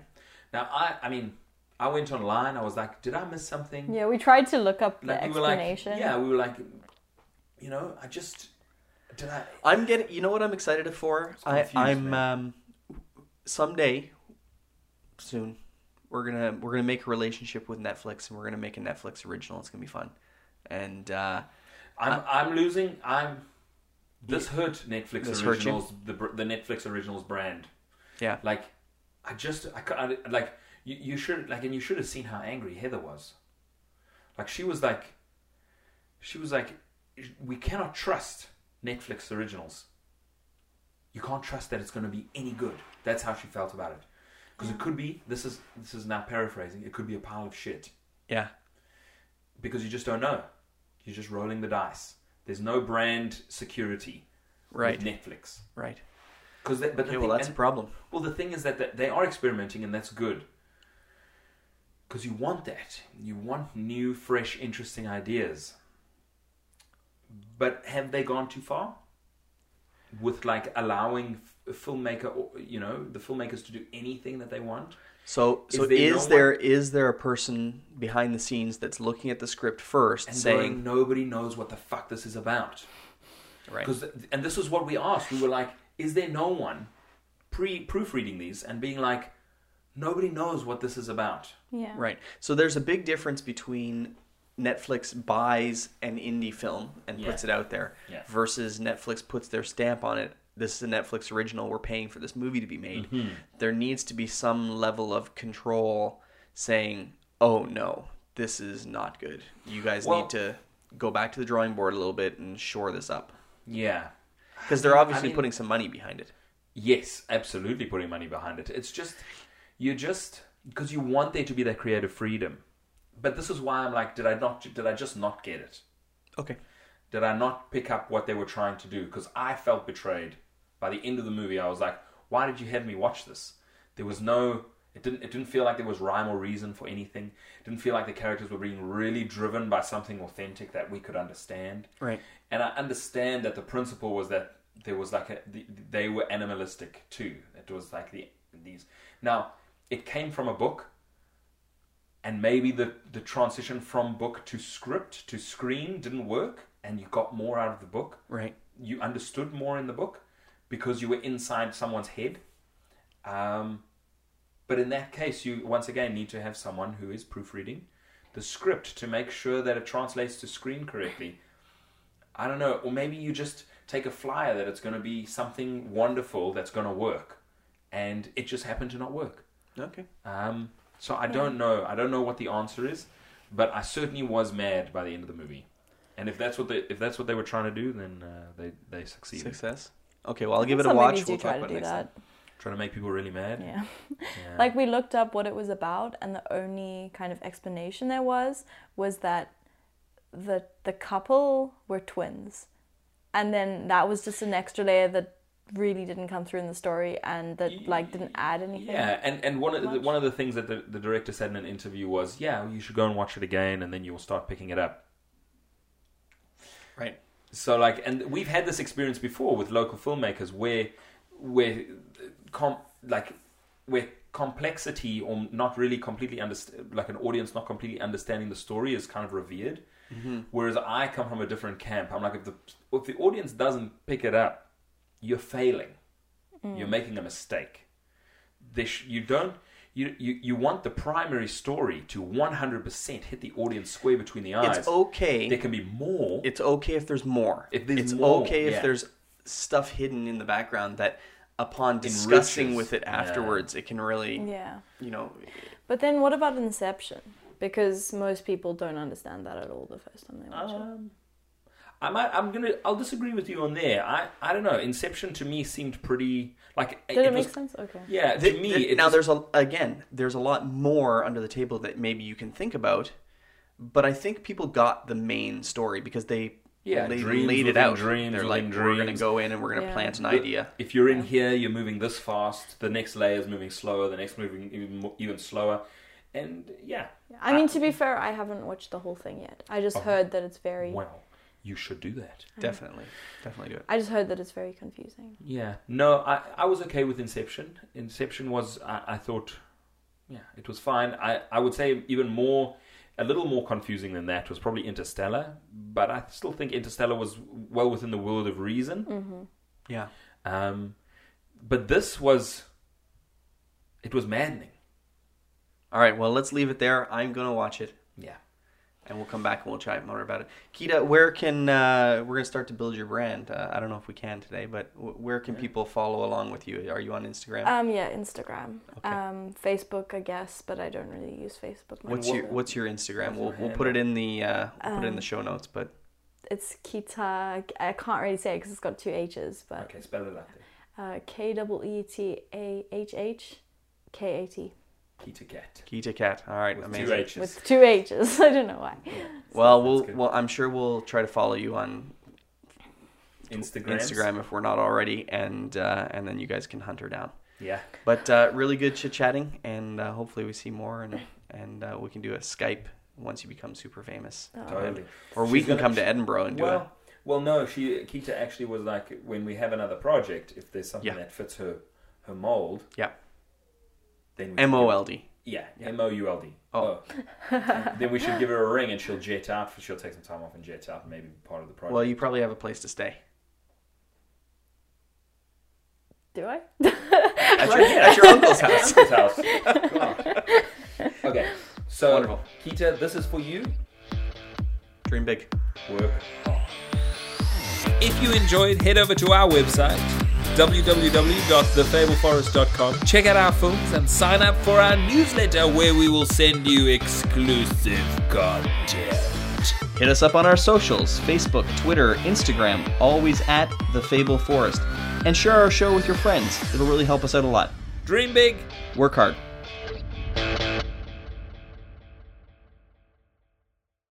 Speaker 1: Now I I mean I went online. I was like, did I miss something?
Speaker 3: Yeah, we tried to look up the
Speaker 1: Like we were like,
Speaker 3: explanation.
Speaker 1: yeah, we were like, you know, I just did I.
Speaker 4: I'm getting. You know what I'm excited for? I,
Speaker 1: confused
Speaker 4: I'm
Speaker 1: me.
Speaker 4: um, someday, soon, we're gonna we're gonna make a relationship with Netflix, and we're gonna make a Netflix original. It's gonna be fun, and uh,
Speaker 1: I'm I'm losing. I'm this hurt Netflix
Speaker 4: This hurt you?
Speaker 1: originals the br- the Netflix originals brand.
Speaker 4: yeah,
Speaker 1: Like I just I, ca- I like you, you should like and you should have seen how angry Heather was. Like she was like she was like we cannot trust Netflix originals. you can't trust that it's going to be any good. That's how she felt about it. Because it could be this is this is now paraphrasing. It could be a pile of shit
Speaker 4: Yeah.
Speaker 1: because you just don't know. You're just rolling the dice. There's no brand security
Speaker 4: Right.
Speaker 1: with Netflix.
Speaker 4: Right.
Speaker 1: Because but the
Speaker 4: Okay,
Speaker 1: thing-
Speaker 4: well, that's a
Speaker 1: and-
Speaker 4: problem.
Speaker 1: well, the thing is that that they are experimenting, and that's good. Because you want that. You want new, fresh, interesting ideas. But have they gone too far? With like allowing f- a filmmaker, or, you know, the filmmakers to do anything that they want.
Speaker 4: So,
Speaker 1: Is
Speaker 4: so
Speaker 1: there no
Speaker 4: is
Speaker 1: one-
Speaker 4: there is there a person behind the scenes that's looking at the script first,
Speaker 1: And
Speaker 4: saying,
Speaker 1: saying nobody knows what the fuck this is about.
Speaker 4: right,
Speaker 1: Because and this was what we asked. We were like, is there no one pre proofreading these and being like, nobody knows what this is about?
Speaker 3: Yeah.
Speaker 4: right? So there's a big difference between Netflix buys an indie film and
Speaker 1: Yeah.
Speaker 4: puts it out there
Speaker 1: Yeah.
Speaker 4: versus Netflix puts their stamp on it. This is a Netflix original. We're paying for this movie to be made. There needs to be some level of control saying, "Oh no, this is not good. You guys
Speaker 1: Well-
Speaker 4: need to go back to the drawing board a little bit and shore this up."
Speaker 1: Yeah.
Speaker 4: Because they're obviously
Speaker 1: mean-
Speaker 4: putting some money behind it.
Speaker 1: Yes, absolutely putting money behind it. It's just, you just, because you want there to be that creative freedom. But this is why I'm like, did I not, did I just not get it?
Speaker 4: Okay.
Speaker 1: Did I not pick up what they were trying to do? Because I felt betrayed. By the end of the movie, I was like, why did you have me watch this? There was no, it didn't, it didn't feel like there was rhyme or reason for anything. It didn't feel like the characters were being really driven by something authentic that we could understand.
Speaker 4: Right.
Speaker 1: And I understand that the principle was that there was like a, the, they were animalistic too. It was like the these. Now it came from a book, and maybe the the transition from book to script to screen didn't work, and you got more out of the book.
Speaker 4: Right.
Speaker 1: You understood more in the book because you were inside someone's head. Um, but in that case, you once again need to have someone who is proofreading the script to make sure that it translates to screen correctly. I don't know, or maybe you just take a flyer that it's going to be something wonderful that's going to work, and it just happened to not work.
Speaker 4: Okay.
Speaker 1: Um, so I don't know. I don't know what the answer is, but I certainly was mad by the end of the movie. And if that's what they if that's what they were trying to do, then uh, they they succeeded.
Speaker 4: Success. Okay, well, I'll give it a
Speaker 3: Some
Speaker 4: watch.
Speaker 3: movies do
Speaker 4: We'll talk
Speaker 3: try
Speaker 4: about
Speaker 3: to
Speaker 4: it
Speaker 3: do
Speaker 4: next time.
Speaker 3: that.
Speaker 1: Trying to make people really mad.
Speaker 3: Yeah.
Speaker 1: Yeah.
Speaker 3: Like we looked up what it was about, and the only kind of explanation there was was that the the couple were twins, and then that was just an extra layer that really didn't come through in the story, and that like didn't add anything.
Speaker 1: Yeah, and, and one of the,
Speaker 3: much.
Speaker 1: one of the things that the, the director said in an interview was, "Yeah, you should go and watch it again, and then you will start picking it up."
Speaker 4: Right.
Speaker 1: So like, and we've had this experience before with local filmmakers where where com- like where complexity or not really completely underst- like an audience not completely understanding the story is kind of revered. Whereas I come from a different camp. I'm like, if the if the audience doesn't pick it up, you're failing.
Speaker 3: Mm.
Speaker 4: Mm.
Speaker 1: You're making a mistake they sh- you don't you, you you want the primary story to 100% hit the audience square between the eyes
Speaker 4: It's okay.
Speaker 1: there can be more
Speaker 4: It's okay if there's more.
Speaker 1: If there's
Speaker 4: it's
Speaker 1: more,
Speaker 4: okay if
Speaker 1: yeah.
Speaker 4: there's stuff hidden in the background that, upon discussing
Speaker 1: Enriches.
Speaker 4: with it
Speaker 1: Yeah.
Speaker 4: afterwards, it can really,
Speaker 3: Yeah.
Speaker 4: you know,
Speaker 3: But then what about Inception? Because most people don't understand that at all the first time they watch
Speaker 1: um, I might, I'm gonna I'll disagree with you on there I, I don't know Inception to me seemed pretty like
Speaker 3: it. Did it,
Speaker 1: was-
Speaker 3: make sense? Okay.
Speaker 1: yeah to
Speaker 4: Th-
Speaker 1: me
Speaker 4: th-
Speaker 1: it
Speaker 4: now
Speaker 1: was-
Speaker 4: there's a again there's a lot more under the table that maybe you can think about, but I think people got the main story because they
Speaker 1: Yeah,
Speaker 4: they
Speaker 1: dreams
Speaker 4: laid it
Speaker 1: within
Speaker 4: out.
Speaker 1: dreams
Speaker 4: They're like
Speaker 1: within
Speaker 4: we're gonna
Speaker 1: dreams."
Speaker 4: go in and we're gonna
Speaker 3: Yeah.
Speaker 4: plant an
Speaker 1: the-
Speaker 4: idea.
Speaker 1: if you're in here you're moving this fast the next layer is moving slower the next moving even, mo- even slower and yeah
Speaker 3: I mean, to be fair, I haven't watched the whole thing yet. I just heard that it's very.
Speaker 1: well you should do that
Speaker 4: Definitely, definitely do it.
Speaker 3: I just heard that it's very confusing.
Speaker 1: Yeah. No, I, I was okay with Inception. Inception was, I, I thought, yeah, it was fine. I, I would say even more, a little more confusing than that was probably Interstellar, but I still think Interstellar was well within the world of reason.
Speaker 3: Mm-hmm.
Speaker 4: Yeah.
Speaker 1: Um, but this was, it was maddening.
Speaker 4: All right, well, let's leave it there. I'm going to watch it,
Speaker 1: Yeah.
Speaker 4: and we'll come back and we'll chat more about it. Kita, where can uh, we're going to start to build your brand? Uh, I don't know if we can today, but w- where can people follow along with you? Are you on Instagram?
Speaker 3: Um, yeah, Instagram.
Speaker 4: Okay.
Speaker 3: Um, Facebook, I guess, but I don't really use Facebook. much.
Speaker 4: what's your What's your Instagram? We'll, we'll put it in the uh, we'll put it in the show notes. But
Speaker 3: It's Kita. I can't really say because it's got two H's, but
Speaker 1: Okay, spell it out there.
Speaker 3: uh, K double E T A H H K A T
Speaker 1: Kita
Speaker 4: [gasps]
Speaker 1: Cat.
Speaker 4: Kita Cat. All right,
Speaker 1: With
Speaker 4: amazing.
Speaker 1: two H's.
Speaker 3: with two H's. [laughs] I don't know why.
Speaker 4: Well, we'll
Speaker 1: good.
Speaker 4: well, I'm sure we'll try to follow you on
Speaker 1: Instagram.
Speaker 4: Instagram if we're not already, and uh, and then you guys can hunt her down.
Speaker 1: Yeah.
Speaker 4: But uh, really good chit chatting, and uh, hopefully we see more, and and uh, we can do a Skype once you become super famous,
Speaker 1: Totally.
Speaker 4: or we
Speaker 1: She's
Speaker 4: can
Speaker 1: gonna-
Speaker 4: come to Edinburgh and do
Speaker 1: Well, well, no. She Kita actually was like, when we have another project, if there's something
Speaker 4: Yeah.
Speaker 1: that fits her her mold,
Speaker 4: Yeah.
Speaker 1: then we
Speaker 4: a
Speaker 1: should give-
Speaker 4: MOLD.
Speaker 1: Yeah, M O U L D.
Speaker 4: Oh.
Speaker 1: [laughs] then we should give her a ring, and she'll jet out. She'll take some time off and jet out, and maybe be part of the project.
Speaker 4: Well, you probably have a place to stay.
Speaker 3: Do I?
Speaker 4: At
Speaker 1: Oh,
Speaker 4: your, at
Speaker 1: [laughs]
Speaker 4: your [laughs] uncle's house.
Speaker 1: Uncle's house. [laughs] God. Okay, so
Speaker 4: Wonderful.
Speaker 1: Kita, this is for you.
Speaker 4: Dream big.
Speaker 1: Work. If you enjoyed, head over to our website www.thefableforest.com. Check out our films and sign up for our newsletter where we will send you exclusive content.
Speaker 4: Hit us up on our socials Facebook, Twitter, Instagram, always at The Fable Forest. And share our show with your friends. It'll really help us out a lot.
Speaker 1: Dream big.
Speaker 4: Work hard.